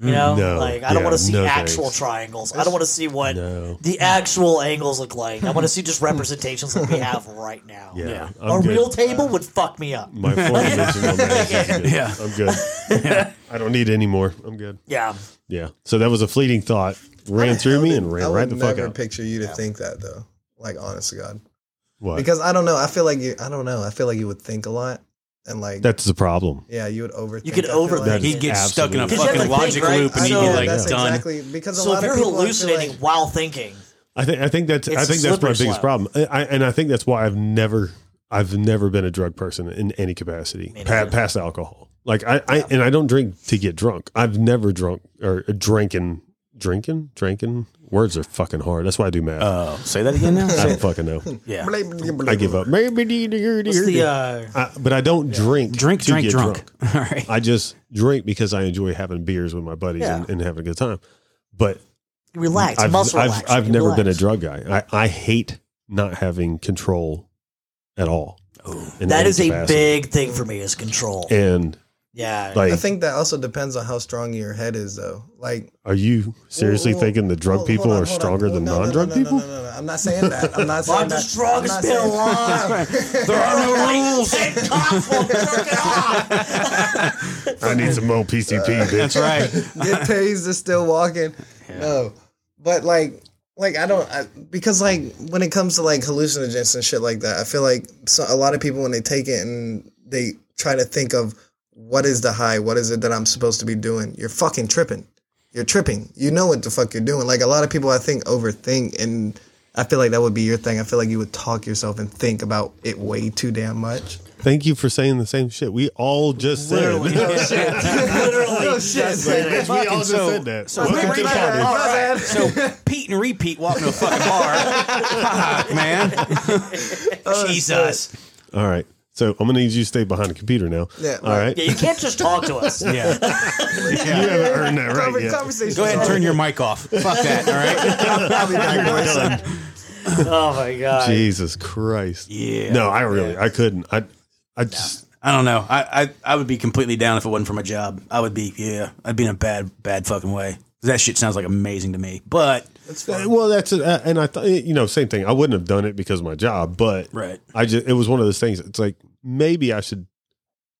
S5: You know,
S1: Mm, No,
S5: like I don't
S1: yeah,
S5: want to see
S1: no
S5: actual
S1: thanks.
S5: triangles. I don't want to see what
S1: No.
S5: the actual angles look like. I want to see just representations like we have right now.
S1: yeah,
S2: yeah. Uh,
S1: I'm
S5: a
S1: good.
S5: real table would fuck me up.
S1: My four dimensional man.
S2: Yeah.
S1: Yeah, I'm good. I don't need any more. I'm good.
S5: Yeah,
S1: Yeah. So that was a fleeting thought. Ran through me and
S4: I
S1: ran
S4: would
S1: right the
S4: never
S1: fuck out.
S4: picture you to think that, though. Like, honest to God.
S1: What?
S4: Because I don't know. I feel like you, I don't know. I feel like you would think a lot. And like,
S1: that's the problem.
S4: yeah, you would overthink.
S5: could
S4: I feel
S5: overthink
S4: like.
S5: it.
S2: He'd get stuck in a
S1: Absolutely.
S5: 'Cause you have
S2: fucking
S5: to think,
S2: logic
S5: right?
S2: loop, and he'd
S5: So
S2: be like
S4: that's
S2: done.
S4: exactly because a
S5: so if
S4: lot of
S5: you're
S4: people I feel
S5: hallucinating
S4: like-
S5: while thinking,
S1: I think I think that's
S5: It's
S1: I
S5: a
S1: think that's my
S5: slippery
S1: biggest
S5: slope.
S1: problem. I, I- and I think that's why I've never I've never been a drug person in any capacity pa-
S5: neither.
S1: past alcohol. Like I, I and I don't drink to get drunk. I've never drunk or drank in drinking, drinking. Words are fucking hard. That's why I do math.
S2: Oh, say that again now.
S1: I
S2: Say
S1: don't
S2: it.
S1: fucking know.
S2: yeah.
S1: I give up. Maybe
S5: What's the uh,
S1: I- but I don't drink.
S2: Drink,
S1: to
S2: drink,
S1: get
S2: drunk. All right.
S1: I just drink because I enjoy having beers with my buddies and,
S5: Yeah.
S1: and having a good time. But
S5: relax,
S1: I've,
S5: muscle
S1: I've,
S5: relax.
S1: I've
S5: you
S1: never been a
S5: relax.
S1: drug guy. I, I hate not having control at all. in
S5: That
S1: any
S5: is a
S1: capacity.
S5: big thing for me is control.
S1: And
S5: yeah,
S1: like,
S4: I think that also depends on how strong your head is, though. Like
S1: are you seriously
S4: Well, well,
S1: thinking the drug
S4: hold-
S1: people
S4: hold on,
S1: are
S4: hold on.
S1: stronger
S4: No,
S1: than
S4: no, no,
S1: non-drug
S4: no, no,
S1: people?
S4: No, no, no, I'm not saying that. I'm not saying
S5: I'm the
S4: that.
S5: strongest
S4: I'm not
S5: man
S4: saying-
S5: alive.
S2: There are no rules.
S5: Ted Koppel, jerk it off.
S1: I need some more PCP, bitch.
S2: That's right.
S4: Get tased is still walking. No, but like, like I don't I, because like when it comes to like hallucinogens and shit like that, I feel like so, a lot of people when they take it and they try to think of what is the high, what is it that I'm supposed to be doing? You're fucking tripping. You're tripping. You know what the fuck you're doing. Like a lot of people, I think overthink and. I feel like that would be your thing. I feel like you would talk yourself and think about it way too damn much.
S1: Thank you for saying the same shit we all just said.
S5: Literally. Literally.
S4: Oh shit!
S1: Bitch, we all just
S2: so-
S1: said that.
S2: so
S1: Welcome
S2: we're
S1: to the
S2: right
S1: party.
S2: now.
S4: My bad.
S2: So Pete and repeat walk to a fucking bar. Fuck, man. Jesus.
S1: All right. So I'm gonna need you to stay behind the computer now.
S4: Yeah,
S1: All right.
S5: Yeah, you can't just talk to us.
S2: Yeah.
S1: You haven't earned that
S4: Conver-
S1: right yet.
S4: Conversation.
S2: Go ahead and turn your mic off. Fuck that. All right.
S4: I'll be back, boys.
S5: Oh my god.
S1: Jesus Christ.
S2: Yeah.
S1: No, I really, I couldn't. I, I just,
S2: I don't know. I, I I would be completely down if it wasn't for my job. I would be yeah. I'd be in a bad bad fucking way. 'Cause That shit sounds like amazing to me. But
S1: Uh, well, that's it. Uh, and I thought you know same thing. I wouldn't have done it because of my job, but
S2: Right.
S1: I just it was one of those things. It's like maybe I should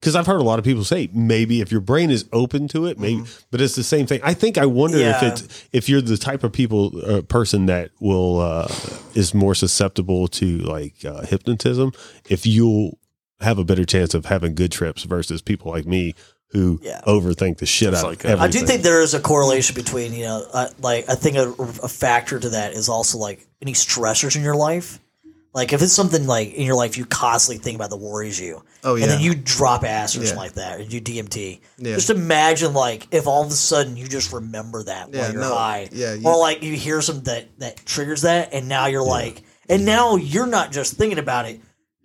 S1: because I've heard a lot of people say maybe if your brain is open to it, maybe. But it's the same thing. I think I wonder if
S5: Yeah.
S1: it's if you're the type of people uh, person that will uh, is more susceptible to like uh, hypnotism. If you'll have a better chance of having good trips versus people like me who
S5: Yeah.
S1: overthink the shit out
S2: like,
S1: of
S2: uh,
S1: everything.
S5: I do think there is a correlation between you know, uh, like I think a, a factor to that is also like any stressors in your life. Like if it's something like in your life you constantly think about that worries you,
S4: Oh,
S5: and then
S4: yeah.
S5: you drop ass or
S4: Yeah.
S5: something like that, and you DMT.
S4: Yeah.
S5: Just imagine like if all of a sudden you just remember that
S4: Yeah,
S5: while you're
S4: no.
S5: high,
S4: Yeah, you-
S5: or like you hear something that that triggers that, and now you're like, and now you're not just thinking about it,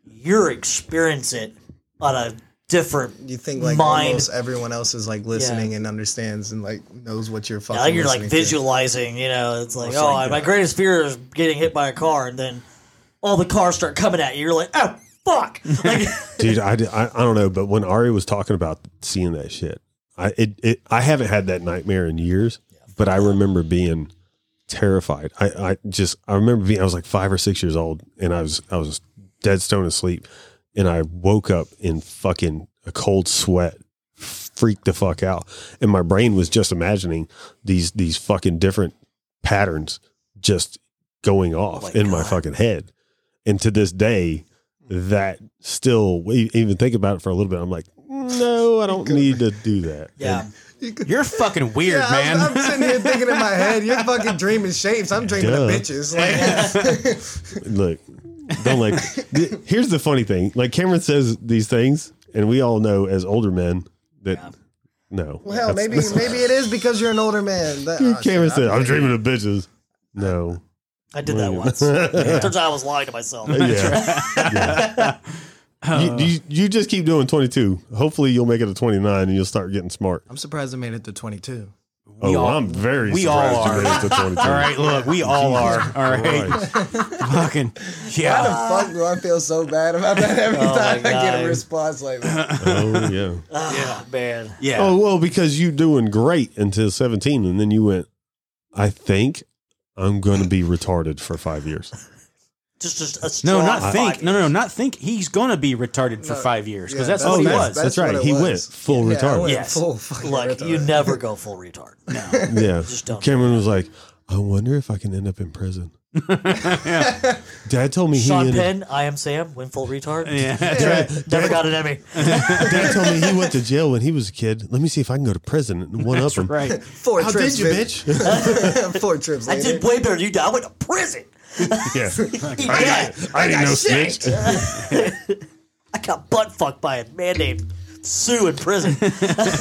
S5: you're experiencing it on a different
S4: You think like
S5: mind
S4: almost everyone else is like listening and understands and like knows what you're fucking.
S5: Now you're like
S4: listening to.
S5: visualizing, you know, it's like,
S2: Oh,
S5: oh,
S2: thank
S5: my
S2: God.
S5: greatest fear is getting hit by a car, and then all the cars start coming at you. You're like, oh, fuck. Like,
S1: dude I, di- I, I don't know but when ari was talking about seeing that shit i it, it i haven't had that nightmare in years but i remember being terrified i i just i remember being i was like five or six years old and i was i was dead stone asleep and i woke up in fucking a cold sweat freaked the fuck out and my brain was just imagining these these fucking different patterns just going off
S5: my
S1: in my
S5: God.
S1: fucking head and to this day that still we even think about it for a little bit i'm like no i don't need to do that
S5: yeah.
S2: you're fucking weird,
S4: Yeah,
S2: man.
S4: I'm, I'm sitting here thinking in my head, you're fucking dreaming shapes. I'm dreaming of
S1: Duh.
S4: bitches. Like,
S1: And look don't like th- here's the funny thing like cameron says these things and we all know as older men that no
S4: well, hell, maybe maybe it is because you're an older man. That, oh,
S1: cameron
S4: shit,
S1: said i'm dreaming of bitches no
S5: I did that once. Turns out I was lying to myself.
S1: yeah. Yeah. You, you, you just keep doing 22. Hopefully, you'll make it to 29 and you'll start getting smart.
S4: I'm surprised I made it to 22.
S1: Oh,
S2: all-
S1: I'm very
S2: we all
S1: surprised
S2: are.
S1: you made it to 22.
S2: all right, look, we all are. All right,
S1: Christ.
S2: fucking yeah.
S4: Fuck, do I feel so bad about that every time I get
S5: Uh, Oh God.
S4: a response like that?
S1: Oh, yeah.
S5: Ah, man.
S2: Yeah.
S1: Oh, well, because you doing great until 17 and then you went, I think I'm going to be retarded for five years.
S5: Just, just a
S2: no,
S5: strong
S2: not think.
S5: five
S2: No, no, no, not think. He's gonna be retarded for
S4: No.
S2: five years because
S4: Yeah,
S2: that's what he
S1: that's-
S2: was.
S1: that's- right.
S4: what it
S1: He
S4: was.
S1: went full
S4: yeah, I
S1: retard.
S4: went
S2: Yes.
S4: Full fucking
S5: Look,
S4: retard.
S5: you never go full retard. No.
S1: Yeah.
S5: don't.
S1: Cameron was like, I wonder if I can end up in prison. Dad told me he
S5: Sean
S1: ended,
S5: Penn, I am Sam, went full retard.
S2: yeah.
S5: Never got an Emmy.
S1: Dad told me he went to jail when he was a kid. Let me see if I can go to prison and one up him.
S2: Right.
S4: Four
S1: How
S4: trips,
S1: did you, bitch?
S4: bitch? Four trips.
S5: I
S4: later.
S5: did way better than you did. I went to prison.
S1: yeah.
S5: Yeah.
S1: I didn't know snitch.
S5: I got butt fucked by a man named sue in prison.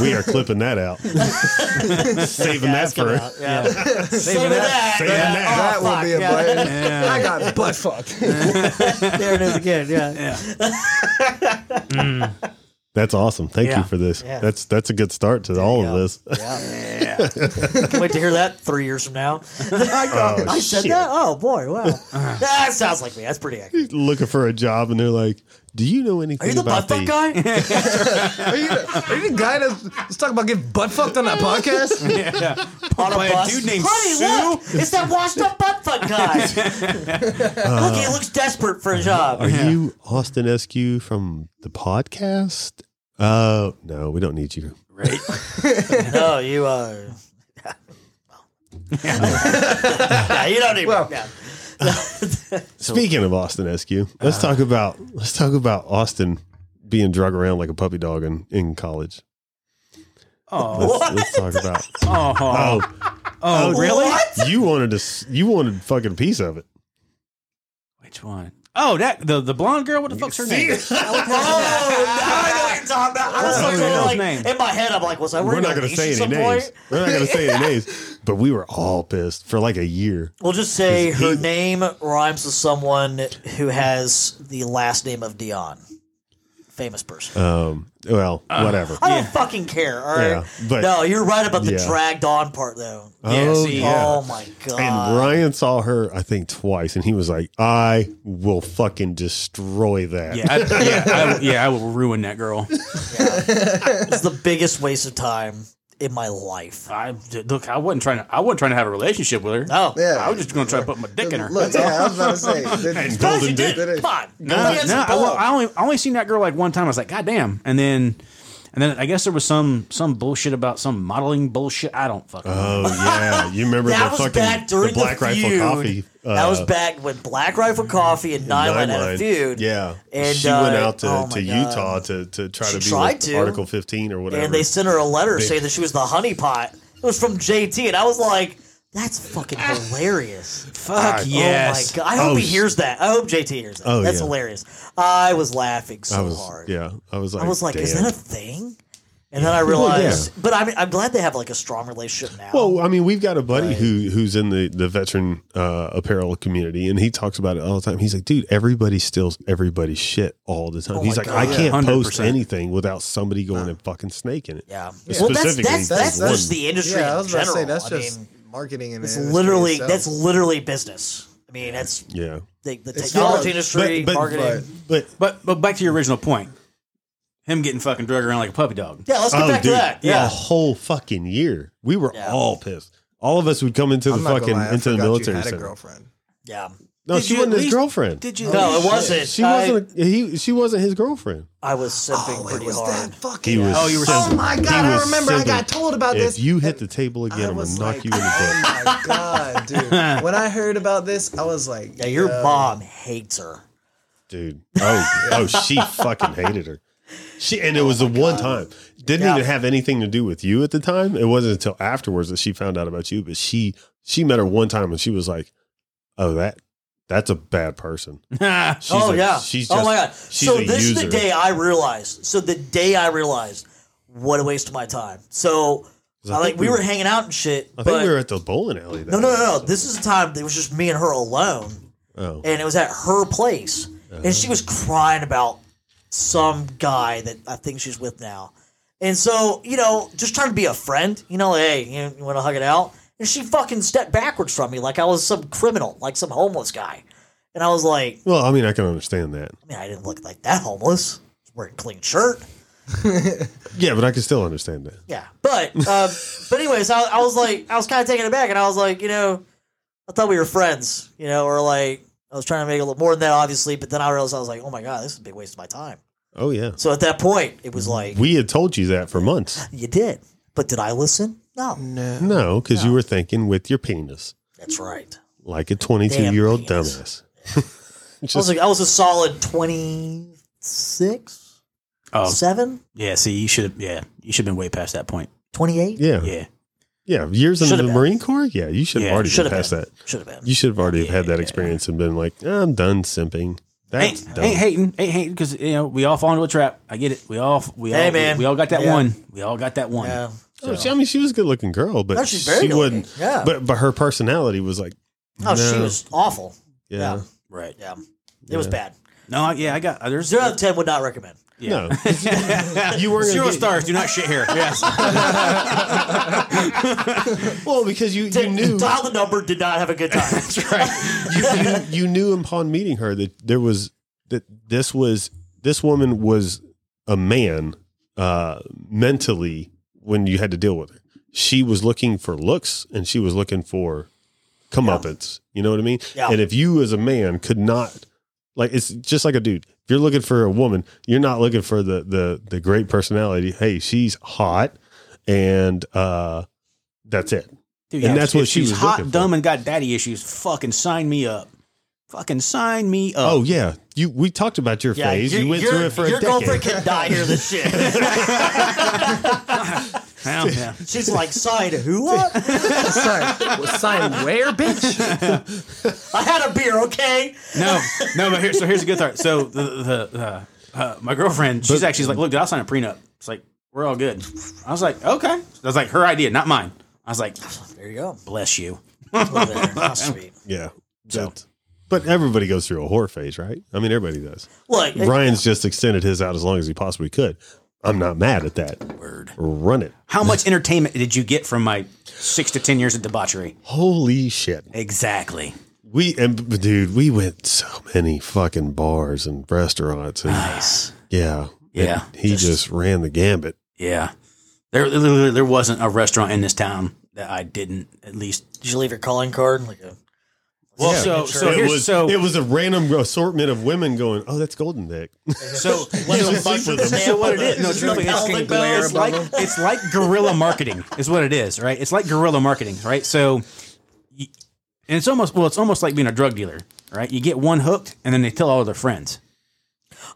S1: We are clipping that out. Saving that
S5: Ask him
S1: for
S5: out, Yeah. Oh.
S2: Saving that.
S1: saving that.
S4: that will be a
S5: yeah.
S4: button. I got butt fucked.
S5: There it is again. Yeah.
S1: That's awesome. Thank
S2: Yeah.
S1: you for this.
S5: Yeah.
S1: That's that's a good start to all of
S5: go.
S1: this.
S5: Yeah. Can't wait to hear that three years from now. I, go, I said
S1: shit.
S5: that. Oh boy, wow. that sounds like me. That's pretty accurate.
S1: Looking for a job, and they're like, "Do you know anything
S5: Are you the
S1: about
S5: butt fuck guy?
S4: Are you, are you the guy that's talking about getting butt fucked on that podcast?
S5: On
S2: By a
S5: bus?
S2: dude named
S5: Honey, look, it's that washed up butt fuck guy. look, he looks desperate for a job.
S1: Are you Austin Eskew from the podcast? uh, no, we don't need you.
S2: Right.
S5: No, you uh, are. yeah, you don't even.
S4: Well-
S5: yeah.
S1: Speaking of Austin Eskew, let's talk about let's talk about Austin being drug around like a puppy dog in, in college.
S2: Oh,
S1: Let's, let's talk about.
S2: oh, oh,
S1: Oh,
S2: really?
S1: you wanted to s- you wanted fucking a piece of it.
S2: Which one? Oh, that the the blonde girl. What the fuck's her name?
S5: Oh, now I know what you're talking about. I was
S2: I don't
S5: like,
S2: even know his
S5: like,
S2: name.
S5: in my head, I'm like, was I
S1: We're
S5: wearing
S1: not
S5: a
S1: going to
S5: leash
S1: say
S5: at
S1: any
S5: some
S1: names.
S5: point?
S1: We're not going to say any names, but we were all pissed for like a year.
S5: We'll just say her
S1: he-
S5: name rhymes with someone who has the last name of Dion. Famous person.
S1: Um, well, whatever.
S5: I don't fucking care. All right.
S1: Yeah, but-
S5: no, you're right about the
S1: yeah.
S5: dragged on part though.
S2: Yeah,
S1: oh,
S2: see,
S1: yeah.
S5: Oh my god.
S1: And Ryan saw her, I think, twice, and he was like, "I will fucking destroy that."
S2: Yeah, I, yeah, I, yeah. I will ruin that girl.
S5: It's the biggest waste of time in my life.
S2: I look. I wasn't trying to. I wasn't trying to have a relationship with her.
S5: No.
S4: Yeah.
S2: I was just gonna try to put my dick in her.
S4: Look, yeah, I was about to say. Did,
S5: Of course you
S1: Golden
S5: did.
S4: dick.
S5: Come on.
S2: No,
S5: Go get
S2: no,
S5: some
S2: I,
S5: balls.
S2: I only I only seen that girl like one time. I was like, God damn! And then, and then I guess there was some some bullshit about some modeling bullshit. I don't fucking. know.
S1: Oh yeah, you remember
S5: that
S1: the
S5: was
S1: fucking
S5: back during
S1: the Black Rifle
S5: feud.
S1: Coffee?
S5: that was
S1: uh,
S5: back when Black Rifle Coffee and Nylon had a
S1: Nightline.
S5: feud.
S1: Yeah,
S5: And,
S1: she went
S5: uh,
S1: out to,
S5: oh my
S1: to
S5: God.
S1: Utah to, to try
S5: She
S1: to be
S5: tried
S1: with
S5: to.
S1: Article 15 or whatever.
S5: and they sent her a letter
S1: Big-
S5: saying that she was the honeypot. It was from JT, and I was like, "That's fucking hilarious."
S2: Fuck yes.
S5: Oh my god! I hope
S1: Ah. Oh,
S5: he
S1: sh-
S5: hears that. I hope JT hears that.
S1: Oh,
S5: That's
S1: yeah.
S5: hilarious. I was laughing so
S1: I was
S5: hard.
S1: yeah, I was like,
S5: I was like, "Is
S1: damn.
S5: that a thing?" And then I realized. But I mean, I'm glad they have like a strong relationship now.
S1: Well, I mean, we've got a buddy who who's in the the veteran uh, apparel community, and he talks about it all the time. He's like, dude, everybody steals everybody's shit all the time.
S5: Oh
S1: He's
S5: my
S1: like, I
S5: God.
S1: can't post
S2: 100%.
S1: anything without somebody going and fucking snaking it.
S5: yeah.
S1: Yeah.
S5: Well, that's
S1: Specifically,
S5: that's that's,
S1: that's one.
S5: just the industry
S4: yeah, I
S5: in
S4: was about
S5: general.
S4: to say, that's
S5: I
S4: just
S5: mean,
S4: marketing and
S5: it's
S4: industry
S5: literally
S4: itself.
S5: that's literally business. I mean, that's
S1: Yeah.
S5: the, the
S4: It's
S5: technology
S4: not-
S5: industry,
S1: but- but-
S5: marketing.
S1: But
S2: But but back to your original point. Him getting fucking drugged around like a puppy dog.
S5: yeah, let's get
S1: oh,
S5: back
S1: dude,
S5: to that.
S1: a
S5: Yeah.
S1: whole fucking year. We were
S5: Yeah.
S1: all pissed. All of us would come into the
S4: I'm not gonna
S1: fucking
S4: lie, I
S1: into the
S4: forgot
S1: military
S4: You had a
S1: center.
S4: girlfriend.
S5: Yeah.
S1: No,
S2: Did
S1: she
S2: you
S1: wasn't
S2: at
S1: his
S2: least-
S1: girlfriend.
S2: Did you?
S5: No, it wasn't.
S1: Oh, she
S5: I-
S1: wasn't. A, he she wasn't his girlfriend.
S5: I was simping
S4: Oh, it
S5: pretty
S4: was
S5: hard.
S4: that fucking.
S1: He was
S2: Oh, you were
S1: so-
S4: Oh my god!
S1: he
S4: I
S1: was
S4: remember. I
S1: so
S4: got
S1: good.
S4: told about
S1: If
S4: this.
S1: you hit the table again, I'm gonna knock you in the
S4: oh my god, dude! When I heard about this, I was like,
S5: Yeah, your
S4: yo.
S5: mom hates her.
S1: butt, dude. Oh, oh, she fucking hated her. She and it was the one time. Didn't
S5: Oh Yeah.
S1: even have anything to do with you at the time. It wasn't until afterwards that she found out about you. But she she met her one time and she was like, "Oh, that that's a bad person." She's
S5: oh
S1: a-
S5: yeah.
S1: she's
S5: oh
S1: just-
S5: my god.
S1: she's
S5: So
S1: a
S5: this is the
S1: user.
S5: day I realized. So the day I realized what a waste of my time. So
S1: I
S5: I like
S1: think
S5: we
S1: we
S5: were
S1: were-
S5: hanging out and shit.
S1: I
S5: but
S1: think we were at the bowling alley. that
S5: no, no, no, no.
S1: night.
S5: This is the time that it was just me and her alone,
S1: Oh.
S5: and it was at her place, and she was crying about some guy that I think she's with now. And so, you know, just trying to be a friend, you know, like, hey, you, you want to hug it out? And she fucking stepped backwards from me like I was some criminal, like some homeless guy. And I was like,
S1: Well, I mean, I can understand that.
S5: I mean, I didn't look like that homeless. Wearing a clean shirt.
S1: Yeah, but I can still understand that.
S5: Yeah. But um, but anyways, I, I was like, I was kind of taken aback, and I was like, you know, I thought we were friends, you know, or like I was trying to make a little more than that, obviously. But then I realized I was like, oh my god, this is a big waste of my time.
S1: Oh yeah,
S5: So at that point, it was like,
S1: we had told you that for months.
S5: you did, but did I listen? No,
S4: No.
S1: No, because you were thinking with your penis,
S5: that's right.
S1: like a 22 year old
S5: Damn
S1: dumbass.
S5: I was like, I was a solid twenty six,
S2: Oh,
S5: seven,
S2: yeah. See, you should. have Yeah, you should have been way past that point.
S5: twenty eight.
S1: Yeah, yeah,
S2: Yeah.
S1: Years in
S5: Should've
S1: the
S5: been.
S1: Marine Corps. Yeah, you should have
S2: Yeah,
S1: already
S5: Should
S1: been
S5: have
S1: past
S5: been.
S1: that.
S5: Should have been.
S1: You should have already had that experience and been like, I'm "Oh, done simping. That's
S2: Ain't,
S1: dumb.
S2: ain't hating, ain't hating, because you know we all fall into a trap. I get it. We all, we
S5: Hey,
S2: all,
S5: man.
S2: We, all got that
S5: Yeah.
S2: one. We all got that one.
S5: Yeah.
S1: Oh, she- I mean, she was a good-looking girl, but
S5: No, she's very
S1: she
S5: good-looking.
S1: wouldn't.
S5: Yeah.
S1: But but her personality was like,
S5: Oh, she
S1: No.
S5: was awful.
S1: yeah,
S2: Right.
S5: Yeah. It was bad.
S2: No, I- yeah, I got. uh, There's
S5: Zero out of ten would not recommend.
S1: no, you weren't gonna
S2: zero
S1: get-
S2: stars. Do not shit here. Yes.
S1: Well, because you you knew
S5: Dial the number did not have a good time.
S2: That's right.
S1: you, you you knew upon meeting her that there was that this was this woman was a man uh, mentally when you had to deal with her. She was looking for looks and she was looking for comeuppance. You know what I mean?
S5: Yeah.
S1: And if you as a man could not like it's just like a dude. If you're looking for a woman, you're not looking for the the the great personality. Hey, she's hot and uh that's it.
S2: Dude,
S1: And
S2: yeah,
S1: that's
S2: if
S1: what she
S2: she's
S1: was looking
S2: hot,
S1: for.
S2: dumb, and got daddy issues. Fucking sign me up. Fucking sign me up.
S1: Oh yeah, you we talked about your
S5: Yeah,
S1: phase.
S5: your-
S1: You went
S5: your-
S1: through it for a
S5: Your girlfriend
S1: decade.
S5: can die here. This shit.
S2: Hell, yeah.
S5: She's like, sign who? uh?" What?
S4: Sign, sign where, bitch?
S5: I had a beer, okay?
S2: No, no, but here, so here's a good start. So the, the uh, uh, my girlfriend, she's actually she's like, look, dude, I'll sign a prenup. It's like we're all good. I was like, okay. That was like her idea, not mine. I was like,
S5: There you go.
S2: bless you.
S5: Over there. How sweet.
S1: Yeah. That's- but everybody goes through a whore phase, right? I mean, everybody does.
S5: Look,
S1: Ryan's just extended his out as long as he possibly could. I'm not mad at that.
S2: Word.
S1: Run it.
S2: How much entertainment did you get from my six to ten years of debauchery?
S1: Holy shit.
S2: Exactly.
S1: We and dude, we went so many fucking bars and restaurants and yeah.
S2: Yeah.
S1: And he just, ran the gambit.
S2: Yeah. There, there, there wasn't a restaurant in this town that I didn't at least.
S5: did you leave your calling card? Like uh, a,
S2: Well, so so
S1: it
S2: here's
S1: was
S2: so
S1: it was a random assortment of women going, "Oh, that's golden dick."
S2: so
S1: You don't fuck with them.
S2: So what it is? No,
S4: Just
S2: truly,
S4: like
S2: it's,
S4: fucking
S2: it's
S4: glare above
S2: like
S4: them.
S2: it's like guerrilla marketing is what it is, right? It's like guerrilla marketing, right? So, you- and it's almost well, it's almost like being a drug dealer, right? You get one hooked, and then they tell all their friends.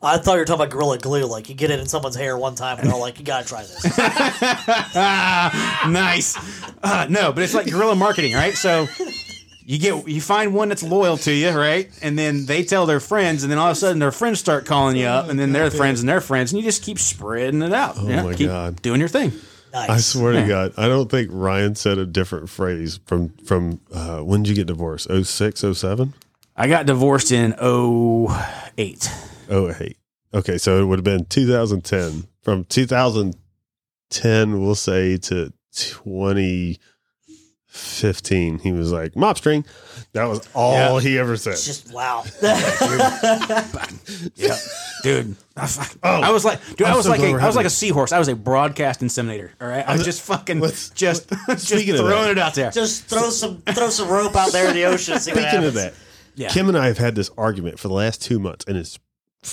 S5: I thought you were talking about Gorilla Glue. Like, you get it in someone's hair one time, and they're all like, you gotta try this.
S2: Ah, nice. Uh, no, but it's like guerrilla marketing, right? So. You get you find one that's loyal to you, right? And then they tell their friends, and then all of a sudden their friends start calling you up, and then their friends and their friends, and you just keep spreading it out. Oh
S1: Oh, my
S2: keep
S1: God.
S2: doing your thing.
S5: Nice.
S1: I swear to God, I don't think Ryan said a different phrase from from uh, when did you get divorced? 06, 07?
S2: I got divorced in 08.
S1: Oh, hey. Okay, so it would have been 2010. From 2010, we'll say to 2015, he was like, mop string. That was all he ever said.
S5: It's just, wow.
S2: Yeah. dude. I, fuck-
S1: Oh.
S2: I was like dude, i
S1: I'm
S2: was
S1: so
S2: like
S1: glad
S2: a,
S1: we're
S2: I
S1: having
S2: was like a
S1: this.
S2: seahorse. I was a broadcast inseminator. All right. I was just fucking
S1: let's-
S2: just just
S1: speaking of
S2: throwing
S1: that-
S2: it out there.
S5: Just throw some throw some rope out there in the ocean. See what
S1: Speaking
S5: happens.
S1: of that,
S2: Yeah.
S1: Kim and I have had this argument for the last two months, and it's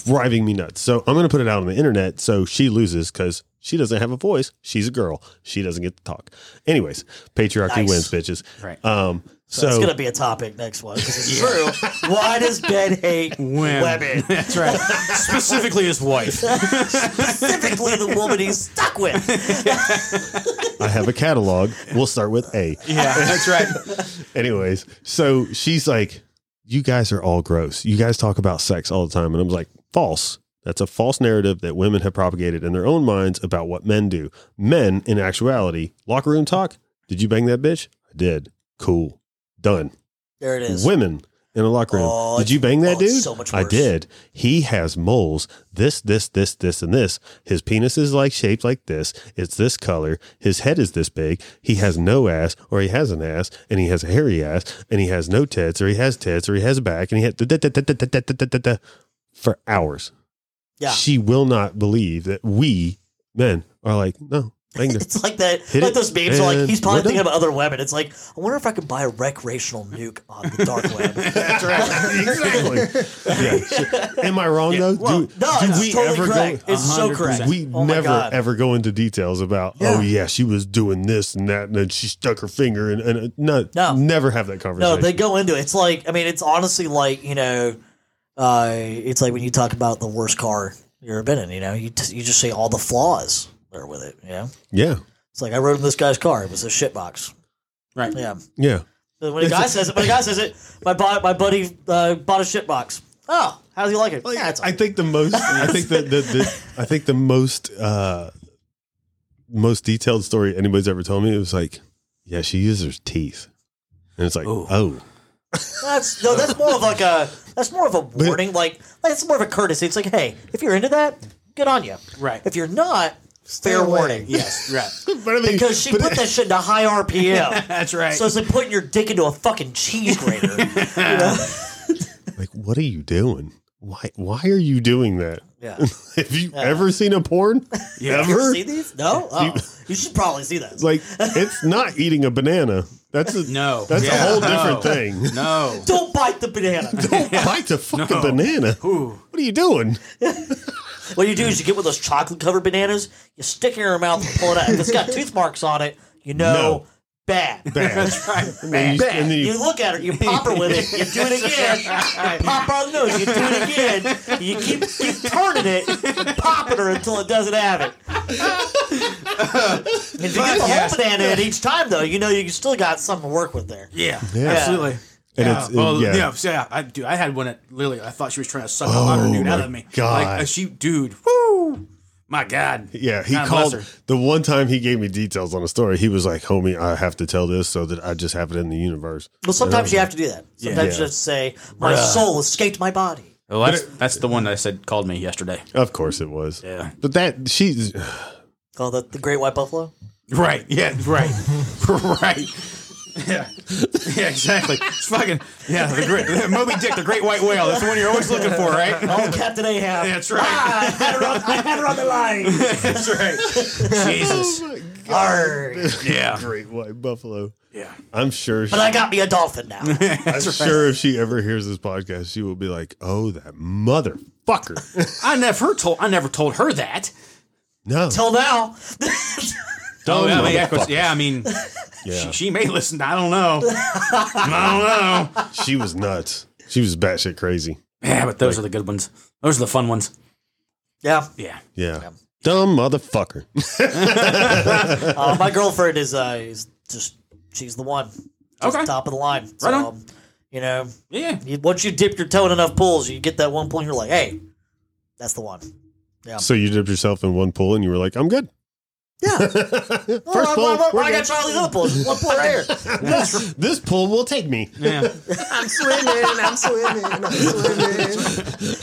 S1: driving me nuts. So I'm going to put it out on the internet so she loses because she doesn't have a voice. She's a girl. She doesn't get to talk. Anyways, patriarchy
S5: Nice.
S1: wins, bitches.
S2: Right.
S1: Um, so,
S5: It's gonna be a topic next one because it's true. Why does Ben hate
S2: Women.
S5: women?
S2: That's right. Specifically his wife.
S5: Specifically, the woman he's stuck with.
S1: I have a catalog. We'll start with A.
S2: Yeah, that's right.
S1: Anyways, so she's like, You guys are all gross. You guys talk about sex all the time. And I was like, False. That's a false narrative that women have propagated in their own minds about what men do. Men, in actuality, locker room talk. Did you bang that bitch? I did. Cool. Done.
S5: There it is.
S1: Women in a locker room.
S5: Oh,
S1: did you bang that
S5: oh, it's
S1: dude?
S5: so much
S1: I
S5: worse.
S1: did. He has moles. This, this, this, this, and this. His penis is like shaped like this. It's this color. His head is this big. He has no ass, or he has an ass, and he has a hairy ass, and he has no tits, or he has tits, or he has a back, and he had da- da- da- da- da- da- da- da- da- da- for hours.
S5: Yeah.
S1: She will not believe that we men are like no. Bang her.
S5: It's like that.
S1: Hit
S5: like
S1: it,
S5: those memes are like
S1: and
S5: he's probably
S1: we're done.
S5: thinking about other women. It's like I wonder if I could buy a recreational nuke on the dark web.
S1: exactly. Yeah. Am I wrong though?
S2: well,
S1: do,
S5: No,
S1: do
S5: it's
S1: we
S5: totally
S1: ever go-
S5: correct. it's so
S2: 100%.
S5: correct.
S1: We
S5: Oh my
S1: never
S5: God.
S1: ever go into details about.
S5: Yeah.
S1: Oh yeah, she was doing this and that, and then she stuck her finger and, and uh, no,
S5: No.
S1: never have that
S5: No,
S1: conversation.
S5: they go into it. It's like I mean, it's honestly like you know, uh, it's like when you talk about the worst car you've ever been in. You know, you t- you just say all the flaws there with it. You know,
S1: yeah,
S5: it's like I rode in this guy's car. It was a shit box.
S2: Right.
S5: Yeah.
S1: yeah.
S5: When a guy says it, when a guy says it, my bo- my buddy uh, bought a shit box. Oh, How does he like it?
S1: Like,
S5: yeah, it's
S1: I think the most. I think the, the, the I think the most uh, most detailed story anybody's ever told me it was like, yeah, she uses her teeth, and it's like, oh,
S5: That's no. That's more of like a. That's more of a warning. Like that's more of a courtesy. It's like, hey, if you're into that, good on you.
S2: Right.
S5: If you're not, fair
S4: away.
S5: warning.
S2: Yes, right.
S1: But I mean,
S5: Because she put that shit into high RPM.
S2: That's right.
S5: So it's like putting your dick into a fucking cheese grater.
S1: like, what are you doing? Why why are you doing that?
S5: Yeah.
S1: Have you ever seen a porn?
S5: You ever
S1: Ever?
S5: see these? No. Oh, you should probably see that.
S1: It's like it's not eating a banana. That's a,
S2: No.
S1: That's
S2: Yeah.
S1: a whole
S2: No.
S1: different thing.
S2: no.
S5: Don't bite the banana.
S1: Don't bite the fucking
S2: No.
S1: banana. What are you doing?
S5: what you do is you get one of those chocolate covered bananas. You stick it in her mouth and pull it out. If it's got tooth marks on it, you know
S1: No.
S5: bad.
S1: Bad. And then you- and then you-
S5: You look at her, you pop her with it, you do it again, you pop her on the nose, you do it again, you keep, keep turning it, and popping her until it doesn't have it. if you get the whole banana at each time, though, you know you still got something to work with there.
S2: Yeah, absolutely.
S1: And
S2: yeah.
S1: it's- and
S2: well,
S1: yeah.
S2: yeah. so yeah, I, dude, I had one that literally I thought she was trying to suck the hotter dude out
S1: Oh, my
S2: of me.
S1: God.
S2: Like, uh, she, dude, woo, my God.
S1: Yeah, he
S2: God bless
S1: called
S2: her.
S1: the one time he gave me details on a story. He was like, "Homie, I have to tell this so that I just have it in the universe."
S5: Well, sometimes you have to do that. Sometimes
S1: Yeah.
S5: you have to say, my soul escaped my body.
S2: Oh, that's that's the one that I said called me yesterday.
S1: Of course, it was.
S2: Yeah.
S1: but that she's
S5: Call that the great white buffalo?
S2: Right. Yeah. Right. right. Yeah. Yeah. Exactly. It's fucking yeah. The great Moby Dick, the Great White Whale. That's the one you're always looking for, right?
S5: Oh, Captain Ahab.
S2: That's right.
S5: Ah, I had her on, I had her on the line.
S2: That's right. Jesus.
S5: Arr.
S2: Yeah.
S1: great white buffalo.
S2: Yeah.
S1: I'm sure. She,
S5: But I got me a dolphin now.
S1: I'm sure if she ever hears this podcast, she will be like, "Oh, that motherfucker!"
S2: I never told. I never told her that.
S1: No,
S5: Till now.
S2: Oh, yeah, I mean, yeah, 'cause-
S1: motherfucker.
S2: yeah, I mean,
S1: yeah,
S2: she, she may listen. I don't know. I don't know.
S1: she was nuts. She was batshit crazy.
S2: Yeah, but those are the good ones. Those are the fun ones.
S5: Yeah.
S2: Yeah.
S1: Yeah, dumb motherfucker.
S5: Uh, my girlfriend is uh, is just she's the one. Just
S2: Okay.
S5: top of the line. So,
S2: Right on.
S5: um, you know,
S2: Yeah.
S5: you, once you dip your toe in enough pools, you get that one point. You're like, hey, that's the one.
S1: so you dipped yourself in one pool, and you were like, "I'm good."
S5: Yeah. First
S1: First pool,
S5: I,
S1: we're
S5: got
S1: good.
S5: Charlie's other pool. Just one point there.
S1: This, this pool will take me.
S2: Yeah.
S4: I'm swimming. I'm swimming. I'm swimming.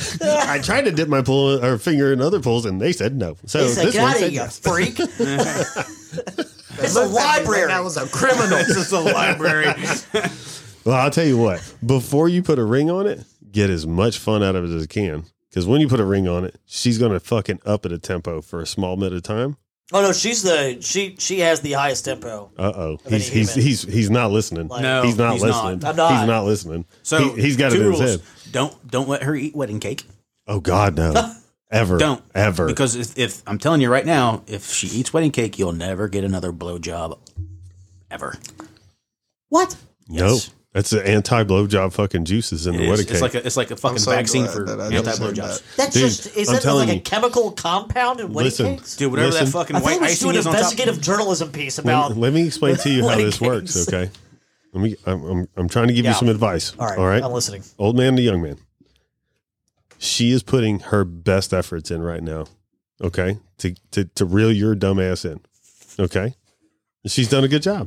S1: I tried to dip my pool or finger in other pools, and they said no. So
S5: He's like,
S1: this
S5: get
S1: one
S5: out of
S1: said
S5: here, you
S1: yes.
S5: freak. it's a
S4: Looked at me
S5: library.
S4: Like I was a criminal.
S2: this is the library.
S1: Well, I'll tell you what. Before you put a ring on it, get as much fun out of it as you can. Because when you put a ring on it, she's gonna fucking up at a tempo for a small bit of time.
S5: oh no, she's the she she has the highest tempo.
S1: Uh oh, he's
S5: any
S1: he's
S5: human.
S1: he's he's not listening.
S2: No,
S1: he's not
S2: he's
S1: listening.
S2: not.
S5: I'm not.
S1: He's not listening.
S2: So
S1: he, has got it
S2: two
S1: in
S2: rules.
S1: his head.
S2: Don't don't let her eat wedding cake.
S1: Oh God, no, ever,
S2: Don't
S1: ever.
S2: because if, if I'm telling you right now, if she eats wedding cake, you'll never get another blowjob, ever.
S5: What?
S1: no, that's the anti blowjob fucking juices in the
S2: It's,
S1: wedding
S2: it's
S1: cake.
S2: like a it's like a fucking
S4: so
S2: vaccine
S4: glad
S2: for
S4: that I
S2: anti
S4: never said
S2: blowjobs.
S4: that.
S5: That's
S1: Dude,
S5: just is
S1: I'm
S5: that
S1: telling
S5: like a
S1: you.
S5: chemical compound in wedding
S1: Listen,
S5: cakes?
S2: Dude, whatever
S1: Listen.
S2: that fucking
S5: I
S2: white
S5: think we should
S2: icing
S5: do an
S2: is on top.
S5: investigative journalism piece about.
S1: let, let me explain to you how
S5: wedding
S1: this works.
S5: cakes.
S1: Okay, let me. I'm I'm, I'm trying to give
S5: Yeah.
S1: you some advice.
S5: all right,
S1: all right.
S5: I'm listening.
S1: old man to young man. She is putting her best efforts in right now. Okay. To to to reel your dumb ass in. Okay. And She's done a good job.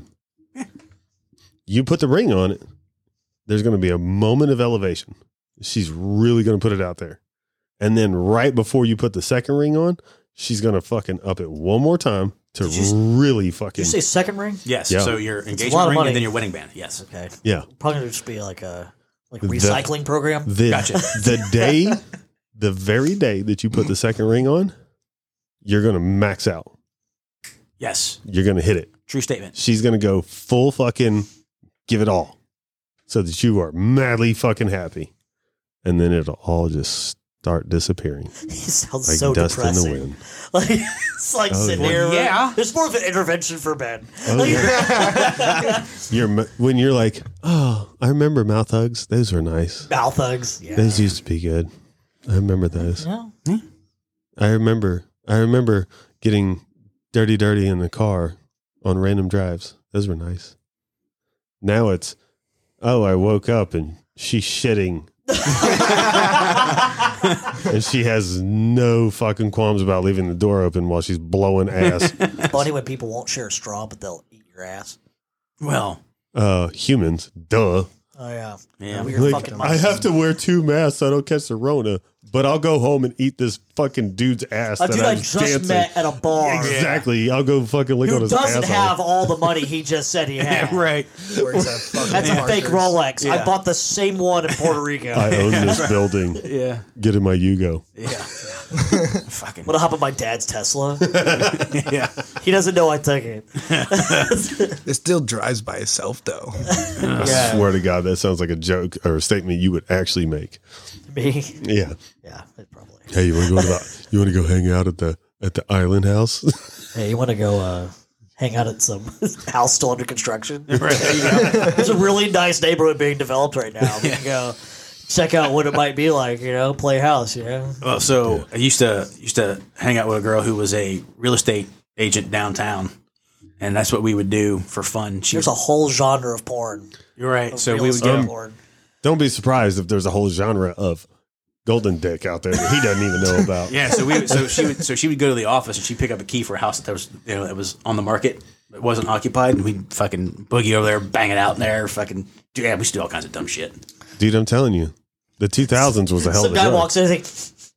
S1: You put the ring on it, there's gonna be a moment of elevation. She's really gonna put it out there. And then right before you put the second ring on, she's gonna fucking up it one more time to
S5: you s-
S1: really
S5: Did
S1: fucking
S5: you say second ring?
S2: Yes.
S1: Yeah.
S2: So your
S5: lot
S2: engagement
S5: of
S2: ring
S5: money.
S2: and then your wedding band. Yes.
S5: Okay,
S1: Yeah.
S5: probably gonna just be like a like recycling program.
S1: The,
S2: Gotcha.
S1: the day, the very day that you put the second ring on, you're going to max out.
S2: Yes.
S1: You're going to hit it.
S2: True statement.
S1: She's going to go full fucking give it all so that you are madly fucking happy. And then it'll all just start disappearing
S5: He sounds
S1: like
S5: so
S1: dust
S5: depressing.
S1: in the wind.
S5: Like it's like
S1: Oh,
S5: sitting
S1: yeah.
S5: here.
S2: Yeah.
S5: it's more of an intervention for Ben.
S1: Oh,
S5: Like,
S1: You're, m- when you're like, oh, I remember mouth hugs. Those were nice.
S5: Mouth hugs. Yeah.
S1: Those used to be good. I remember those.
S5: Yeah.
S1: I remember. I remember getting dirty, dirty in the car on random drives. Those were nice. Now it's, oh, I woke up and she's shitting and she has no fucking qualms about leaving the door open while she's blowing ass.
S5: Funny when people won't share a straw, but they'll eat your ass.
S2: Well,
S1: uh, humans, duh.
S5: Oh yeah,
S2: Yeah.
S5: Weird
S1: Like,
S5: fucking.
S1: I
S5: monkeys.
S1: have to wear two masks so I don't catch the Rona, but I'll go home and eat this fucking dude's ass.
S5: a
S1: that
S5: dude
S1: I
S5: I
S1: was
S5: just
S1: dancing.
S5: met at a bar.
S1: Exactly. I'll go fucking lick on
S5: Who
S1: his
S5: doesn't
S1: asshole.
S5: have all the money he just said he had?
S2: right.
S4: Works at fucking
S5: That's a fake
S4: Parker's.
S5: Rolex.
S2: Yeah.
S5: I bought the same one in Puerto Rico.
S1: I
S5: I'm
S1: own this building.
S2: Yeah.
S1: Get in my Yugo.
S2: Yeah. Fucking.
S5: gonna hop in my dad's Tesla.
S2: Yeah.
S5: He doesn't know I took it.
S4: It still drives by itself though.
S1: I swear to God, that sounds like a joke or a statement you would actually make.
S5: Me?
S1: Yeah.
S5: Yeah, it probably.
S1: Hey, you want to go to the, you want to go hang out at the at the island house?
S5: Hey, you want to go uh, hang out at some house still under construction? There's a really nice neighborhood being developed right now. We can go check out what it might be like. You know, play house. You know,
S2: Well, so I used to used to hang out with a girl who was a real estate agent downtown, and that's what we would do for fun. She
S5: there's a whole genre of porn.
S2: you're right.
S5: of
S2: So
S5: real
S2: we would
S5: estate
S2: go.
S5: porn.
S1: Don't be surprised if there's a whole genre of golden dick out there that he doesn't even know about.
S2: Yeah, so we so she would so she would go to the office and she'd pick up a key for a house that was you know that was on the market that wasn't occupied and we'd fucking boogie over there, bang it out in there, fucking do yeah, we used to do all kinds of dumb shit.
S1: Dude, I'm telling you, the 2000s was a hell
S5: Some
S1: of a
S5: guy
S1: genre.
S5: walks in and he's like,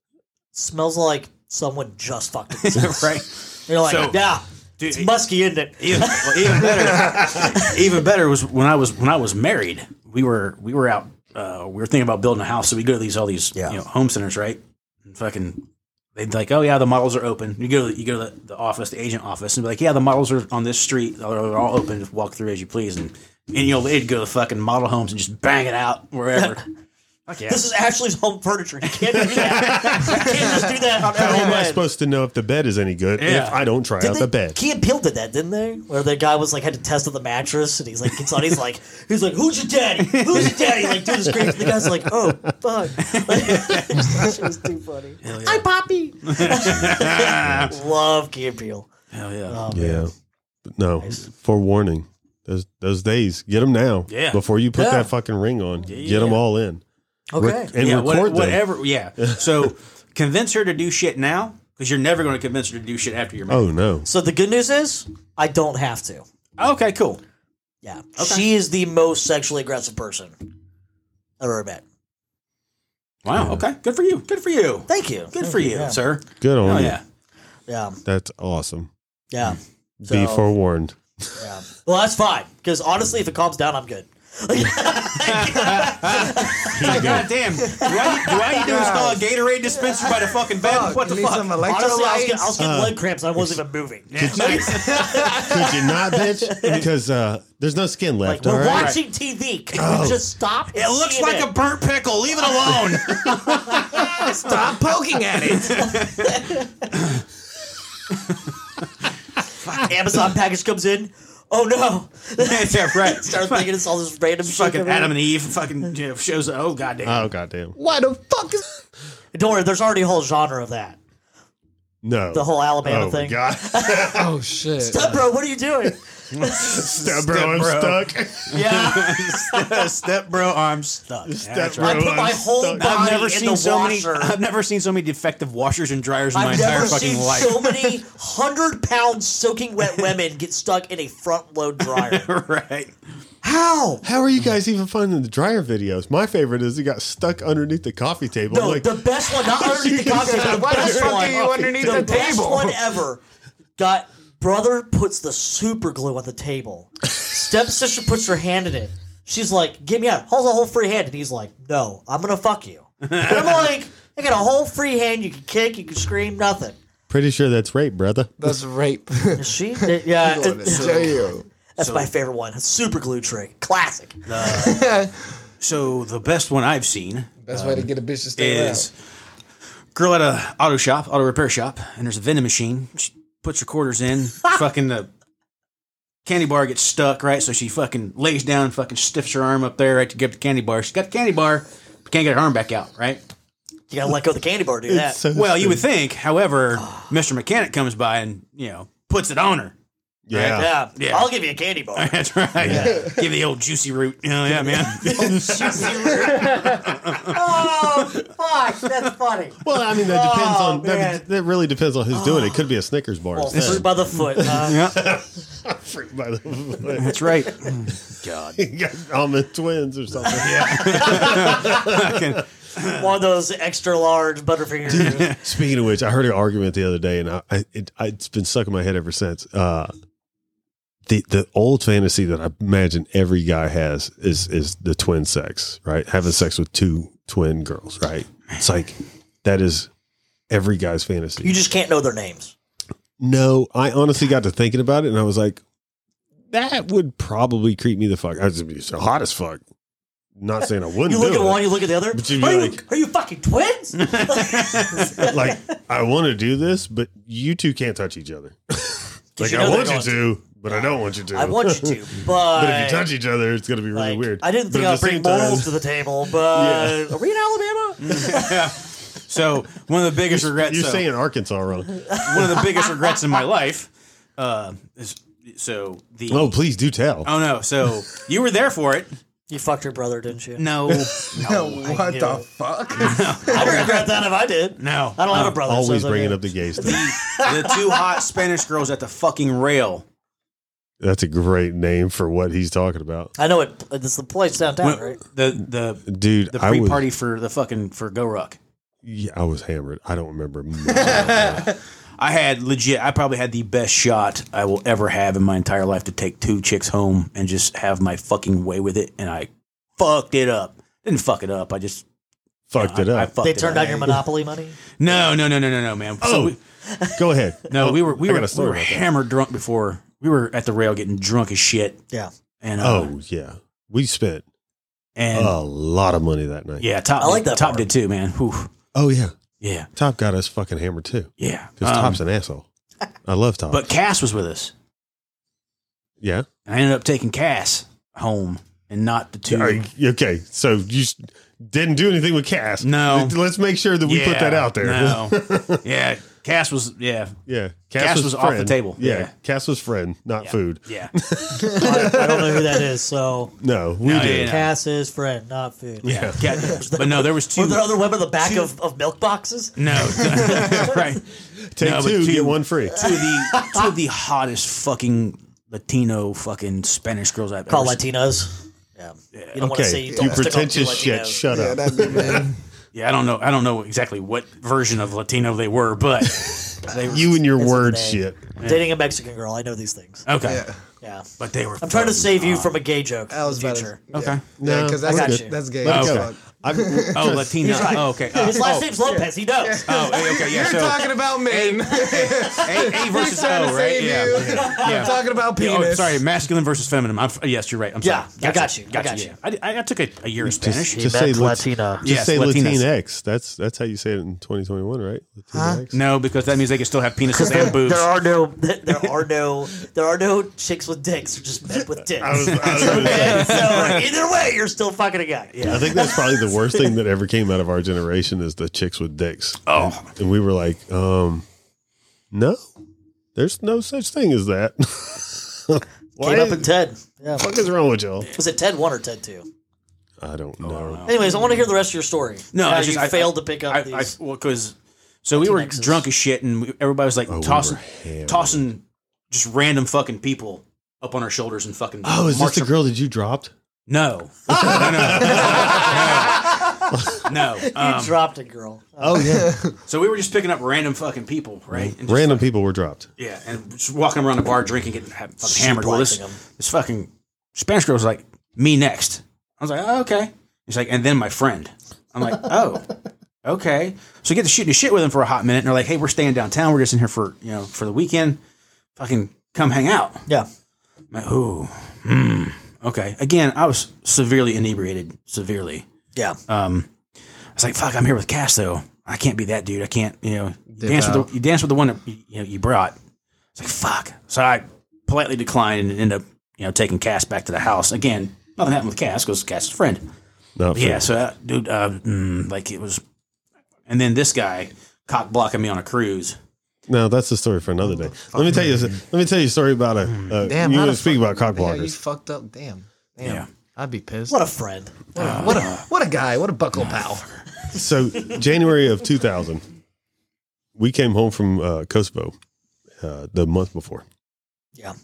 S5: smells like someone just fucked. himself."
S2: right.
S5: You're like,
S2: So-
S5: yeah,
S2: Dude,
S5: it's musky, isn't it?
S2: even, well, even better even better was when I was when I was married, we were we were out uh, we were thinking about building a house, so we go to these all these
S5: Yeah.
S2: you know home centers, right? And fucking they'd be like, Oh yeah, the models are open. You go to you go to the, the office, the agent office, and be like, Yeah, the models are on this street, they're they're all open, just walk through as you please and and you know they'd go to fucking model homes and just bang it out wherever. Fuck yeah.
S5: This is Ashley's home furniture. You can't do that. you can't just do that on
S1: How
S5: every
S1: am I
S5: bed.
S1: supposed to know if the bed is any good
S2: Yeah.
S1: if I don't try out
S5: Didn't
S1: the
S5: they-
S1: bed?
S5: Key and Peele did that, didn't they? Where the guy was like had to test on the mattress, and he's like gets on, he's like, he's like, "Who's your daddy? Who's your daddy?" Like dude, this crazy. The guy's like, "Oh fuck!" it was too funny. Hi, Poppy. Love Key and Peele.
S2: Hell yeah.
S5: Oh, man.
S1: Yeah. But no, forewarning. Those those days, get them now.
S2: Yeah.
S1: Before you put
S5: Yeah.
S1: that fucking ring on, get them all in.
S5: Okay.
S1: Re- and
S2: yeah, what-
S1: record them.
S2: whatever. Yeah. So convince her to do shit now because you're never going to convince her to do shit after you're married.
S1: Oh no.
S5: So the good news is, I don't have to.
S1: Oh.
S2: Okay, cool.
S5: Yeah, she is the most sexually aggressive person I've ever met.
S2: Wow. Okay. Good for you. Good for you.
S5: Thank you.
S2: Good for you, sir.
S1: Good on
S2: Oh
S1: you.
S2: yeah.
S5: Yeah,
S1: That's awesome.
S5: yeah.
S1: Be
S5: So-
S1: forewarned.
S5: Yeah. Well, that's fine. Because honestly, if it calms down, I'm good.
S2: Like, God damn. Do I, do I need to install a Gatorade dispenser by the fucking bed? what the
S4: you need
S2: fuck?
S4: some
S5: Honestly, I was,
S4: electrolytes?
S5: get- I was
S1: Uh,
S5: getting leg cramps. I wasn't even moving.
S1: Could you not, bitch? Because uh, there's no skin
S5: Like
S1: left. all
S5: we're
S1: right? Oh.
S5: watching TV. Can you just stop?
S2: it looks like a burnt pickle. Leave it alone.
S4: Stop poking at it.
S5: a Amazon package comes in. Oh no!
S2: yeah, right.
S5: Start thinking it's all this random shit.
S2: Fucking
S5: coming in.
S2: Adam and Eve fucking you know, shows. up. Oh goddamn.
S1: Oh goddamn.
S4: Why the fuck is
S5: Don't worry. There's already a whole genre of that.
S1: No.
S5: The whole Alabama
S1: oh,
S5: thing.
S1: God.
S4: Oh shit.
S5: Stop, bro. What are you doing?
S1: Step bro, I'm
S2: bro.
S1: stuck.
S5: Yeah.
S2: Uh, Step bro, I'm stuck. Yeah, that's
S1: Step
S2: right.
S1: bro,
S5: I put my
S1: I'm
S5: whole
S1: stuck.
S5: body
S2: I've never
S5: in
S2: seen
S5: the
S2: so many.
S5: washer.
S2: I've never seen so many defective washers and dryers in my
S5: I've
S2: entire
S5: never
S2: fucking
S5: seen
S2: life.
S5: so many hundred pound soaking wet women get stuck in a front load dryer.
S2: right.
S5: How?
S1: How are you guys even finding the dryer videos? My favorite is he got stuck underneath the coffee table.
S5: No,
S1: I'm like,
S5: the best one, not underneath the coffee, but the
S4: Why the
S5: best
S4: fuck
S5: one.
S4: are you underneath
S5: the
S4: the
S5: best
S4: table?
S5: one ever. Got brother puts the super glue on the table. Stepsister puts her hand in it. She's like, "Give me out." Holds a whole free hand, and he's like, "No, I'm gonna fuck you." And I'm like, "I got a whole free hand. You can kick, you can scream, nothing."
S1: pretty sure that's rape, brother.
S4: That's rape.
S5: Is she? Yeah,
S4: Damn.
S5: that's my favorite one. Super glue trick, classic.
S2: So the best one I've seen
S4: Best way to get a bitch to stay
S2: is girl at a auto shop, auto repair shop, and there's a vending machine. She puts her quarters in, fucking the candy bar gets stuck, right? So she fucking lays down, and fucking stiffs her arm up there, right, to get the candy bar. She's got the candy bar, but can't get her arm back out, right?
S5: You gotta let go of the candy bar to do that.
S1: So
S2: Well, you
S1: stupid.
S2: would think, however, Mr. Mechanic comes by and, you know, puts it on her.
S1: Yeah.
S5: Yeah.
S2: Yeah.
S5: I'll give you a candy bar.
S2: That's right. Give the old juicy root. Oh, yeah, man.
S5: oh, fuck. That's funny.
S1: Well, I mean, that depends
S5: Oh,
S1: on that,
S5: man.
S1: that really depends on who's doing it. It could be a Snickers bar.
S5: Well, Oh,
S1: instead.
S5: fruit by the foot. huh?
S1: Fruit by the
S2: That's right. God.
S1: You got almond twins or something.
S5: One of those extra large Butterfingers.
S1: Speaking of which, I heard an argument the other day, and I, I it, I- it's been stuck in my head ever since. Uh, the the old fantasy that I imagine every guy has is is the twin sex, right? Having sex with two twin girls, right? It's like that is every guy's fantasy.
S5: you just can't know their names.
S1: No, I honestly got to thinking about it, and I was like, that would probably creep me the fuck. I'd just be so hot as fuck. Not saying I wouldn't.
S5: You look
S1: do
S5: at
S1: it.
S5: one, you look at the other.
S1: But you'd be
S5: Are, you,
S1: like-
S5: are you fucking twins?
S1: like I want to do this, but you two can't touch each other. like
S5: you
S1: I
S5: know
S1: want
S5: they're
S1: you to, but I don't want you to.
S5: I want you to, but.
S1: but if you touch each other, it's gonna be really
S5: like,
S1: weird.
S5: I didn't think
S1: But at
S5: I would
S1: the
S5: bring
S1: same
S5: morals to
S1: time,
S5: the table, but are we in Alabama?
S2: So, one of the biggest regrets.
S1: You're
S2: so-
S1: saying Arkansas wrong?
S2: one of the biggest regrets in my life uh, is so the
S1: oh, please do tell.
S2: oh no so you were there for it
S5: You fucked your brother, didn't you?
S2: no
S4: what the fuck?
S5: I'd regret that if I did.
S2: no
S5: I don't have a brother. so
S1: Always
S5: it's
S1: bringing
S5: okay.
S1: up the gay stuff.
S2: the two hot Spanish girls at the fucking rail
S1: That's a great name for what he's talking about,
S5: I know it. It's the place downtown,
S2: When-
S5: right?
S2: the the
S1: dude.
S2: the
S1: I
S2: pre
S1: was
S2: party for the fucking for Go Ruck
S1: yeah, I was hammered. I don't remember. much about that.
S2: I had legit I probably had the best shot I will ever have in my entire life to take two chicks home and just have my fucking way with it and I fucked it up didn't fuck it up I just
S1: Fucked it
S2: I, I
S1: up.
S2: fucked
S5: They
S2: it
S5: turned
S2: up.
S5: down your monopoly money.
S2: no no no no no no man So
S1: oh,
S2: we-
S1: go ahead.
S2: No,
S1: Oh,
S2: we were we
S1: I
S2: were,
S1: got a
S2: we
S1: story
S2: were
S1: about that.
S2: hammered drunk before. We were at the rail getting drunk as shit,
S5: Yeah.
S2: and uh,
S1: Oh yeah, we spent
S2: and
S1: a lot of money that night.
S2: yeah, top.
S5: I like that
S2: Top
S5: bar.
S2: did too, man. Whew.
S1: Oh yeah,
S2: Yeah,
S1: Top got us fucking hammered too.
S2: yeah.
S1: Because
S2: Um,
S1: Top's an asshole. I love Top.
S2: but Cass was with us,
S1: yeah.
S2: and I ended up taking Cass home and not the two.
S1: All right, okay. So you s- didn't do anything with Cass.
S2: No.
S1: Let's make sure that we put
S2: Yeah,
S1: that out there.
S2: No. yeah, Cass was. Yeah,
S1: yeah.
S2: Cass was off the
S1: friend.
S2: table.
S1: Yeah.
S2: Yeah.
S1: Cass was friend, not food.
S2: yeah.
S5: I, I don't know who that is. So
S1: No, we
S2: No,
S1: did.
S2: yeah.
S5: Cass's friend, not food.
S2: yeah. Cass- but no, there was two.
S5: Were there other women in the back of, of milk boxes?
S2: no, right.
S1: Take
S2: No, but
S1: two,
S2: two-
S1: get one free.
S2: Two of the two of the hottest fucking Latino fucking Spanish girls I've
S5: Called
S2: ever seen.
S5: Latinos. Yeah. You don't want to say
S1: Okay.
S5: you
S1: You
S5: don't stick on two
S1: pretentious shit.
S5: Latinos.
S1: Shut
S4: Yeah,
S1: up.
S4: that'd be mean.
S2: Yeah, I don't know. I don't know exactly what version of Latino they were, but they were,
S1: You and your word
S5: name.
S1: shit.
S5: Dating a Mexican girl, I know these things.
S2: okay.
S4: Yeah.
S5: Yeah.
S2: But they were.
S5: I'm trying to save you from a gay joke.
S4: I was
S5: in the
S4: about to-
S5: future.
S2: Okay.
S4: Yeah, because that's,
S5: I got
S4: that's,
S5: you.
S4: gay.
S2: Let it
S4: as
S2: go.
S4: fuck.
S1: I'm,
S2: Oh, Latino. Oh, okay. Uh,
S5: His last name's Lopez. He knows.
S2: oh, hey, okay. Yeah.
S4: You're
S2: So
S4: talking about men.
S2: A, a versus
S4: trying
S2: O,
S4: to
S2: right?
S4: save
S2: Yeah.
S4: you.
S2: yeah.
S4: I'm talking about
S2: Yeah,
S4: penis.
S2: Oh, sorry. Masculine versus feminine. I'm, f- uh, yes, you're right. I'm
S5: Yeah,
S2: sorry.
S5: I got you. I got you.
S2: yeah. I, I took a, a year of Spanish.
S1: just just say
S5: meant
S1: Lat-
S5: Latina.
S1: Just
S2: Yes,
S1: say
S2: Latinas.
S1: Latinx. That's that's how you say it in 2021, right? Latinx.
S2: no, because that means they can still have penises and boobs.
S5: There are no, there are no, there are no chicks with dicks. They're just men with dicks.
S1: I was- I was gonna say-
S5: so either way, you're still fucking a guy. Yeah.
S1: I think that's probably the worst thing that ever came out of our generation is the chicks with dicks.
S2: Oh.
S1: And, and we were like, um, no, there's no such thing as that. Why
S5: Came up in
S1: the
S5: Ted. Yeah.
S1: fuck is wrong with y'all?
S5: Was it Ted one or Ted two?
S1: I don't know.
S5: Anyways, I want to hear the rest of your story.
S2: No,
S5: How
S2: I just
S5: you
S2: I,
S5: failed
S2: I-
S5: to pick up
S2: I,
S5: these.
S2: I, well, because so we were
S5: Latinxes.
S2: drunk as shit, and we, everybody was like
S1: we
S2: tossing,
S1: were hammered.
S2: tossing just random fucking people up on our shoulders and fucking.
S1: Oh, is this
S2: marching-
S1: the girl that you dropped?
S2: No, no, no, no. no. Um,
S5: you dropped it, girl.
S1: Oh yeah,
S2: so we were just picking up random fucking people, right? And just,
S1: random people were dropped.
S2: yeah, and just walking around the bar drinking, getting ha- fucking hammered. Well, this
S5: Suplexing 'em.
S2: this fucking Spanish girl was like, "Me next." I was like, "Oh, okay." He's like, and then my friend. I'm like, "Oh." Okay, so we get to shooting the shit with them for a hot minute, and they're like, "Hey, we're staying downtown. We're just in here for you know for the weekend. Fucking come hang out."
S5: Yeah.
S2: I'm like, "Ooh, hmm, okay." Again, I was severely inebriated, severely.
S5: Yeah.
S2: I was like, "Fuck, I'm here with Cass though. I can't be that dude. I can't, you know, you dance with
S4: out.
S2: the, you dance with the one that you know you brought." It's like, "Fuck." So I politely declined and end up, you know, taking Cass back to the house again. Nothing happened with Cass because Cass is a friend.
S1: Not
S2: But yeah, so uh, dude, uh, mm, like it was, and then this guy cock blocking me on a cruise.
S1: No, that's the story for another day. Let me tell you. Let me tell you a story about a. a
S7: Damn,
S1: you
S7: how
S1: want
S7: the
S1: to speak
S7: fuck-
S1: about cock
S7: the hell You
S1: blockers?
S7: fucked up. Damn. Damn.
S2: Yeah.
S7: I'd be pissed.
S5: What a friend.
S7: What
S1: Uh,
S7: a, what a, what a guy. What a buckle pal.
S1: so January of 2000, we came home from uh, Kosovo uh, the month before.
S5: Yeah.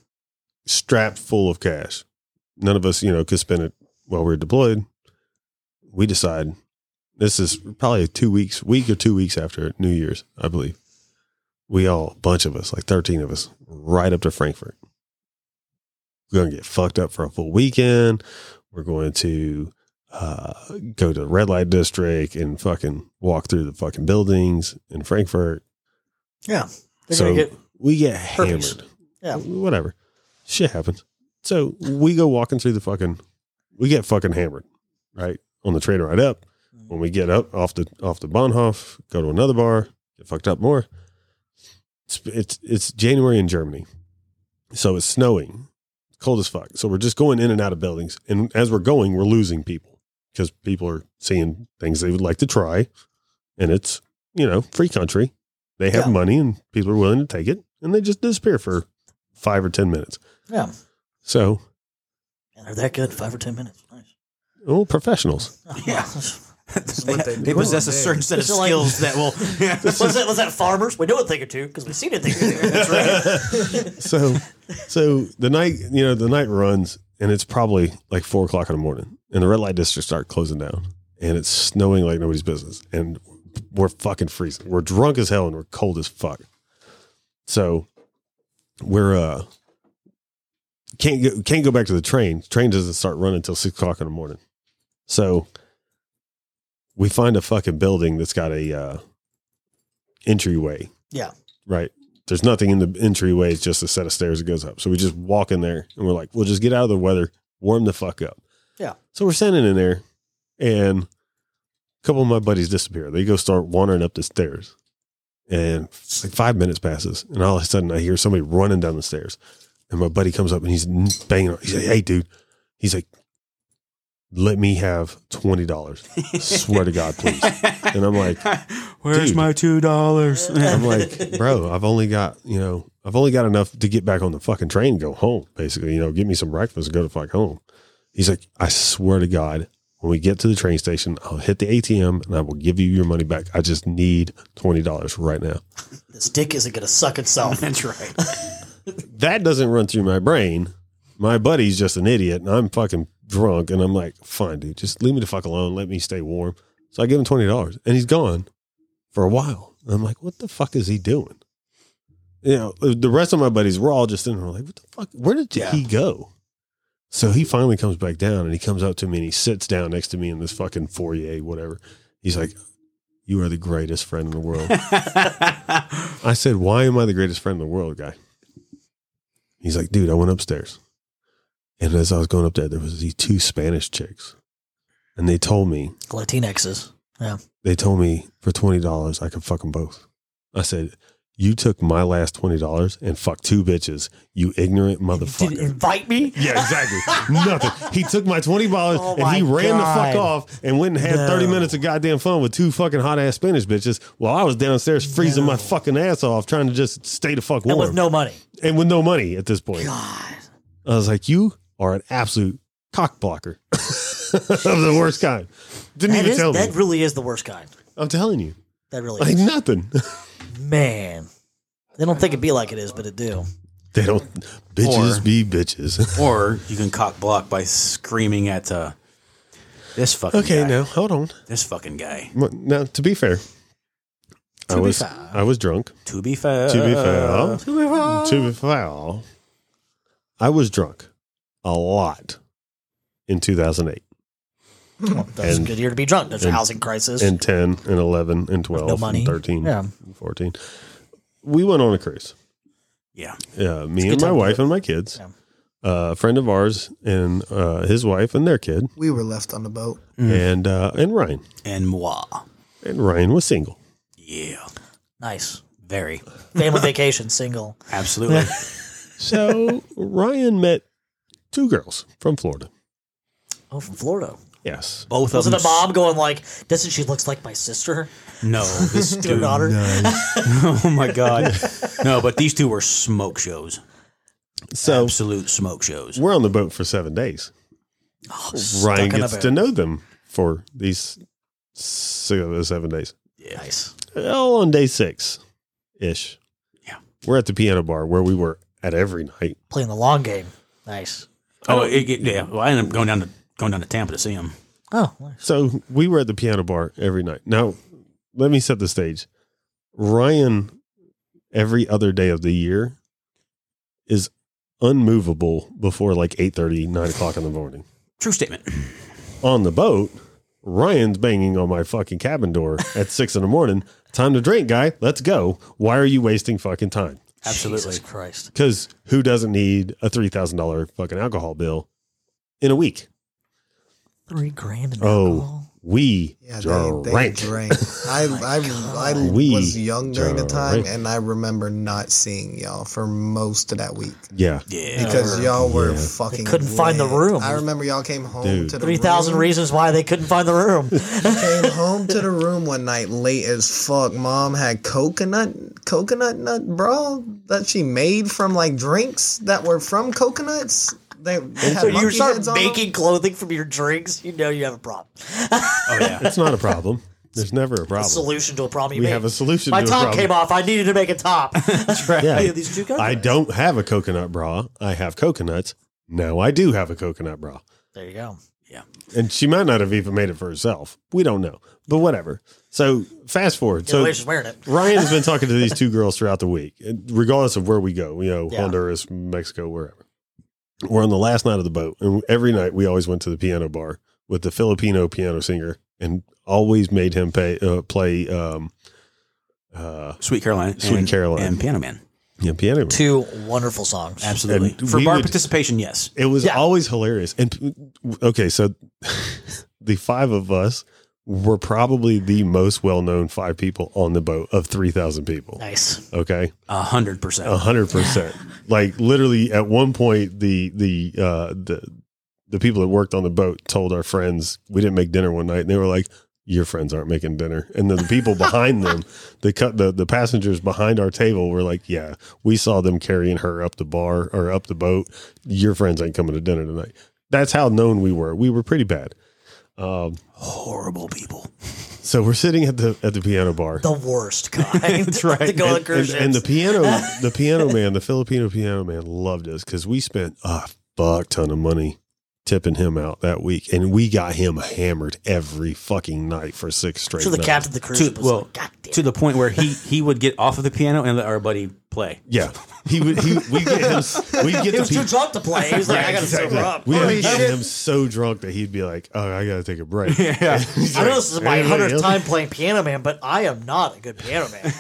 S1: Strapped full of cash. None of us, you know, could spend it while we were deployed. We decide this is probably two weeks, week or two weeks after New Year's, I believe. We all, bunch of us, like 13 of us, right up to Frankfurt. We're going to get fucked up for a full weekend. We're going to uh, go to the red light district and fucking walk through the fucking buildings in Frankfurt.
S5: Yeah. They're
S1: so
S5: going to get
S1: we get
S5: herpes.
S1: hammered.
S5: Yeah.
S1: Whatever. Shit happens. So we go walking through the fucking we get fucking hammered, right? On the train ride up.
S5: Mm-hmm.
S1: When we get up off the off the Bahnhof, go to another bar, get fucked up more. It's it's, it's January in Germany. So it's snowing. It's cold as fuck. So we're just going in and out of buildings. And as we're going, we're losing people because people are seeing things they would like to try. And it's, you know, free country. They have
S5: Yeah.
S1: money and people are willing to take it. And they just disappear for five or 10 minutes.
S5: Yeah.
S1: So,
S5: And they're that good. Five or ten minutes. Nice.
S1: oh, professionals.
S2: Yeah.
S7: what they
S2: they they
S7: do
S2: possess
S7: all
S2: a
S7: day.
S2: certain set of
S5: It's like-
S2: skills that will. Yeah.
S5: was that was that farmers? We know a thing or two because we've seen a thing or two. That's right.
S1: So, so the night, you know, the night runs and it's probably like four o'clock in the morning and the red light districts start closing down and it's snowing like nobody's business. And we're fucking freezing. We're drunk as hell and we're cold as fuck. So we're, uh, can't go, can't go back to the train. Train doesn't start running until six o'clock in the morning. So we find a fucking building that's got a uh, entryway.
S5: Yeah.
S1: Right. There's nothing in the entryway. It's just a set of stairs that goes up. So we just walk in there and we're like, we'll just get out of the weather, warm the fuck up.
S5: Yeah.
S1: So we're standing in there and a couple of my buddies disappear. They go start wandering up the stairs. And it's like five minutes passes. And all of a sudden I hear somebody running down the stairs. And my buddy comes up and he's banging on. He's like, hey, dude. He's like, let me have $20. Swear to God, please. And I'm like,
S2: Where's
S1: Dude.
S2: my two dollars?
S1: I'm like, bro, I've only got, you know, I've only got enough to get back on the fucking train and go home, basically. You know, get me some breakfast and go to fuck home. He's like, I swear to God, when we get to the train station, I'll hit the ATM and I will give you your money back. I just need $20 right now.
S5: This dick isn't gonna suck itself.
S2: That's right.
S1: That doesn't run through my brain. My buddy's just an idiot and I'm fucking drunk. And I'm like, fine, dude, just leave me the fuck alone. Let me stay warm. So I give him $20 and he's gone for a while. And I'm like, what the fuck is he doing? You know, the rest of my buddies were all just in there like, what the fuck? Where did
S2: Yeah.
S1: he go? So he finally comes back down and he comes up to me and he sits down next to me in this fucking foyer, whatever. He's like, you are the greatest friend in the world. I said, why am I the greatest friend in the world, guy? He's like, dude, I went upstairs. And as I was going up there, there was these two Spanish chicks. And they told me
S5: Latinxes.
S1: they told me for twenty dollars I could fuck them both. I said, "You took my last twenty dollars and fucked two bitches, you ignorant
S5: Did you
S1: motherfucker."
S5: invite me?
S1: yeah, exactly. Nothing. He took my twenty dollars
S5: Oh
S1: and he
S5: my
S1: ran the fuck
S5: God.
S1: off and went and had
S5: No.
S1: thirty minutes of goddamn fun with two fucking hot ass Spanish bitches while I was downstairs freezing my fucking ass off trying to just stay the fuck
S5: And
S1: warm
S5: with no money.
S1: and with no money at this point.
S5: God.
S1: I was like, "You are an absolute cock blocker of the worst kind." Didn't
S5: That,
S1: even
S5: is,
S1: tell me.
S5: that really is the worst kind.
S1: I'm telling you,
S5: That really
S1: like
S5: is.
S1: nothing.
S5: Man. They don't think it be like it is, but it do.
S1: They don't bitches
S2: Or-
S1: be bitches.
S2: or you can cock block by screaming at uh, this fucking
S1: okay,
S2: guy.
S1: now hold on.
S2: This fucking guy.
S1: Mo- Now, to be fair, I
S2: be
S1: was
S2: fair.
S1: I was drunk.
S2: To be fair.
S1: To be fair, Uh, to be fair, I was drunk a lot in 2008
S5: That's
S1: And-
S5: a good year to be drunk. There's a
S1: and-
S5: housing crisis.
S1: and 10 and 11 and 12
S5: money.
S1: and 13
S5: Yeah.
S1: and 14. We went on a cruise.
S2: Yeah.
S1: Yeah, me
S5: good
S1: and my
S5: time to
S1: wife
S5: do
S1: and my kids.
S5: Yeah.
S1: Uh, a friend of ours and uh, his wife and their kid
S4: We were left on the boat.
S5: Mm.
S1: and uh, and Ryan.
S2: And moi.
S1: And Ryan was single.
S2: Yeah.
S5: Nice.
S2: Very.
S5: Family vacation, single.
S2: Absolutely.
S1: So Ryan met two girls from Florida.
S5: Oh, from Florida.
S1: Yes.
S2: Both
S5: Was
S2: of
S5: it
S2: them.
S5: the mom going like, "Doesn't she looks like my sister,
S2: No, this
S5: your
S2: dude.
S5: daughter?"
S2: Oh my god. no, but these two were smoke shows.
S1: So
S2: Absolute smoke shows.
S1: we're on the boat for seven days. Ryan
S5: stuck in a
S1: gets
S5: boat.
S1: to know them for these se- seven days.
S5: Nice.
S1: All on day six ish.
S2: Yeah.
S1: We're at the piano bar where we were at every night.
S5: Playing the long game. Nice.
S2: Oh, it, it- yeah. Well, I ended up going down to going down to Tampa to see him.
S5: Oh, nice.
S1: So we were at the piano bar every night. Now, let me set the stage. Ryan, every other day of the year, is unmovable before like 8.30, 9 o'clock in the morning.
S2: True statement.
S1: on the boat, Ryan's banging on my fucking cabin door at six in the morning. Time to drink, guy. Let's go. Why are you wasting fucking time?
S2: Absolutely.
S5: Jesus Christ.
S1: Because who doesn't need a three thousand dollar fucking alcohol bill in a week?
S5: Three grand. In
S1: Oh,
S5: alcohol?
S1: we
S4: Yeah,
S1: drank.
S4: they, they drank. I I, I
S1: Oh We
S4: was young during the time,
S1: drank.
S4: and I remember not seeing y'all for most of that week
S1: Yeah,
S2: Yeah.
S4: because y'all were
S1: Yeah.
S4: fucking.
S5: couldn't find the
S4: lit.
S5: room.
S4: I remember y'all came home
S1: Dude.
S4: to the
S5: Three thousand
S4: room.
S5: reasons why they couldn't find the room.
S4: came home to the room one night late as fuck. Mom had coconut coconut nut bra that she made from like drinks that were from coconuts. They, they had
S5: so you
S4: monkey
S5: start
S4: heads on them.
S5: making clothing from your drinks, you know you have a problem.
S2: oh yeah.
S1: it's not a problem. There's never a problem.
S5: Solution to a problem. You
S1: We
S5: made.
S1: have a solution.
S5: My
S1: to
S5: top
S1: a problem.
S5: came off. I needed to make a top. That's right.
S1: Yeah.
S5: These two guys.
S1: I don't have a coconut bra. I have coconuts. Now I do have a coconut bra.
S5: There you go.
S1: And she might not have even made it for herself. We don't know. But whatever. So fast forward.
S5: So,
S1: So
S5: way she's wearing it.
S1: Ryan has been talking to these two girls throughout the week, regardless of where we go, you know,
S5: Yeah.
S1: Honduras, Mexico, wherever. We're on the last night of the boat, and every night we always went to the piano bar with the Filipino piano singer, and always made him pay, uh, play um, uh,
S2: Sweet Caroline.
S1: Sweet
S2: and-
S1: Caroline.
S2: And Piano Man.
S1: yeah, piano.
S5: Two wonderful songs.
S2: Absolutely.
S1: And
S2: For
S1: we
S2: bar
S1: would-
S2: participation, yes.
S1: It was
S5: Yeah.
S1: always hilarious. And okay, so the five of us were probably the most well-known five people on the boat of three thousand people.
S5: Nice.
S1: Okay,
S2: A hundred percent.
S1: A hundred percent. Like literally, at one point, the the uh, the the people that worked on the boat told our friends we didn't make dinner one night, and they were like, "Your friends aren't making dinner." And then the people behind them, the cut the the passengers behind our table were like, "Yeah, we saw them carrying her up the bar or up the boat. Your friends ain't coming to dinner tonight." That's how known we were. We were pretty bad.
S2: Horrible people.
S1: So we're sitting at the at the piano bar.
S5: The worst kind. That's
S2: right.
S5: to go on
S1: and,
S5: cruise
S1: and- and the
S5: ships.
S1: piano, the piano man, the Filipino piano man loved us because we spent a fuck ton of money tipping him out that week, and we got him hammered every fucking night for six straight.
S5: So the
S1: nights.
S5: captain of the cruise
S2: To
S5: ship was
S2: well,
S5: like, God damn.
S2: to the point where he he would get off of the piano and let our buddy play.
S1: yeah, he would. He, we get him. We get
S5: he
S1: the
S5: was too Oh,
S1: people.
S5: drunk to play. He was like, I gotta sober up.
S1: We
S5: I
S1: would get him so drunk that he'd be like, "Oh, I gotta take a break."
S2: Yeah.
S5: know this is my
S1: Anybody
S5: hundredth
S1: else?
S5: time playing Piano Man, but I am not a good piano man.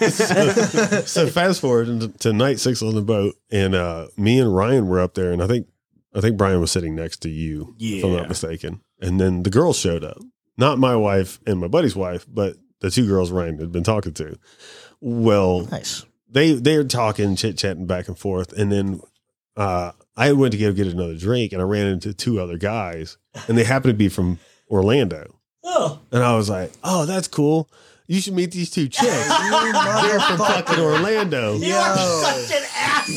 S1: so fast forward into- to night six on the boat, and uh, me and Ryan were up there, and I think I think Brian was sitting next to you, if I'm
S2: Yeah.
S1: not mistaken. And then the girls showed up, not my wife and my buddy's wife, but the two girls Ryan had been talking to. Well,
S5: nice.
S1: they they're talking, chit chatting back and forth, and then uh, I went to go get another drink, and I ran into two other guys, and they happened to be from Orlando.
S5: Oh,
S1: And I was like, oh, that's cool. You should meet these two chicks. They're from fucking Orlando.
S5: you are such an asshole.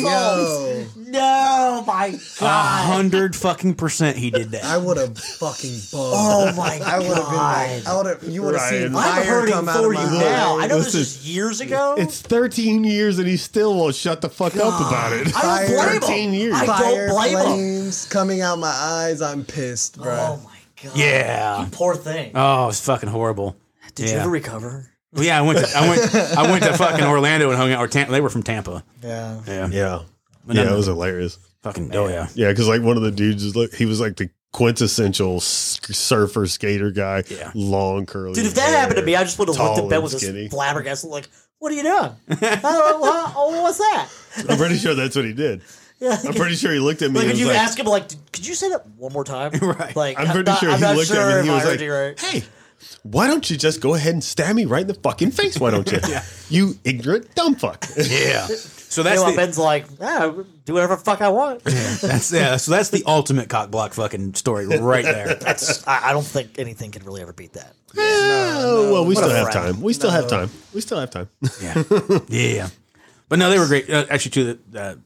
S4: Yo,
S5: No, my
S2: A
S5: God.
S2: hundred fucking percent he did that.
S4: I would have fucking bugged.
S5: Oh my
S4: I would have been like, I
S5: God.
S4: would have. You would have seen
S1: Ryan.
S5: I'm
S4: fire
S5: hurting
S4: come out
S5: for
S4: of
S5: you
S4: my
S5: now.
S4: eye.
S5: I know this
S1: Listen,
S5: is years ago.
S1: It's 13 years and he still won't shut the fuck up about it.
S5: I don't blame him.
S1: 13 years.
S5: I
S4: Fire
S5: don't blame him.
S4: flames coming out my eyes. I'm pissed, bro.
S5: Oh my God.
S2: Yeah.
S5: You poor thing.
S2: Oh, it was fucking horrible.
S5: Did you
S2: yeah.
S5: ever recover?
S2: Well, yeah, I went to I went I went to fucking Orlando and hung out. Or Tam- they were from Tampa.
S5: Yeah.
S2: Yeah,
S1: Yeah. Yeah, it was hilarious.
S2: fucking oh yeah.
S1: Yeah, because like one of the dudes was like, he was like the quintessential s- surfer skater guy.
S2: Yeah.
S1: Long curly.
S5: Dude, if that
S1: hair,
S5: happened to me, I just would have
S1: tall
S5: looked at Ben
S1: and
S5: with
S1: skinny.
S5: this flabbergasted, like, what are you doing? oh, oh, what's that?
S1: I'm pretty sure that's what he did.
S5: Yeah.
S1: I'm pretty sure he looked at me.
S5: Like,
S1: and was
S5: could you
S1: like,
S5: ask him, like, could you say that one more time?
S2: Right.
S5: Like,
S1: I'm pretty
S5: not,
S1: sure
S5: I'm
S1: he
S5: not
S1: looked
S5: sure
S1: at me and he
S5: if
S1: was
S5: I heard
S1: like,
S5: you right.
S1: "Hey, why don't you just go ahead and stab me right in the fucking face? Why don't you? You ignorant dumb fuck.
S2: Yeah. So that's
S5: Meanwhile,
S2: the,
S5: Ben's like, yeah, do whatever the fuck I want.
S2: that's yeah. So that's the ultimate cock block fucking story right there.
S5: That's I, I don't think anything can really ever beat that.
S1: Oh, well, we
S5: What a
S1: still have
S5: friend.
S1: time. We still have time. We still have time.
S2: Yeah, yeah. But no, they were great. Uh, actually, too. that- Uh,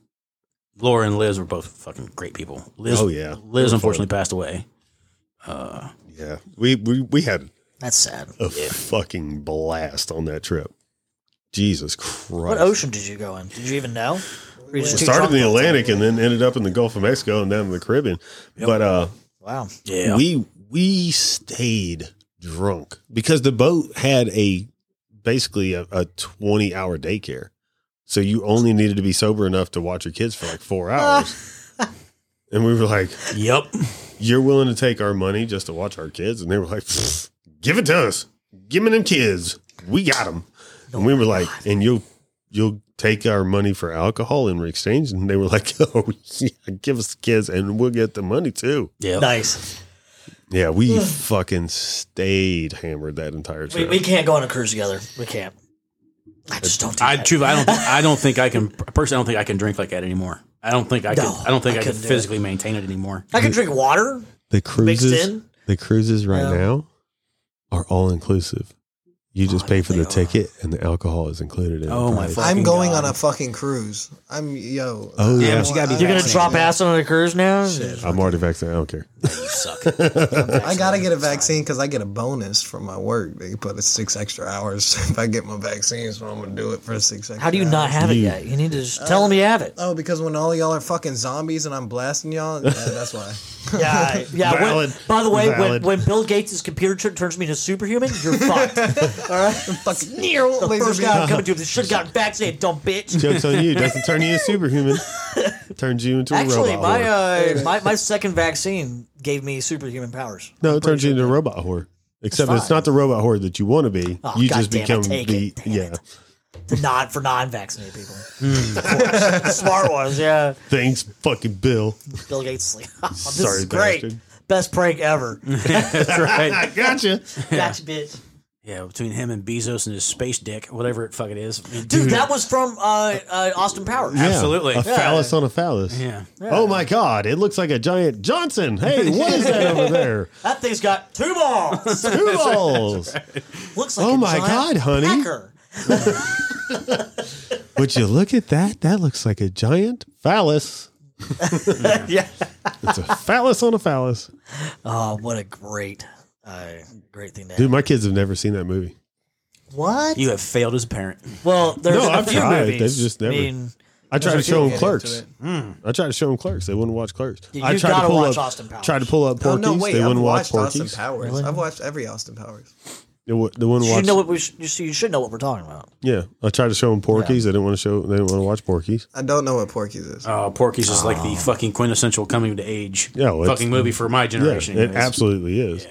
S2: Laura and Liz were both fucking great people. Liz,
S1: Oh, yeah.
S2: Liz unfortunately passed away.
S1: yeah. We, we, we had
S5: That's sad.
S1: a fucking blast on that trip. Jesus Christ.
S5: What ocean did you go in? Did you even know? Or you just too
S1: started in
S5: drunk
S1: the
S5: all time?
S1: Atlantic and then ended up in the Gulf of Mexico and down in the Caribbean. But uh,
S5: Wow.
S2: Yeah,
S1: we we stayed drunk because the boat had a basically a, a twenty hour daycare, so you only needed to be sober enough to watch your kids for like four hours. and we were like,
S2: yep.
S1: "You're willing to take our money just to watch our kids?" And they were like, "Pfft, "Give it to us. Give me them kids. We got them." and we were like, "And you'll." You'll take our money for alcohol in exchange, and they were like, "Oh, yeah, give us the kids, and we'll get the money too."
S2: Yeah,
S5: Nice.
S1: Yeah, we fucking stayed hammered that entire
S5: We,
S1: trip.
S5: we can't go on a cruise together. We can't. I just don't. Do
S2: I
S5: that.
S2: truth, I don't. I don't think I can. Personally, I don't think I can drink like that anymore. I don't think I
S5: No,
S2: can. I don't think
S5: I
S2: I, can
S5: couldn't do it.
S2: physically maintain it anymore. Mm-hmm.
S5: I can drink water.
S1: the cruises,
S5: in?
S1: the cruises right
S5: Yeah.
S1: now are all inclusive. You just pay for the
S5: think they are.
S1: ticket, and the alcohol is included in.
S2: Oh,
S1: the
S2: my
S1: price.
S2: fuck.
S4: I'm
S2: Fucking
S4: going
S2: God.
S4: on a fucking cruise. I'm yo.
S1: Oh, yeah.
S2: but you gotta be
S4: I-
S5: You're gonna
S4: I-
S5: drop acid on a cruise now?
S1: I'm already vaccinated. I don't care.
S2: You suck.
S4: I gotta get a vaccine because I get a bonus from my work. They put it's six extra hours if I get my vaccine, so I'm gonna do it for six extra.
S5: How do you not have it yet? You need to just tell him you have it.
S4: Oh, because when all y'all are fucking zombies and I'm blasting y'all, yeah, that's why.
S5: Yeah, I- yeah. when-
S1: Valid.
S5: by the way, when,
S1: Valid.
S5: when Bill Gates' computer chip turns me into superhuman, you're fucked. the
S4: all right, fucking near laser
S5: first guy I'm
S4: beam.
S5: coming to, this should have gotten vaccinated, dumb bitch.
S1: Jokes on you. Doesn't turn you a superhuman. Turns you into
S5: Actually,
S1: a robot.
S5: my,
S1: whore.
S5: uh, my my second vaccine gave me superhuman powers.
S1: no, it turns you into a robot whore. Except it's, not the robot whore that you want to be.
S5: Oh,
S1: you
S5: God
S1: just
S5: damn it,
S1: become
S5: take
S1: the
S5: it, damn
S1: yeah
S5: it. To non for non-vaccinated people,
S1: Hmm.
S5: Of course. smart ones. Yeah,
S1: thanks, fucking Bill.
S5: Bill Gates. Like, "Oh, this
S1: Sorry,
S5: is great.
S1: bastard.
S5: Best prank ever.
S2: That's right.
S1: Gotcha.
S5: gotcha, bitch.
S2: Yeah, between him and Bezos and his space dick, whatever it fucking is, dude.
S5: Dude, that was from uh, uh, Austin Powers.
S1: Yeah,
S2: Absolutely.
S1: a phallus on a phallus.
S2: yeah.
S1: Oh my God! It looks like a giant Johnson. Hey, what is that over there?
S5: That thing's got two balls.
S1: Two balls.
S5: Looks like
S1: Oh
S5: a
S1: my
S5: giant
S1: God, honey.
S5: pecker.
S1: Would you look at that? That looks like a giant phallus.
S5: yeah.
S1: It's a phallus on a phallus.
S5: Oh, what a great, uh, great thing to
S1: Dude,
S5: have.
S1: my kids have never seen that movie.
S5: What?
S2: You have failed as a parent.
S5: Well, there's
S1: No,
S5: a
S1: I've
S5: few
S1: tried.
S5: movies.
S1: They've just never-
S5: I mean,
S1: I tried to
S4: There's a
S1: show
S4: few
S1: them
S4: that get into
S1: Clerks.
S4: it.
S1: I tried to show them Clerks. They wouldn't watch Clerks.
S5: You-
S1: I
S5: you
S1: tried to
S5: gotta
S1: pull
S5: watch
S1: up.
S5: Austin Powers.
S1: Tried to pull up
S4: Oh
S1: Porky's.
S4: no, wait!
S1: they
S4: I've
S1: wouldn't watch
S4: watched Austin
S1: Porky's.
S4: Powers. I've watched every Austin Powers.
S1: They, wou- they wouldn't
S5: you
S1: watch.
S5: know what we should, you should- you should know what we're talking about.
S1: yeah, I tried to show them Porky's. They didn't want to show. They didn't want to watch Porky's.
S4: I don't know what Porky's is.
S2: Oh, Porky's is like the fucking quintessential coming to age
S1: Yeah, well, it's-
S2: fucking movie for my
S1: Yeah,
S2: generation.
S1: it
S2: anyways.
S1: absolutely is.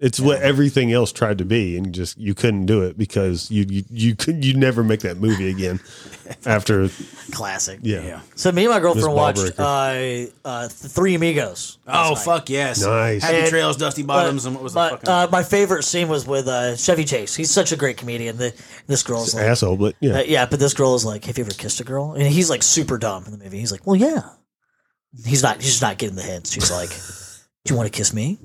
S1: It's what everything else tried to be, and just you couldn't do it because you you you could you never make that movie again. after
S5: Classic.
S1: yeah,
S2: Yeah.
S5: So me and my girlfriend watched uh,
S1: Ballbreaker.
S5: uh, Three Amigos.
S2: Oh fuck yes!
S1: Nice.
S2: Happy
S5: And-
S2: trails, dusty bottoms, and what was
S5: my,
S2: the fucking?
S5: uh, my favorite scene was with uh, Chevy Chase. He's such a great comedian. The, this girl's like,
S1: asshole, but yeah,
S5: Uh, yeah, but this girl is like, "Have you ever kissed a girl?" And he's like super dumb in the movie. He's like, "Well, yeah." He's not. He's just not getting the hints. She's like, "Do you want to kiss me?"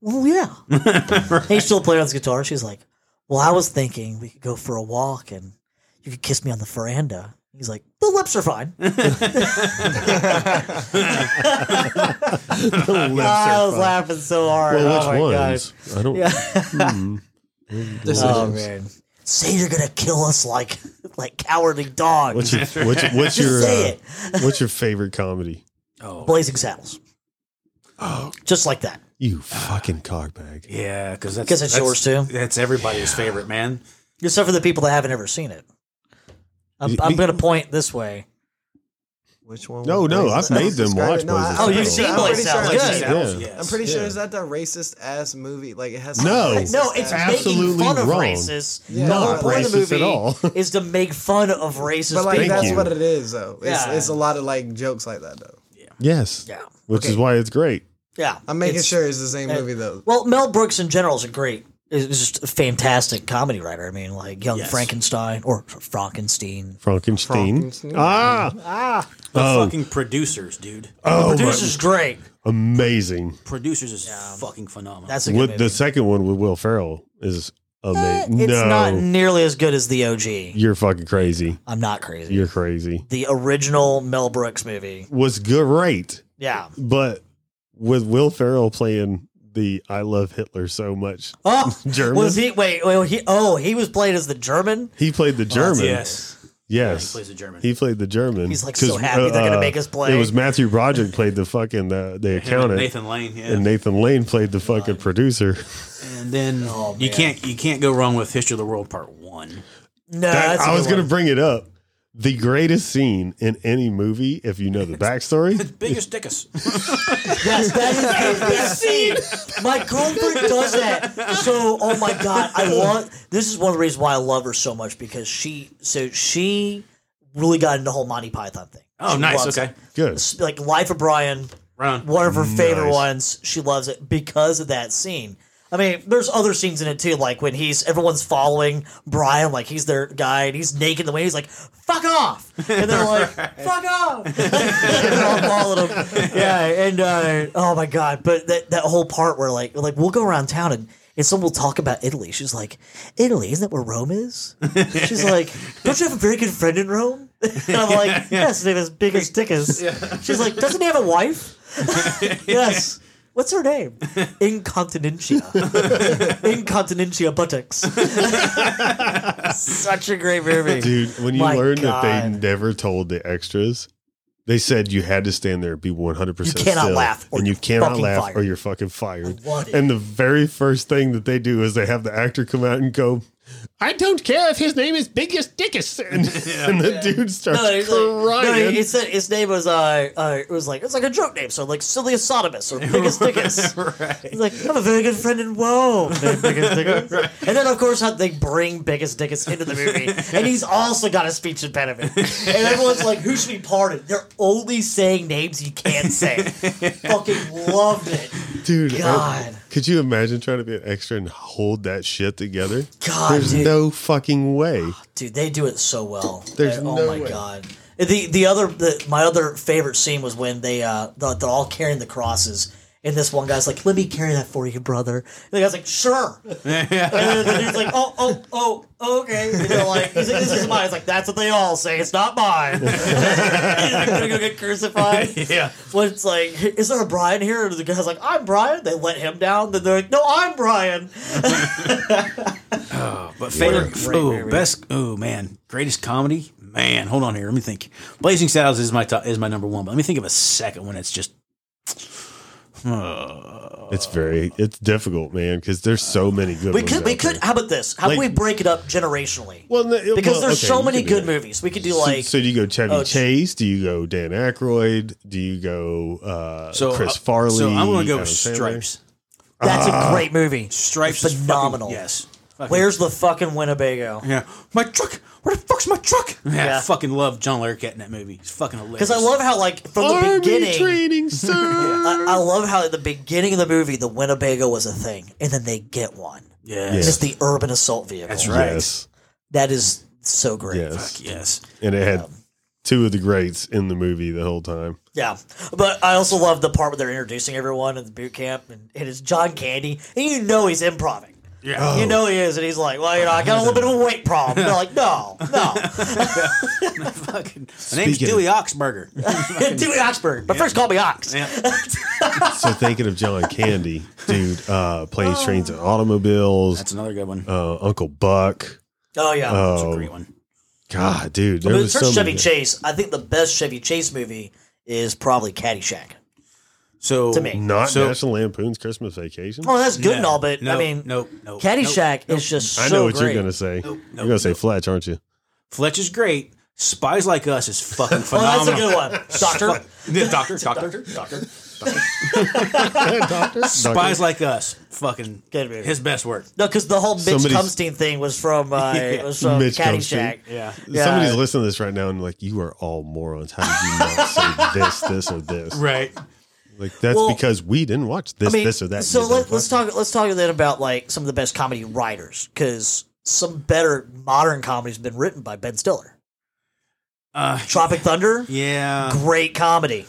S5: Well, yeah. And He's still playing on his guitar. She's like, "Well, I was thinking we could go for a walk and you could kiss me on the veranda." He's like, "The lips are fine."
S1: The lips
S5: Ah, I
S1: are
S5: was
S1: fun.
S5: laughing so hard.
S1: Well,
S5: uh, oh my
S1: which
S5: god.
S1: ones? I don't. hmm.
S4: Decisions.
S5: Oh man. Say you're gonna kill us like like cowardly dogs.
S1: What's your what's, what's your
S5: say
S1: uh, what's your favorite comedy?
S5: Blazing Saddles. Oh, just like that.
S1: You fucking cockbag.
S2: yeah, because that's
S5: 'Cause it's
S2: that's-
S5: yours, too.
S2: That's everybody's favorite, man.
S5: except for the people that haven't ever seen it. I'm, I'm going to point this way.
S4: Which one?
S1: No,
S4: was
S1: no,
S4: Blazing
S1: I've made
S4: Saddles?
S1: them
S4: Describe
S1: watch
S4: it. No, I-
S1: Blazing
S4: I'm
S5: Oh, you've
S4: pretty
S5: seen
S4: sure- I'm
S5: Blazing
S4: pretty sure
S5: Saddles.
S4: it's-
S5: Good.
S2: Saddles,
S1: Yeah.
S2: yes.
S4: I'm pretty
S1: Yeah.
S4: sure is that that racist ass movie. Like it has
S1: No.
S4: some racist
S5: No, it's
S4: ass-
S1: absolutely
S5: making fun of
S1: wrong.
S5: racists.
S4: Yeah.
S5: The
S4: Not
S5: whole point of the
S1: racist at
S5: movie
S1: all.
S5: is to make fun of racist
S4: but like
S5: people.
S4: that's
S1: you.
S4: what it is though. It's,
S5: Yeah.
S4: it's a lot of like jokes like that though.
S1: Yes.
S5: Yeah.
S1: Which is
S4: Okay.
S1: why it's great.
S5: Yeah,
S4: I'm making
S5: It's-
S4: sure it's the same movie though.
S5: Well, Mel Brooks in general is a great is just a fantastic comedy writer. I mean, like Young
S2: Yes.
S5: Frankenstein or Frankenstein.
S1: Frankenstein. Ah,
S2: The
S1: Oh.
S2: fucking producers, dude.
S1: oh, my-
S5: Producer's great.
S1: amazing.
S2: Producers is fucking phenomenal.
S5: That's a good
S1: With
S5: movie.
S1: the second one with Will Ferrell is amazing.
S5: Eh, It's
S1: no,
S5: not nearly as good as the OG.
S1: you're fucking crazy.
S5: I'm not crazy.
S1: You're crazy.
S5: the original Mel Brooks movie.
S1: Was great,
S5: Yeah.
S1: but with Will Ferrell playing the "I love Hitler so much"
S5: Oh,
S1: German.
S5: was he? Wait, wait. He, oh, he was played as the German.
S1: He played the German.
S2: yes.
S1: Yes.
S2: He plays the German.
S1: He played the German.
S5: He's, like, so
S1: 'Cause, uh,
S5: happy they're gonna make us play.
S1: It was Matthew Broderick played the fucking uh, the accountant,
S2: Nathan Lane, yeah.
S1: and Nathan Lane played the fucking producer.
S2: and then you can't you can't go wrong with History of the World Part One.
S5: No,
S1: That-
S5: that's a
S1: I
S5: good
S1: was going to
S5: one.
S1: bring it up. The greatest scene in any movie, if you know the backstory,
S2: Biggest dickus.
S5: Yes, that is the best scene. My girlfriend does that. So, oh my god, I love. This is one of the reasons why I love her so much because she. So she really got into the whole Monty Python thing.
S2: Oh,
S5: She
S2: nice.
S5: loves
S2: Okay,
S1: good.
S5: it. Like Life of Brian,
S2: Ron.
S5: one of her favorite
S1: Nice.
S5: ones. She loves it because of that scene. I mean, there's other scenes in it too, like when he's everyone's following Brian, like he's their guy, and he's naked in the way he's like, "Fuck off," and they're like, "Fuck off," And they're all following him. Yeah, and uh, oh my god, but that that whole part where like like we'll go around town and. And someone will talk about Italy. She's like, Italy, isn't that where Rome is? She's like, Don't you have a very good friend in Rome? And I'm like, Yes, his name is Big as Dick is." She's like, Doesn't he have a wife? yes. What's her name? Incontinentia. Incontinentia buttocks. Such a great movie.
S1: Dude, when you
S5: My
S1: learn that they
S5: God.
S1: never told the extras, they said you had to stand there and be 100%
S5: You cannot
S1: still,
S5: laugh or
S1: and you
S5: you're
S1: cannot
S5: fucking
S1: laugh
S5: fired.
S1: or you're fucking fired.
S5: I want it.
S1: And the very first thing that they do is they have the actor come out and go, I don't care if his name is Biggest Dickus. And, and the dude starts
S5: No, it's like, no,
S1: crying.
S5: he said his name was uh, uh, it was like it's like a joke name, so like Silius Sodomus or Biggest Dickus. He's like, I'm a very good friend in Rome, named Biggest Dickus. And then of course how they bring Biggest Dickus into the movie, and he's also got a speech impediment. And everyone's like, who should be pardoned? They're only saying names you can't say. Fucking loved it.
S1: dude, I-
S5: God.
S1: could you imagine trying to be an extra and hold that shit together?
S5: God,
S1: There's
S5: dude.
S1: no fucking way.
S5: Dude, they do it so well.
S1: There's
S5: They- oh
S1: no
S5: my
S1: way.
S5: god. The the other the, my other favorite scene was when they uh they're, they're all carrying the crosses. And this one guy's like, "Let me carry that for you, brother." And the guy's like, "Sure." and then the dude's like, "Oh, oh, oh, oh, okay." And they're like, he's like, "This is mine." It's like that's what they all say. It's not mine. He's like, gonna go get crucified.
S2: Yeah.
S5: When it's like, "Is there a Brian here?" And the guy's like, "I'm Brian." They let him down. Then they're like, "No, I'm Brian."
S2: But favorite,
S5: Great
S2: oh,
S5: movie.
S2: best, oh man, greatest comedy, man. Hold on here, let me think. Blazing Saddles is my top, is my number one, but let me think of a second one that's just
S1: It's very, it's difficult, man, because there's so many good
S5: We
S1: ones.
S5: could, we
S1: out
S5: could.
S1: there.
S5: How about this? How about
S1: Like-
S5: we break it up generationally?
S1: Well, no, it-
S5: because
S1: well,
S5: there's
S1: okay,
S5: so
S1: you
S5: many
S1: could do
S5: good
S1: that.
S5: movies. We could do
S1: So-
S5: like
S1: so, do you go Chevy
S5: oh, ch-
S1: Chase? Do you go Dan Aykroyd? Do you go uh,
S2: so
S1: Chris
S2: uh,
S1: Farley?
S2: So I'm gonna go with
S1: Adam Sandler?
S2: Stripes.
S5: that's
S1: uh,
S5: a great movie.
S2: Stripes, is fucking-
S5: phenomenal.
S2: yes. Fucking-
S5: Where's the fucking Winnebago?
S2: yeah, my truck? Where the fuck's my truck? Yeah,
S5: Yeah.
S2: I fucking love John Larroquette in that movie. He's fucking hilarious.
S5: Because I love how like from the
S1: Army
S5: beginning,
S1: training, sir.
S5: I, I love how at the beginning of the movie the Winnebago was a thing, and then they get one.
S2: Yes.
S5: It's the urban assault vehicle.
S2: That's right.
S1: yes,
S5: That is so great.
S1: yes,
S2: Yes.
S1: and it
S5: Um,
S1: had two of the greats in the movie the whole time.
S5: Yeah, but I also love the part where they're introducing everyone in the boot camp, and it is John Candy, and you know he's improving.
S2: Yeah.
S1: Oh.
S5: You know he is, and he's like, "Well, you know, I got a little bit of a weight problem." They're like, "No, no,
S2: fucking. My name's
S1: Speaking of-
S2: Dewey Oxburger.
S5: Dewey Oxburg, but first call me Ox."
S2: Oh, yeah.
S1: so thinking of John Candy, dude, uh,
S5: Oh.
S1: planes, trains, and automobiles.
S2: That's another good one.
S1: uh, Uncle Buck.
S5: Oh yeah,
S2: That's a
S1: Oh
S2: great one.
S1: God, dude, there
S5: but
S1: was
S5: first
S1: so
S5: Chevy
S1: many.
S5: Chase. I think the best Chevy Chase movie is probably Caddyshack.
S2: So
S5: To me.
S1: Not
S2: So-
S1: National Lampoon's Christmas Vacation.
S5: Oh, that's good and
S2: No,
S5: all, but
S2: no,
S5: I mean,
S2: no, no,
S5: Caddyshack
S2: no, no.
S5: is just.
S1: I
S5: so
S1: know what
S5: great.
S1: you're gonna say. you're
S2: no,
S1: gonna say Fletch, aren't you?
S2: Fletch is great. Spies Like Us is fucking
S5: Oh, that's a
S2: phenomenal.
S5: good one, Doctor.
S2: Yeah, doctor, doctor, doctor. Spies Like Us, fucking
S5: Good movie.
S2: his best work.
S5: No, because the whole Mitch
S1: Somebody's-
S5: Cumstein thing was from uh, was from
S1: Mitch
S5: Caddyshack.
S1: Cumstein.
S2: Yeah.
S5: Yeah.
S1: Somebody's listening to this right now and like, you are all morons. How did you not say this, this, or this?
S2: Right.
S1: Like that's
S5: Well,
S1: because we didn't watch this, this or that.
S5: So
S1: You
S5: let,
S1: didn't
S5: let's
S1: watch-
S5: talk. Let's talk then about like some of the best comedy writers because some better modern comedy has been written by Ben Stiller.
S2: Uh,
S5: Tropic Thunder,
S2: yeah.
S5: great comedy.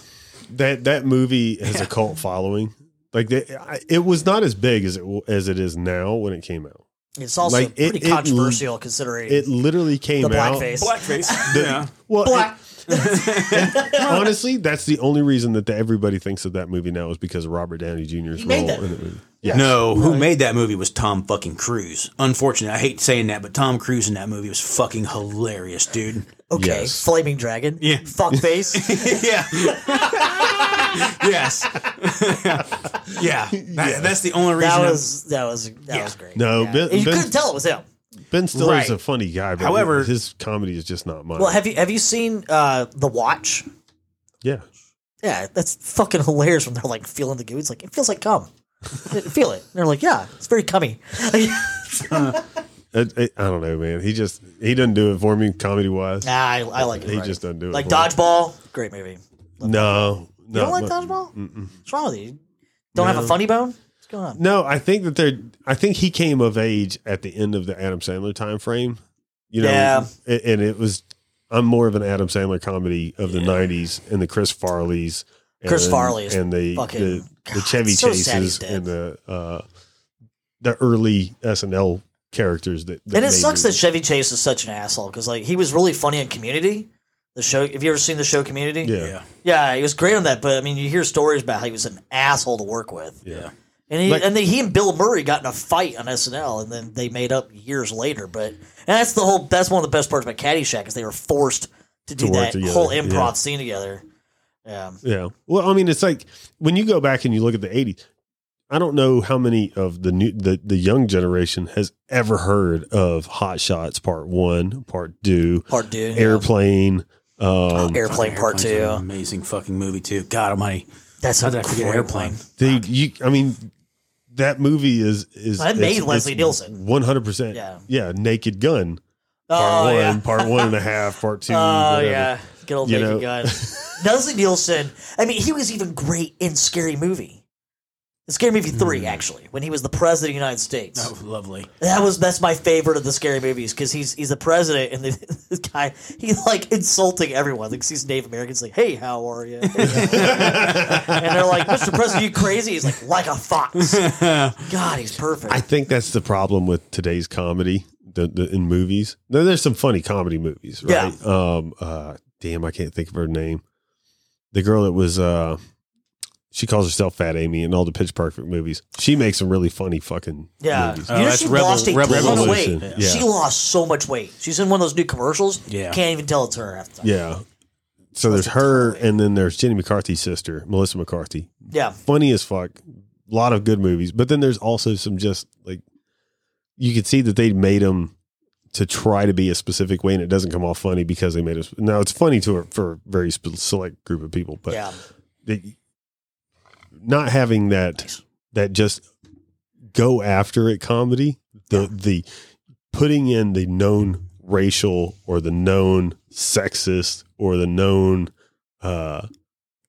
S1: that that movie has a cult following. Like they, I, it was not as big as it w- as it is now when it came out.
S5: It's also
S1: Like, it-
S5: pretty
S1: it-
S5: controversial considering
S1: It literally came
S5: the
S1: out.
S5: blackface.
S2: Blackface.
S1: The-
S2: yeah.
S1: Well,
S5: Black.
S1: it- honestly, that's the only reason that the, everybody thinks of that movie now is because of Robert Downey Jr.'s
S5: He
S1: role
S5: made
S1: in
S5: that
S1: the movie. Yes.
S2: No, who made that movie was Tom fucking Cruise. Unfortunately, I hate saying that, but Tom Cruise in that movie was fucking hilarious, dude.
S5: Okay,
S1: Yes.
S5: flaming dragon.
S2: Yeah.
S5: fuckface.
S2: yeah. yes. yeah. That- That's the only reason.
S5: that
S2: I'm-
S5: was that was that
S2: Yeah.
S5: was great.
S1: No,
S5: Yeah.
S1: Ben-
S5: you
S1: Ben-
S5: couldn't tell it was him.
S1: Ben Stiller's
S2: Right.
S1: a funny guy, but
S2: However-
S1: his comedy is just not mine.
S5: Well, have you have you seen uh, the Watch?
S1: yeah,
S5: Yeah, that's fucking hilarious when they're like feeling the goo. It's like it feels like cum. Feel it. And they're like, yeah, it's very cummy.
S1: I, Uh, I- I don't know, man. He just he doesn't do it for me comedy wise.
S5: Nah, I, I like it.
S1: he just doesn't do it.
S5: like
S1: for me.
S5: dodgeball. Great movie.
S1: No, no,
S5: You don't like
S1: no.
S5: dodgeball? What's wrong with you? Don't have a funny bone? What's going on?
S1: No, I think that they're. I think he came of age at the end of the Adam Sandler time frame. You know,
S5: Yeah.
S1: a- and it was. I'm more of an Adam Sandler comedy of the '90s and the Chris Farley's,
S5: Chris
S1: and-
S5: Farley is
S1: and the
S5: fucking-
S1: the, the
S5: God,
S1: Chevy
S5: it's so sad he's
S1: Chases
S5: dead.
S1: and the uh, the early SNL characters that. that
S5: And it
S1: made
S5: sucks that
S1: movies.
S5: Chevy Chase is such an asshole because like he was really funny in Community. The show. Have you ever seen the show Community?
S1: yeah.
S2: yeah.
S5: Yeah, he was great on that. But I mean, you hear stories about how he was an asshole to work with.
S2: Yeah.
S5: And he,
S1: Like-
S5: and then he and Bill Murray got in a fight on SNL, and then they made up years later. But and that's the whole. That's one of the best parts about Caddyshack is they were forced to do
S1: To work
S5: that
S1: together,
S5: whole improv
S1: yeah.
S5: scene together. Yeah,
S1: Yeah. Well, I mean, it's like when you go back and you look at the '80s. I don't know how many of the new the, the young generation has ever heard of Hot Shots Part One, Part Two,
S5: part two,
S1: Airplane. Um,
S5: airplane part
S2: Airplane's an
S5: two.
S2: Amazing fucking movie, too. God almighty.
S5: That's
S2: How
S5: a
S2: did I forget
S5: great
S2: Airplane?
S5: one.
S1: dude, you, I mean, that movie is is
S5: That made Leslie Nielsen.
S1: one hundred percent.
S5: Yeah.
S1: yeah. Naked Gun, part
S5: Oh
S1: one,
S5: yeah.
S1: part one and a half, part two.
S5: Oh
S1: whatever.
S5: yeah, good old
S1: You
S5: naked
S1: know.
S5: gun. Leslie Nielsen. I mean, he was even great in Scary Movie. In Scary Movie
S1: Hmm.
S5: three, actually, when he was the president of the United States.
S2: Oh, lovely.
S5: That was that's my favorite of the scary movies because he's he's the president and the, this guy he's like insulting everyone. Like he's Native Americans, like, "Hey, how are you?" and they're like, "Mr. President, you crazy?" He's like, "Like a fox." God, he's perfect.
S1: I think that's the problem with today's comedy the, the, in movies. Now, there's some funny comedy movies, right? Um, uh, damn, I can't think of her name. The girl that was, uh, she calls herself Fat Amy in all the Pitch Perfect movies. She makes some really funny fucking
S5: yeah,
S1: movies.
S5: you know
S2: Oh, that's
S5: she
S2: Rebel-
S5: lost a
S2: Rebel
S5: ton of
S1: Revolution.
S5: weight.
S1: Yeah.
S5: She lost so much weight. She's in one of those new commercials.
S2: Yeah.
S5: can't even tell it's her half the time.
S1: Yeah. So there's her, and then there's Jenny McCarthy's sister, Melissa McCarthy.
S5: Yeah,
S1: Funny as fuck. A lot of good movies, but then there's also some just like you could see that they made them to try to be a specific way, and it doesn't come off funny because they made us. Now it's funny to for a very sp- select group of people, but
S5: yeah.
S1: they- not having that that just go after it comedy the the putting in the known racial or the known sexist or the known uh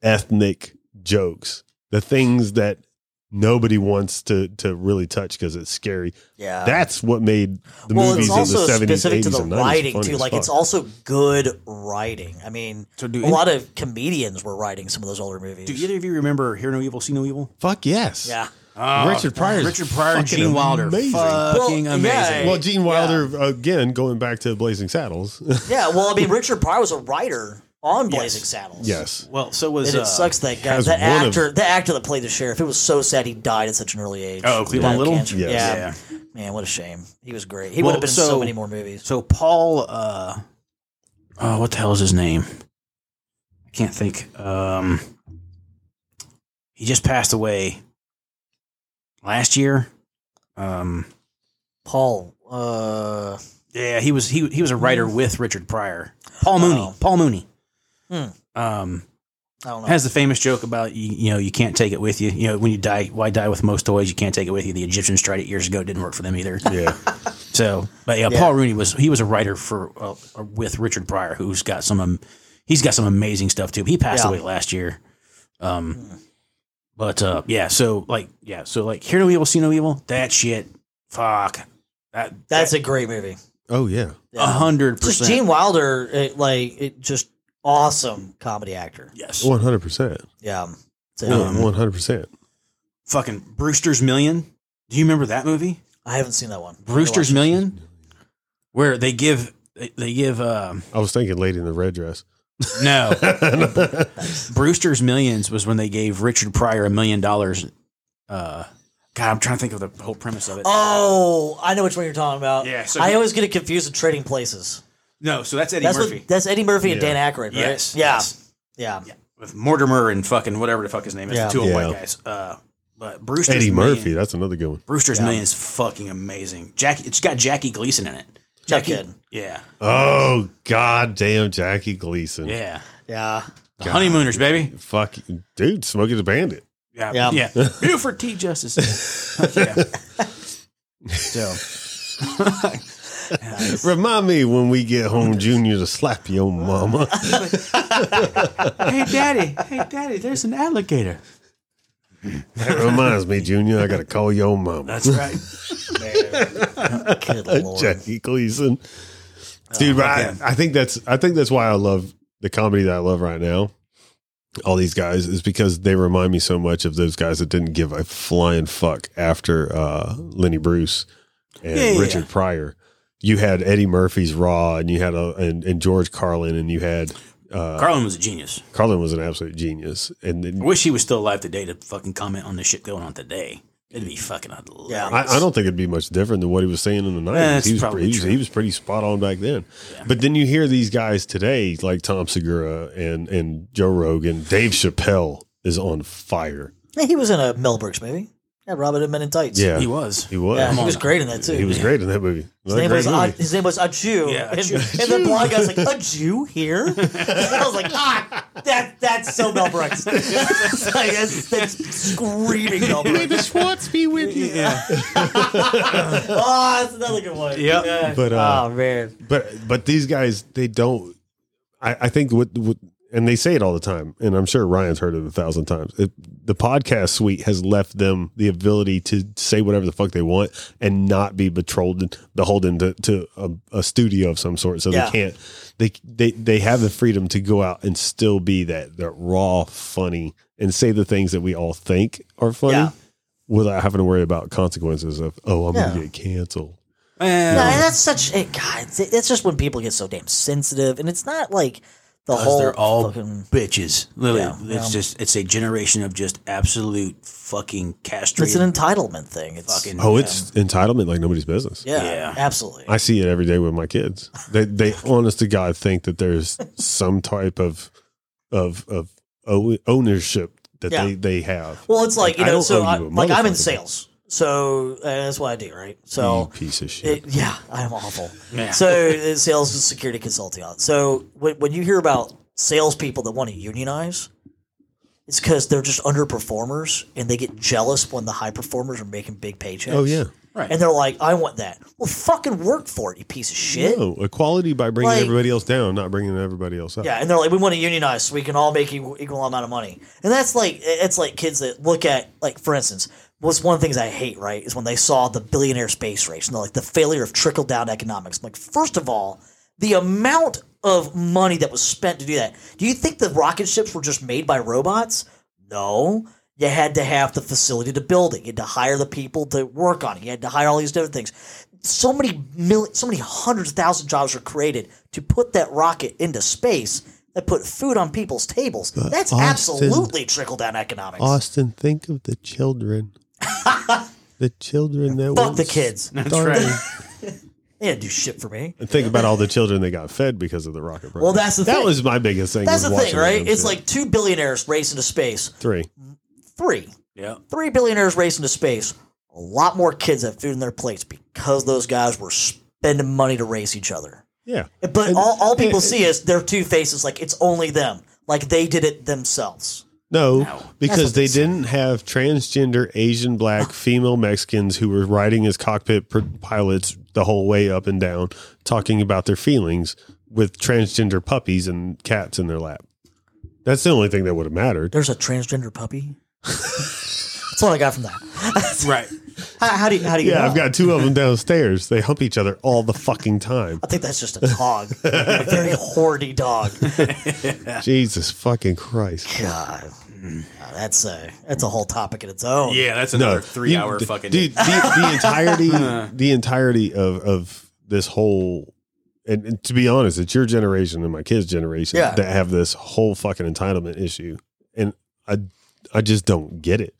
S1: ethnic jokes the things that nobody wants to to really touch because it's scary
S5: Yeah.
S1: that's what made the
S5: well,
S1: movies
S5: it's also
S1: of the 70s
S5: specific
S1: 80s
S5: to the
S1: and 90s
S5: writing
S1: funny
S5: too.
S1: as
S5: Like
S1: fuck.
S5: it's also good writing. I mean,
S2: So do
S5: a
S2: any-
S5: lot of comedians were writing some of those older movies.
S2: Do either of you remember Hear No Evil, See No Evil?
S1: fuck yes
S5: yeah.
S1: richard pryor
S2: Oh, Richard Pryor and Gene Wilder.
S1: amazing.
S2: Fucking
S5: Well,
S2: amazing.
S5: yeah.
S1: well gene wilder again going back to blazing saddles
S5: Yeah, well, I mean, Richard Pryor was a writer on Blazing Saddles.
S1: Yes.
S2: Well, so was.
S5: And
S2: uh,
S5: it sucks that guy,
S1: has
S5: the
S1: one of-
S5: actor, the actor that played the sheriff. It was so sad he died at such an early age.
S2: Oh, Cleveland
S5: Died of
S2: Little?
S5: cancer.
S1: Yes.
S5: Yeah. man, what a shame. He was great. He
S2: Well,
S5: would have been in so,
S2: so-
S5: many more movies.
S2: So Paul, uh, oh, what the hell is his name? I can't think. Um, he just passed away last year. Um,
S5: Paul, uh,
S2: yeah, he was he he was a writer with Richard Pryor. Paul Mooney.
S5: Mm. Oh.
S2: Paul Mooney.
S5: Hmm.
S2: Um,
S5: I don't know.
S2: has the famous joke about you, you know you can't take it with you. You know when you die, why die with most toys? You can't take it with you. The Egyptians tried it years ago, it didn't work for them either.
S1: yeah
S2: So, but yeah,
S5: Yeah.
S2: Paul Rooney was he was a writer for uh, with Richard Pryor, who's got some um, he's got some amazing stuff too. He passed
S5: Yeah.
S2: away last year. Um, But uh, yeah, so like yeah, so like hear no evil, see no evil. That shit, fuck. That
S5: That's a great movie.
S1: Oh yeah.
S2: a hundred
S5: Just
S2: percent.
S5: Gene Wilder, it, like it, just awesome comedy actor.
S2: Yes.
S1: One hundred percent.
S5: Yeah. So,
S2: Um,
S1: One hundred percent.
S2: Fucking Brewster's Million. Do you remember that movie?
S5: I haven't seen that one.
S2: Brewster's Million, where they give they- they give um,
S1: I was thinking lady in the red dress.
S2: no Brewster's Millions was when they gave Richard Pryor a million dollars. Uh, God, I'm trying to think of the whole premise of it.
S5: Oh, I know which one you're talking about.
S2: Yeah, so-
S5: I always get it confused with Trading Places.
S2: no, so that's Eddie
S5: that's
S2: Murphy.
S5: what. That's Eddie Murphy and Dan Aykroyd, right?
S2: Yes,
S5: Yeah.
S2: yes.
S5: Yeah.
S2: with Mortimer and fucking whatever the fuck his name is.
S5: Yeah.
S2: The two old
S1: Yeah.
S2: white guys. Uh, but Brewster's
S1: Eddie
S2: Million-
S1: Murphy. That's another good one.
S2: Brewster's Million is fucking amazing. Jackie, it's got Jackie Gleason in it.
S5: Check
S2: Jackie,
S5: in.
S2: yeah,
S1: Oh god damn Jackie Gleason.
S2: yeah.
S5: Yeah.
S2: The honeymooners, baby.
S1: Fuck dude, Smokey the Bandit.
S2: Yeah,
S5: Yeah.
S2: yeah. Buford T. Justice. Fuck yeah. So
S1: Remind me when we get home, Junior, to slap your mama.
S2: hey, daddy, hey, daddy, there's an alligator.
S1: That reminds me, Junior, I gotta call your mama.
S2: That's right.
S5: Good lord.
S1: Jackie Gleason. Dude, but I, I think that's I think that's why I love the comedy that I love right now. All these guys is because they remind me so much of those guys that didn't give a flying fuck after uh, Lenny Bruce and
S2: Yeah, yeah,
S1: Richard Pryor. You had Eddie Murphy's Raw, and you had a, and, and George Carlin, and you had
S2: Carlin was a genius.
S1: Carlin was an absolute genius. And then
S2: I wish he was still alive today to fucking comment on this shit going on today. It'd be fucking hilarious.
S5: Yeah.
S1: I, I don't think it'd be much different than what he was saying in the nineties.
S2: That's
S1: He was,
S2: probably
S1: he, was,
S2: true.
S1: he was pretty spot on back then. But then you hear these guys today, like Tom Segura and and Joe Rogan, Dave Chappelle is on fire.
S5: Yeah, he was in a Mel Brooks movie. Yeah, Robin Hood Men in Tights.
S1: Yeah,
S2: He was.
S1: He was.
S5: Yeah, he
S2: on
S5: was
S2: now.
S5: great in that too.
S1: He was great in that movie.
S5: His name, was,
S1: Great
S5: uh,
S1: movie.
S5: his name was a Jew.
S2: Yeah,
S5: and,
S2: Jew.
S5: and the blonde guy's like, a Jew here? And I was like, ah, that, that's so Mel Brooks. It's like, that's, that's screaming Mel Brooks.
S7: Schwartz be with you.
S2: Yeah.
S5: Oh, that's another good one.
S2: Yep.
S5: Yeah.
S1: But, uh,
S5: oh, man.
S1: but but these guys they don't i, I think what, what and they say it all the time and i'm sure ryan's heard it a thousand times it, the podcast suite has left them the ability to say whatever the fuck they want and not be betrothed beholden to, to a, a studio of some sort so
S5: Yeah.
S1: they can't they, they they have the freedom to go out and still be that that raw funny and say the things that we all think are funny
S5: Yeah.
S1: without having to worry about consequences of oh i'm
S5: Yeah.
S1: gonna get canceled
S2: Eh,
S5: No, and that's such a God. That's just when people get so damn sensitive, and it's not like the
S2: Because
S5: whole.
S2: they're all
S5: fucking,
S2: bitches. Literally,
S5: Yeah.
S2: it's
S5: Yeah.
S2: just it's a generation of just absolute fucking castrated.
S5: it's an entitlement thing. It's
S2: fucking,
S1: oh it's entitlement like nobody's business
S5: yeah,
S2: yeah.
S5: absolutely.
S1: I see it every day with my kids. They they honest to God think that there's some type of of of o- ownership that
S5: Yeah.
S1: they they have.
S5: well, it's like you
S1: I
S5: know.
S1: don't
S5: So
S1: owe
S5: I,
S1: you a
S5: like I'm in
S1: motherfucker.
S5: sales, so uh, that's what I do, right?
S1: You
S5: So
S1: piece of shit.
S5: It, yeah, I'm awful.
S2: Yeah.
S5: So uh, sales and security consulting. On. So when, when you hear about salespeople that want to unionize, it's because they're just underperformers and they get jealous when the high performers are making big paychecks.
S1: oh yeah.
S2: Right.
S5: And they're like, I want that. Well, fucking work for it, you piece of shit.
S1: No equality by bringing
S5: Like-
S1: everybody else down, not bringing everybody else up.
S5: Yeah, and they're like, we want to unionize so we can all make equal, equal amount of money. And that's like, it's like kids that look at, like, for instance, what's one of the things I hate, right, is when they saw the billionaire space race and they're like, the failure of trickle down economics. I'm like, first of all, the amount of money that was spent to do that. Do you think the rocket ships were just made by robots? No. You had to have the facility to build it. You had to hire the people to work on it. You had to hire all these different things. So many million, so many hundreds of thousand jobs were created to put that rocket into space that put food on people's tables. That's
S1: Austin-
S5: absolutely trickle down economics.
S1: Austin, think of the children. the children that
S5: Fuck the kids.
S1: That's
S5: They didn't do shit for me.
S1: And think about all the children that got fed because of the rocket. Program.
S5: Well, that's the
S1: that
S5: thing.
S1: was my biggest thing.
S5: That's
S1: was
S5: the thing,
S1: watching that
S5: right?
S1: dumb
S5: It's
S1: shit.
S5: like two billionaires race into space.
S1: three.
S5: Three.
S2: yeah.
S5: three billionaires race into space, a lot more kids have food in their plates because those guys were spending money to race each other.
S1: Yeah,
S5: But
S1: And-
S5: all, all people see is their two faces, like it's only them. Like they did it themselves.
S1: No,
S5: That's what
S1: because
S5: they
S1: they
S5: said. Oh.
S1: didn't have transgender Asian black female Mexicans who were riding as cockpit pr- pilots the whole way up and down, talking about their feelings with transgender puppies and cats in their lap. That's the only thing that would have mattered.
S5: There's a transgender puppy. That's what I got from that.
S2: Right.
S5: How, how do you, how do you
S1: Yeah,
S5: know?
S1: I've got two of them downstairs. They hump each other all the fucking time.
S5: I think that's just a dog. a very horny dog.
S1: Jesus fucking Christ.
S5: God. Uh, That's a that's a whole topic in its own.
S2: Yeah, that's another
S1: No,
S2: three
S1: you-
S2: hour
S1: d-
S2: fucking.
S1: dude. The, the entirety, the entirety of of this whole, and, and to be honest, it's your generation and my kids' generation
S5: Yeah.
S1: that have this whole fucking entitlement issue, and I, I just don't get it.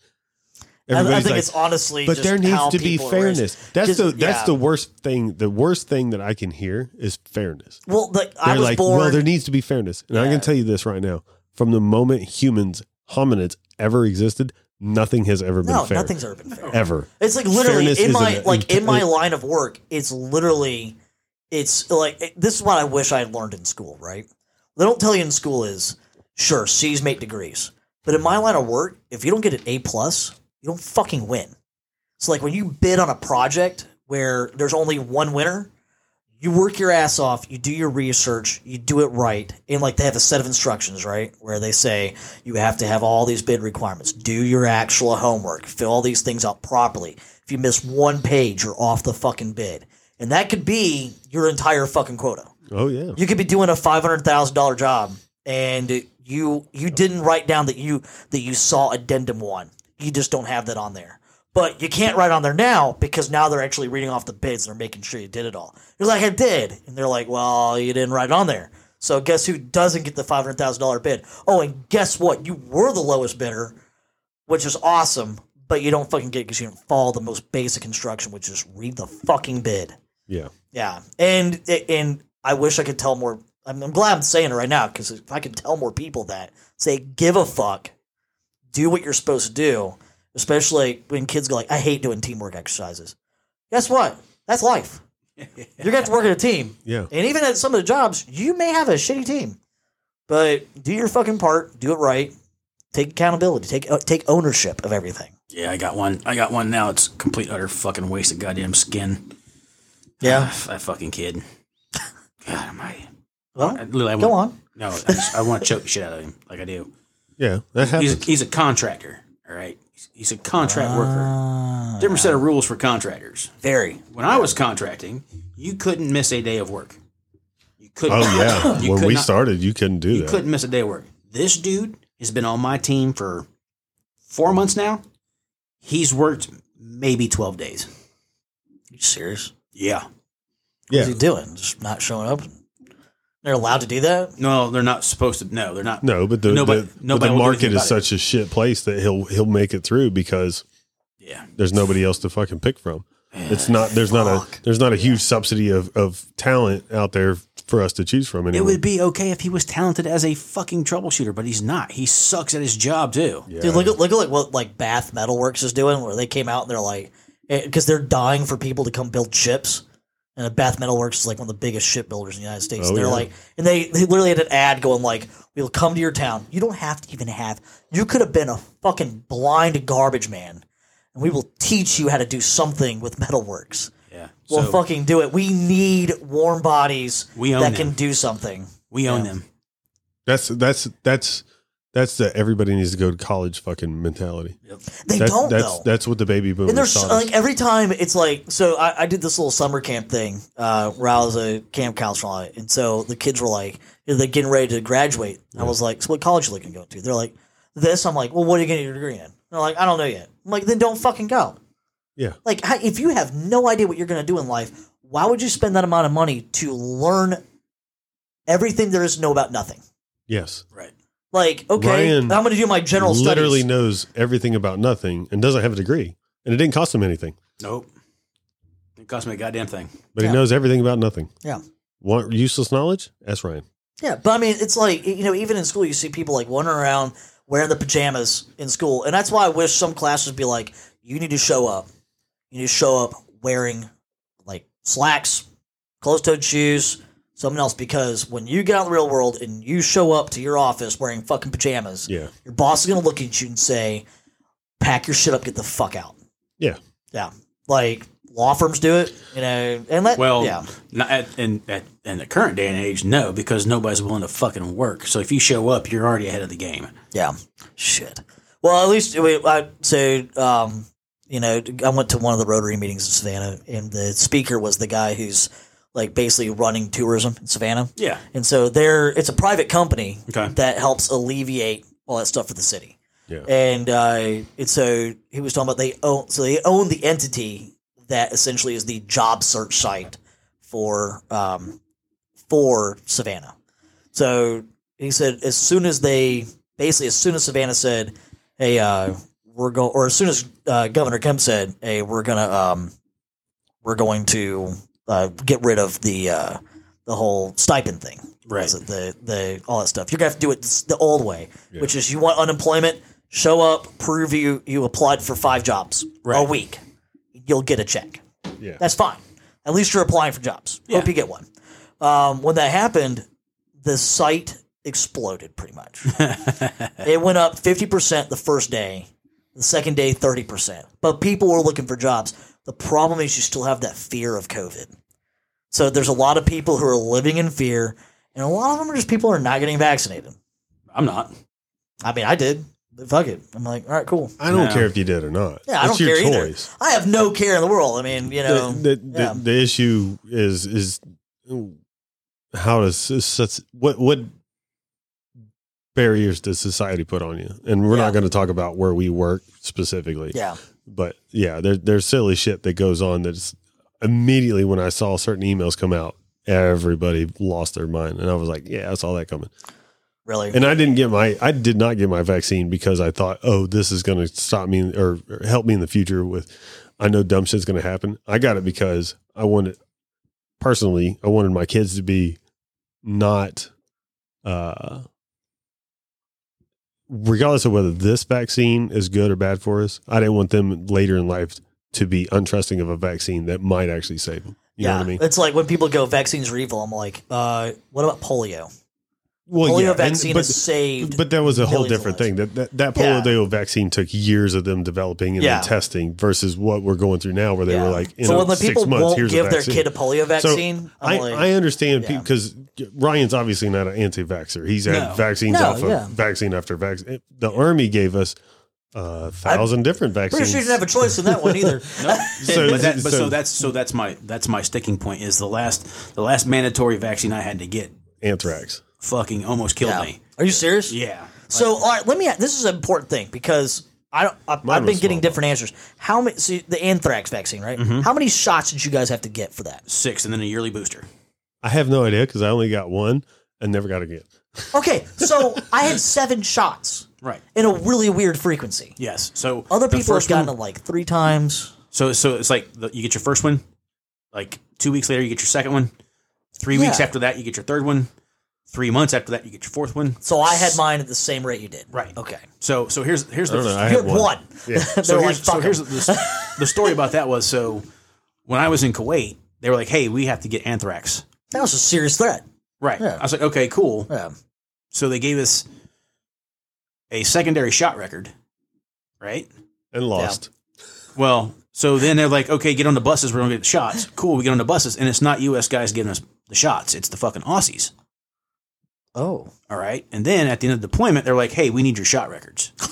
S5: I, I
S1: Everybody's
S5: think
S1: like,
S5: it's honestly.
S1: but
S5: just
S1: there needs
S5: how
S1: to be
S5: people are raised.
S1: fairness. That's
S5: Just-
S1: the that's
S5: yeah.
S1: the worst thing. The worst thing that I can hear is fairness.
S5: Well, like I
S1: They're
S5: was
S1: like,
S5: born.
S1: well, there needs to be fairness, and I
S5: Yeah.
S1: can tell you this right now: from the moment humans, hominids, ever existed, nothing has ever been
S5: no,
S1: fair.
S5: nothing's ever been fair.
S1: ever.
S5: It's like literally
S1: Fairness
S5: in
S1: is
S5: my
S1: an-
S5: like in my line of work. It's literally, it's like it- this is what I wish I had learned in school. Right? They don't tell you in school is sure C's make degrees, but in my line of work, if you don't get an A plus, you don't fucking win. So like when you bid on a project where there's only one winner, you work your ass off, you do your research, you do it right, and like they have a set of instructions, right? Where they say you have to have all these bid requirements, do your actual homework, fill all these things out properly. If you miss one page, you're off the fucking bid. And that could be your entire fucking quota.
S1: Oh yeah.
S5: You could be doing a five hundred thousand dollar job, and you you didn't write down that you that you saw addendum one. You just don't have that on there. But you can't write on there now because now they're actually reading off the bids. and They're making sure you did it all. You're like, I did, and they're like, Well, you didn't write it on there. So guess who doesn't get the five hundred thousand dollar bid? Oh, and guess what? You were the lowest bidder, which is awesome. But you don't fucking get because you didn't follow the most basic instruction, which is read the fucking bid.
S1: Yeah.
S5: Yeah, and and I wish I could tell more. I'm, I'm glad I'm saying it right now because if I could tell more people that say give a fuck, do what you're supposed to do, especially when kids go like, I hate doing teamwork exercises. Guess what? That's life. You're gonna have to work in a team,
S1: Yeah.
S5: and even at some of the jobs, you may have a shitty team, but do your fucking part, do it right, take accountability, take uh, take ownership of everything.
S2: yeah, I got one. I got one now. It's a complete utter fucking waste of goddamn skin.
S5: Yeah.
S2: Ah, that fucking kid. God, am I?
S5: Well,
S2: I literally, I
S5: go
S2: want-
S5: on.
S2: No, I, just, I want to choke the shit out of him like I do.
S1: Yeah. That happens.
S2: He's a, he's a contractor. All right, He's- he's a contract
S1: Ah.
S2: worker. Different set of rules for contractors.
S5: Very.
S2: When I was contracting, you couldn't miss a day of work. You couldn't.
S1: oh yeah.
S2: You
S1: when
S2: could
S1: we
S2: not-
S1: started, you couldn't do
S2: You
S1: that.
S2: couldn't miss a day of work. This dude has been on my team for four months now. He's worked maybe twelve days.
S5: You serious?
S2: Yeah.
S1: Yeah.
S5: What's he doing? Just not showing up. They're allowed to do that.
S2: No, they're not supposed to. No, they're not.
S1: No, but the,
S2: Nobody-
S1: the, but
S2: nobody
S1: the
S2: will do
S1: market
S2: anything
S1: is
S2: about it.
S1: such a shit place that he'll he'll make it through because
S2: Yeah.
S1: there's nobody else to fucking pick from. It's not there's not a there's not a huge subsidy of, of talent out there for us to choose from
S2: It
S1: anymore.
S2: would be okay if he was talented as a fucking troubleshooter, but he's not. He sucks at his job too.
S1: yeah.
S5: Dude, look at look at like what like Bath Metalworks is doing, where they came out and they're like, because they're dying for people to come build ships, and Bath Metalworks is like one of the biggest shipbuilders in the United States.
S1: Oh,
S5: they're
S1: yeah.
S5: like, and they they literally had an ad going like, "We'll come to your town. You don't have to even have. You could have been a fucking blind garbage man, and we will teach you how to do something with metalworks.
S2: Yeah.
S5: We'll
S2: So
S5: fucking do it. We need warm bodies
S2: We own
S5: that
S2: them.
S5: can do something."
S2: we own them.
S1: that's that's that's that's the everybody needs to go to college fucking mentality.
S5: They
S1: That-
S5: don't
S1: that's
S5: though.
S1: that's what the baby boomers
S5: and there's
S1: taught us.
S5: like every time it's like so I, I did this little summer camp thing uh, where I was a camp counselor and so the kids were like they're getting ready to graduate I was like so what college you looking to go to they're like this I'm like well what are you getting your degree in they're like I don't know yet I'm like then don't fucking go
S1: Yeah.
S5: like how, if you have no idea what you're going to do in life why would you spend that amount of money to learn everything there is to know about nothing
S1: Yes.
S2: Right.
S5: like okay
S1: Ryan
S5: I'm going to do my general
S1: literally
S5: studies
S1: knows everything about nothing and doesn't have a degree. And it didn't cost him anything.
S2: Nope. It cost me a goddamn thing.
S1: But
S5: Yeah.
S1: he knows everything about nothing.
S5: yeah
S1: Want useless knowledge? That's Ryan.
S5: Yeah, but I mean, it's like you know, even in school, you see people like wandering around wearing the pajamas in school, and that's why I wish some classes would be like, you need to show up, you need to show up wearing like slacks, closed-toed shoes, something else, because when you get out in the real world and you show up to your office wearing fucking pajamas,
S1: Yeah.
S5: your boss is gonna look at you and say, pack your shit up, get the fuck out.
S1: Yeah.
S5: Yeah, like law firms do it, you know, and let
S2: Well,
S5: yeah,
S2: not at, in at, in the current day and age, no, because nobody's willing to fucking work. So if you show up, you're already ahead of the game.
S5: yeah, shit. Well, at least we, I, so um, you know, I went to one of the Rotary meetings in Savannah, and the speaker was the guy who's like basically running tourism in Savannah.
S2: Yeah.
S5: and so they're it's a private company
S2: Okay.
S5: that helps alleviate all that stuff for the city.
S1: Yeah.
S5: and uh, and so he was talking about they own so they own the entity that essentially is the job search site for um, for Savannah. So he said, as soon as they basically, as soon as Savannah said, "Hey, uh, we're going," or as soon as uh, Governor Kemp said, "Hey, we're gonna, um, we're going to uh, get rid of the uh, the whole stipend thing,
S2: Right.
S5: So The the all that stuff. You're gonna have to do it the old way, which is you want unemployment, show up, prove you you applied for five jobs a
S2: Right.
S5: week, you'll get a check.
S1: Yeah.
S5: That's fine. At least you're applying for jobs.
S2: Yeah.
S5: Hope you get one. Um, when that happened, the site exploded pretty much. it went up 50% the first day, the second day, 30%. But people were looking for jobs. The problem is you still have that fear of COVID. So there's a lot of people who are living in fear, and a lot of them are just people who are not getting vaccinated.
S2: I'm not.
S5: I mean, I did. But fuck it. I'm like, all right, cool.
S1: I don't
S2: No.
S1: care if you did or not.
S5: Yeah, I
S1: it's
S5: don't
S1: your
S5: care
S1: choice.
S5: either. I have no care in the world. I mean, you know,
S1: the, the,
S5: yeah.
S1: the, the issue is is how does such what what barriers does society put on you and we're
S5: Yeah.
S1: not going to talk about where we work specifically
S5: yeah.
S1: but yeah there, there's silly shit that goes on that's immediately when i saw certain emails come out everybody lost their mind and i was like yeah i saw that coming
S5: Really?
S1: and i didn't get my i did not get my vaccine because i thought oh this is going to stop me or, or help me in the future with i know dumb shit's going to happen i got it because i wanted personally i wanted my kids to be not uh regardless of whether this vaccine is good or bad for us i didn't want them later in life to be untrusting of a vaccine that might actually save them you know what i mean
S5: It's like when people go vaccines are evil. I'm like, uh, what about polio?
S1: well
S5: polio
S1: and-
S5: vaccine
S1: but-
S5: has saved.
S1: But that was a whole
S5: millions of
S1: different
S5: lives.
S1: thing. That that, that
S5: Yeah.
S1: polio vaccine took years of them developing and
S5: Yeah.
S1: then testing versus what we're going through now, where they
S5: Yeah.
S1: were like, in
S5: so when the
S1: six
S5: people
S1: months,
S5: won't
S1: here's
S5: give
S1: a
S5: their
S1: vaccine.
S5: kid a polio vaccine,
S1: So
S5: I'm
S1: I,
S5: like,
S1: I understand
S5: Yeah.
S1: because Ryan's obviously not an anti-vaxxer. He's had
S2: No.
S1: vaccines
S5: No,
S1: off of
S5: yeah.
S1: vaccine after vaccine. The army gave us a thousand different
S5: pretty
S1: vaccines.
S5: sure you didn't have a choice in that one either.
S2: No.
S1: So-
S2: but, that, but so,
S1: so-
S2: that's so that's my that's my sticking point is the last the last mandatory vaccine I had to get
S1: Anthrax.
S2: fucking almost killed
S5: Yeah.
S2: me.
S5: Are you serious?
S2: Yeah.
S5: So all right, let me. This is an important thing because I don't. I, I've been
S1: was Mm-hmm.
S5: getting
S1: smallpox.
S5: different answers. How many? See, the anthrax vaccine, right? How many shots did you guys have to get for that?
S2: six and then a yearly booster.
S1: I have no idea because I only got one and never got again.
S5: Okay, so I had seven shots
S2: Right.
S5: in a really weird frequency.
S2: Yes. So
S5: Other
S2: the
S5: people have
S2: first
S5: gotten
S2: one-
S5: it like three times.
S2: so so it's like the, you get your first one, like two weeks later you get your second one, three weeks
S5: Yeah.
S2: after that you get your third one, three months after that you get your fourth one.
S5: So I had mine at the same rate you did.
S2: Right.
S5: Okay.
S2: So so here's here's
S1: I
S2: the
S1: don't know. I
S5: Good
S1: had one.
S5: one. They're
S2: so
S5: like,
S2: here's, so
S5: fuck 'em.
S2: here's the, the story about that was so when I was in Kuwait they were like hey we have to get anthrax.
S5: That was a serious threat.
S2: Right.
S5: Yeah.
S2: I was like okay cool.
S5: Yeah.
S2: So they gave us a secondary shot record, right?
S1: and lost.
S2: Well, so then they're like, okay, get on the buses. We're gonna get the shots. Cool, we get on the buses, and it's not U.S. guys giving us the shots. It's the fucking Aussies.
S5: Oh.
S2: All right. And then at the end of the deployment, they're like, hey, we need your shot records.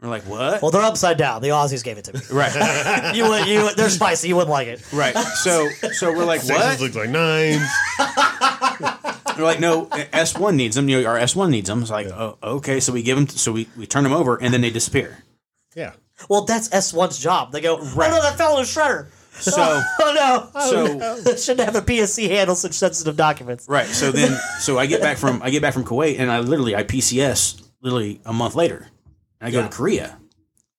S2: we're like, what?
S5: Well, they're upside down. The Aussies gave it to me.
S2: right.
S5: you would, you would, they're spicy. You wouldn't like it.
S2: Right. So, so we're like,
S1: Texas
S2: what?
S1: looked like nine.
S2: They're like, no, S one needs them. You know, our S one needs them. It's like, oh, okay. So we give them. So we, we turn them over, and then they disappear.
S1: yeah.
S5: Well, that's S1's job. They go,
S2: Right.
S5: oh no, that fell in the shredder.
S2: So
S5: Oh no. Oh,
S2: So-
S5: no. shouldn't have a PSC handle such sensitive documents.
S2: right. So then, so I get back from I get back from Kuwait, and I literally I PCS literally a month later, and I go to Korea,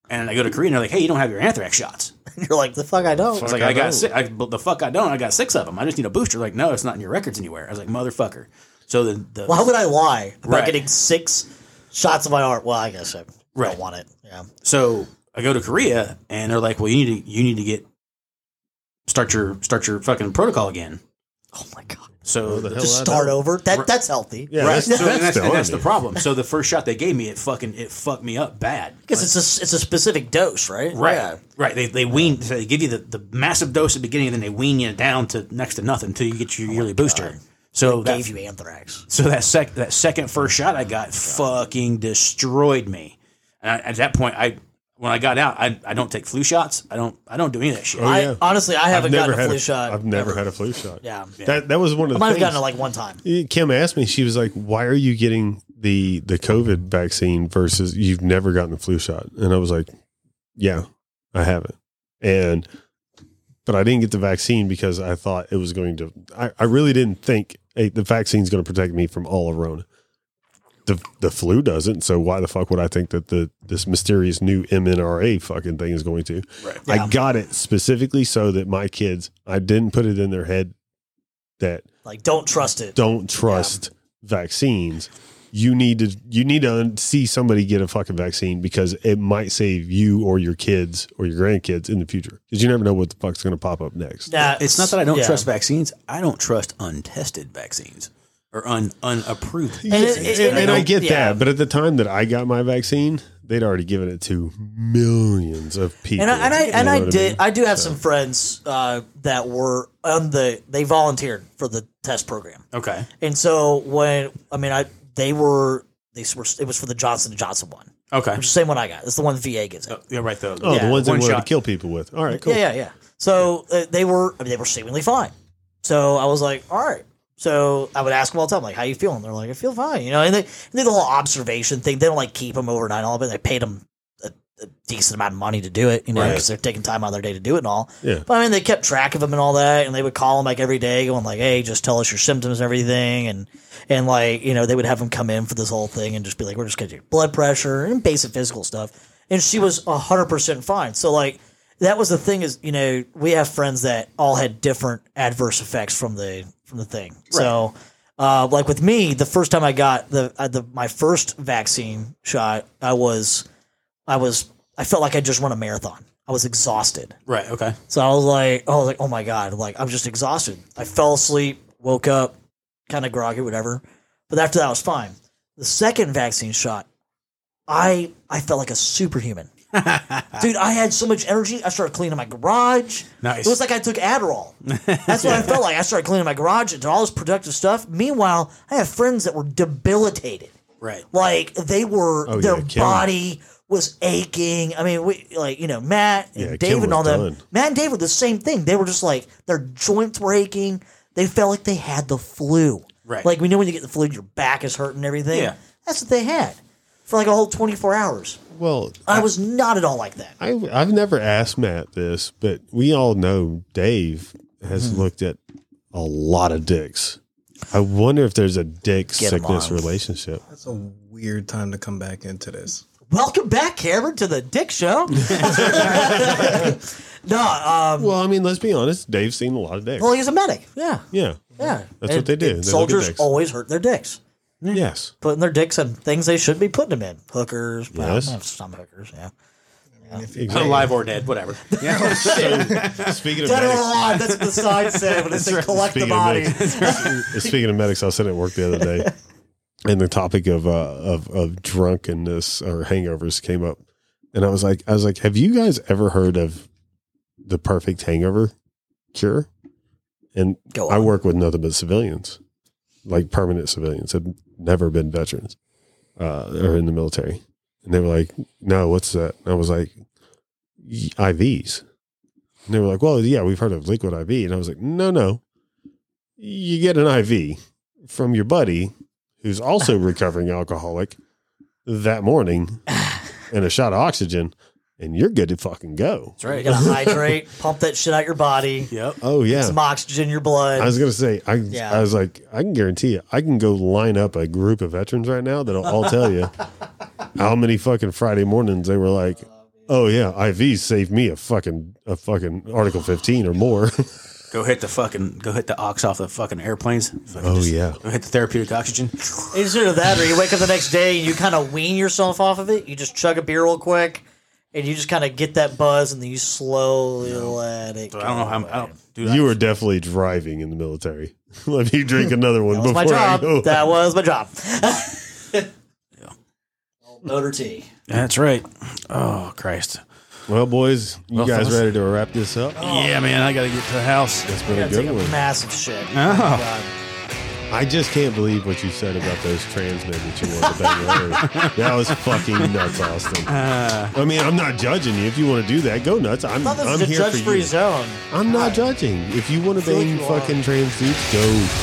S2: and I go to Korea, and they're like, hey, you don't have your anthrax shots.
S5: You're like, the fuck I don't.
S2: I was like, I, got si- I, but the fuck I don't. I got six of them. I just need a booster. Like, no, it's not in your records anywhere. I was like, motherfucker. So the, the
S5: Why would I lie about
S2: Right.
S5: getting six shots of my heart? Well, I guess I
S2: Right.
S5: don't want it. Yeah.
S2: so I go to Korea, and they're like, well, you need to you need to get start your start your fucking protocol again.
S5: Oh my god.
S2: So
S1: the hell
S5: Just
S1: I
S5: start
S1: don't-
S5: over. That that's healthy.
S1: Yeah,
S2: Right.
S1: that's,
S2: So and
S1: that's
S2: that's,
S1: the
S2: and that's the
S1: army.
S2: problem. So the first shot they gave me, it fucking it fucked me up bad.
S5: Because it's a it's a specific dose, right?
S2: Right.
S5: Yeah.
S2: Right. They, they wean, so they give you the, the massive dose at the beginning, then they wean you down to next to nothing until you get your yearly booster. So that,
S5: Gave you anthrax.
S2: so that sec, that second first shot I got fucking destroyed me. I And I, at that point, I when I got out, I, I don't take flu shots. I don't I don't do any of that shit.
S1: Oh,
S5: I
S1: yeah.
S5: honestly, I haven't
S1: never
S5: gotten a
S1: had
S5: flu shot.
S1: I've never had a flu shot.
S5: Yeah.
S1: That that was one of
S5: I
S1: the
S5: might have
S1: things.
S5: gotten it like one time.
S1: Kim asked me, she was like, Why are you getting the the COVID vaccine versus you've never gotten a flu shot? And I was like, Yeah, I haven't. And but I didn't get the vaccine because I thought it was going to I, I really didn't think hey, the vaccine's gonna protect me from all of Rona. The the flu doesn't, so why the fuck would I think that the this mysterious new MNRA fucking thing is going to? I got it specifically so that my kids I didn't put it in their head that
S5: Like, don't trust it.
S1: don't trust vaccines. You need to you need to un- see somebody get a fucking vaccine because it might save you or your kids or your grandkids in the future because you never know what the fuck's going to pop up next.
S5: That's-
S2: It's not that I don't
S5: yeah.
S2: trust vaccines. I don't trust untested vaccines or un, unapproved.
S5: And it-
S1: and,
S5: it-
S1: and
S5: and
S1: I
S5: it-
S1: get
S5: yeah.
S1: that, but at the time that I got my vaccine, they'd already given it to millions of people.
S5: And I and I,
S1: You
S5: and
S1: know
S5: I
S1: what
S5: did.
S1: mean?
S5: I do have some friends uh, that were on the. They volunteered for the test program,
S2: Okay.
S5: and so when I mean, I they were they were. It was for the Johnson and Johnson one,
S2: Okay.
S5: which is the same one I got. It's the one VA gives it.
S2: Yeah, right. Though.
S1: oh,
S5: yeah,
S1: the ones that
S2: one
S1: wanted
S2: shot.
S1: to kill people with. All right, cool.
S5: Yeah, yeah, yeah. So uh, they were, I mean, they were seemingly fine. So I was like, all right. So I would ask them all the time, like, how you feeling? They're like, I feel fine, you know. And they, and they do the whole observation thing. They don't like keep them overnight, and all, but they paid them a, a decent amount of money to do it, you know,
S1: Right.
S5: because they're taking time out of their day to do it and all.
S1: Yeah.
S5: But I mean, they kept track of them and all that, and they would call them like every day, going like, hey, just tell us your symptoms and everything, and and like you know, they would have them come in for this whole thing and just be like, we're just gonna do blood pressure and basic physical stuff. And she was hundred percent fine. So like that was the thing is you know we have friends that all had different adverse effects from the from the thing so uh, like with me the first time i got the, uh, the my first vaccine shot i was i was i felt like i just run a marathon i was exhausted
S2: Right. Okay.
S5: so i was like oh like oh my god like i'm just exhausted i fell asleep woke up kind of groggy whatever but after that I was fine the second vaccine shot i i felt like a superhuman Dude, I had so much energy. I started cleaning my garage.
S2: Nice.
S5: It was like I took Adderall. That's what I felt like. I started cleaning my garage and doing all this productive stuff. Meanwhile, I have friends that were debilitated.
S2: Right.
S5: Like they were,
S1: Oh,
S5: their
S1: yeah, Kim.
S5: body was aching. I mean, we like you know Matt and
S1: Yeah, Kim
S5: David and all
S1: was
S5: them.
S1: done.
S5: Matt and David, the same thing. They were just like their joints were aching. They felt like they had the flu.
S2: Right.
S5: Like we know when you get the flu, your back is hurting and everything.
S2: Yeah.
S5: That's what they had for like a whole twenty four hours.
S1: Well,
S5: I was not at all like that.
S1: I, I've never asked Matt this, but we all know Dave has
S5: Hmm.
S1: looked at a lot of dicks. I wonder if there's a dick
S5: Get 'em
S1: sickness
S5: on.
S1: relationship.
S4: That's a weird time to come back into this.
S5: Welcome back, Cameron, to the Dick Show. no, um,
S1: Well, I mean, let's be honest. Dave's seen a lot of dicks.
S5: well, he's a medic. Yeah,
S1: yeah.
S5: yeah.
S1: That's what they do. They look at
S5: soldiers
S1: dicks.
S5: always hurt their dicks,
S1: Yes.
S5: putting their dicks in things they should be putting them in. Hookers, well,
S1: Yes.
S5: not some hookers. Yeah,
S1: Exactly.
S2: Alive or dead, whatever. Yeah.
S1: Speaking of
S5: dead or
S1: medics,
S5: alive. That's what the sign said when it said collect the
S1: speaking of,
S5: body.
S1: medics speaking of medics, I said at work the other day, and the topic of uh, of of drunkenness or hangovers came up, and I was like, I was like, have you guys ever heard of the perfect hangover cure? And
S5: Go
S1: I
S5: on.
S1: work with nothing but civilians, like permanent civilians. Have never been veterans uh, or in the military, and they were like, "No, what's that?" And I was like, "Y- "IVs." And they were like, "Well, yeah, we've heard of liquid IV," and I was like, "No, no, you get an IV from your buddy who's also recovering alcoholic that morning, and a shot of oxygen, and you're good to fucking go."
S2: That's right.
S5: You gotta hydrate, pump that shit out your body.
S2: Yep.
S1: Oh yeah,
S5: Some oxygen in your blood.
S1: I was gonna say, I,
S5: Yeah.
S1: I was like, I can guarantee you, I can go line up a group of veterans right now that'll all tell you how many fucking Friday mornings they were like, oh yeah, IVs saved me a fucking a fucking Article 15 or more.
S2: Go hit the fucking go hit the ox off the fucking airplanes. Fucking
S1: Oh,
S2: just
S1: yeah.
S2: Go hit the therapeutic oxygen.
S5: It's either that or you wake up the next day and you kind of wean yourself off of it. You just chug a beer real quick and you just kind of get that buzz and then you slowly let it go.
S2: I don't know how. I don't, dude,
S1: you were definitely driving in the military. Let me drink another one
S5: That was
S1: before
S5: my
S1: I
S5: job.
S1: go.
S5: That was my job. Motor T.
S2: That's right. Oh Christ.
S1: well, boys, you
S2: Well,
S1: guys
S2: fellas.
S1: ready to wrap this up?
S2: Yeah, man. I gotta get to the house.
S1: It's been a
S5: Oh, Gotta take
S1: good
S5: a
S1: one.
S5: massive shit.
S2: Oh.
S5: God.
S1: I just can't believe what you said about those trans men that you wanted to bang later. That was fucking nuts, Austin. I mean, I'm not judging you. If you want to do that, go nuts. I'm,
S5: I thought this
S1: I'm
S5: was a
S1: here for
S5: judge-free
S1: you.
S5: zone.
S1: I'm not judging. If you want to
S5: Feel what
S1: bang
S5: you want.
S1: fucking trans dudes, go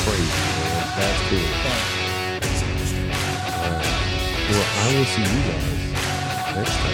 S1: crazy. Man. That's cool. All right. Well, I will see you guys next time.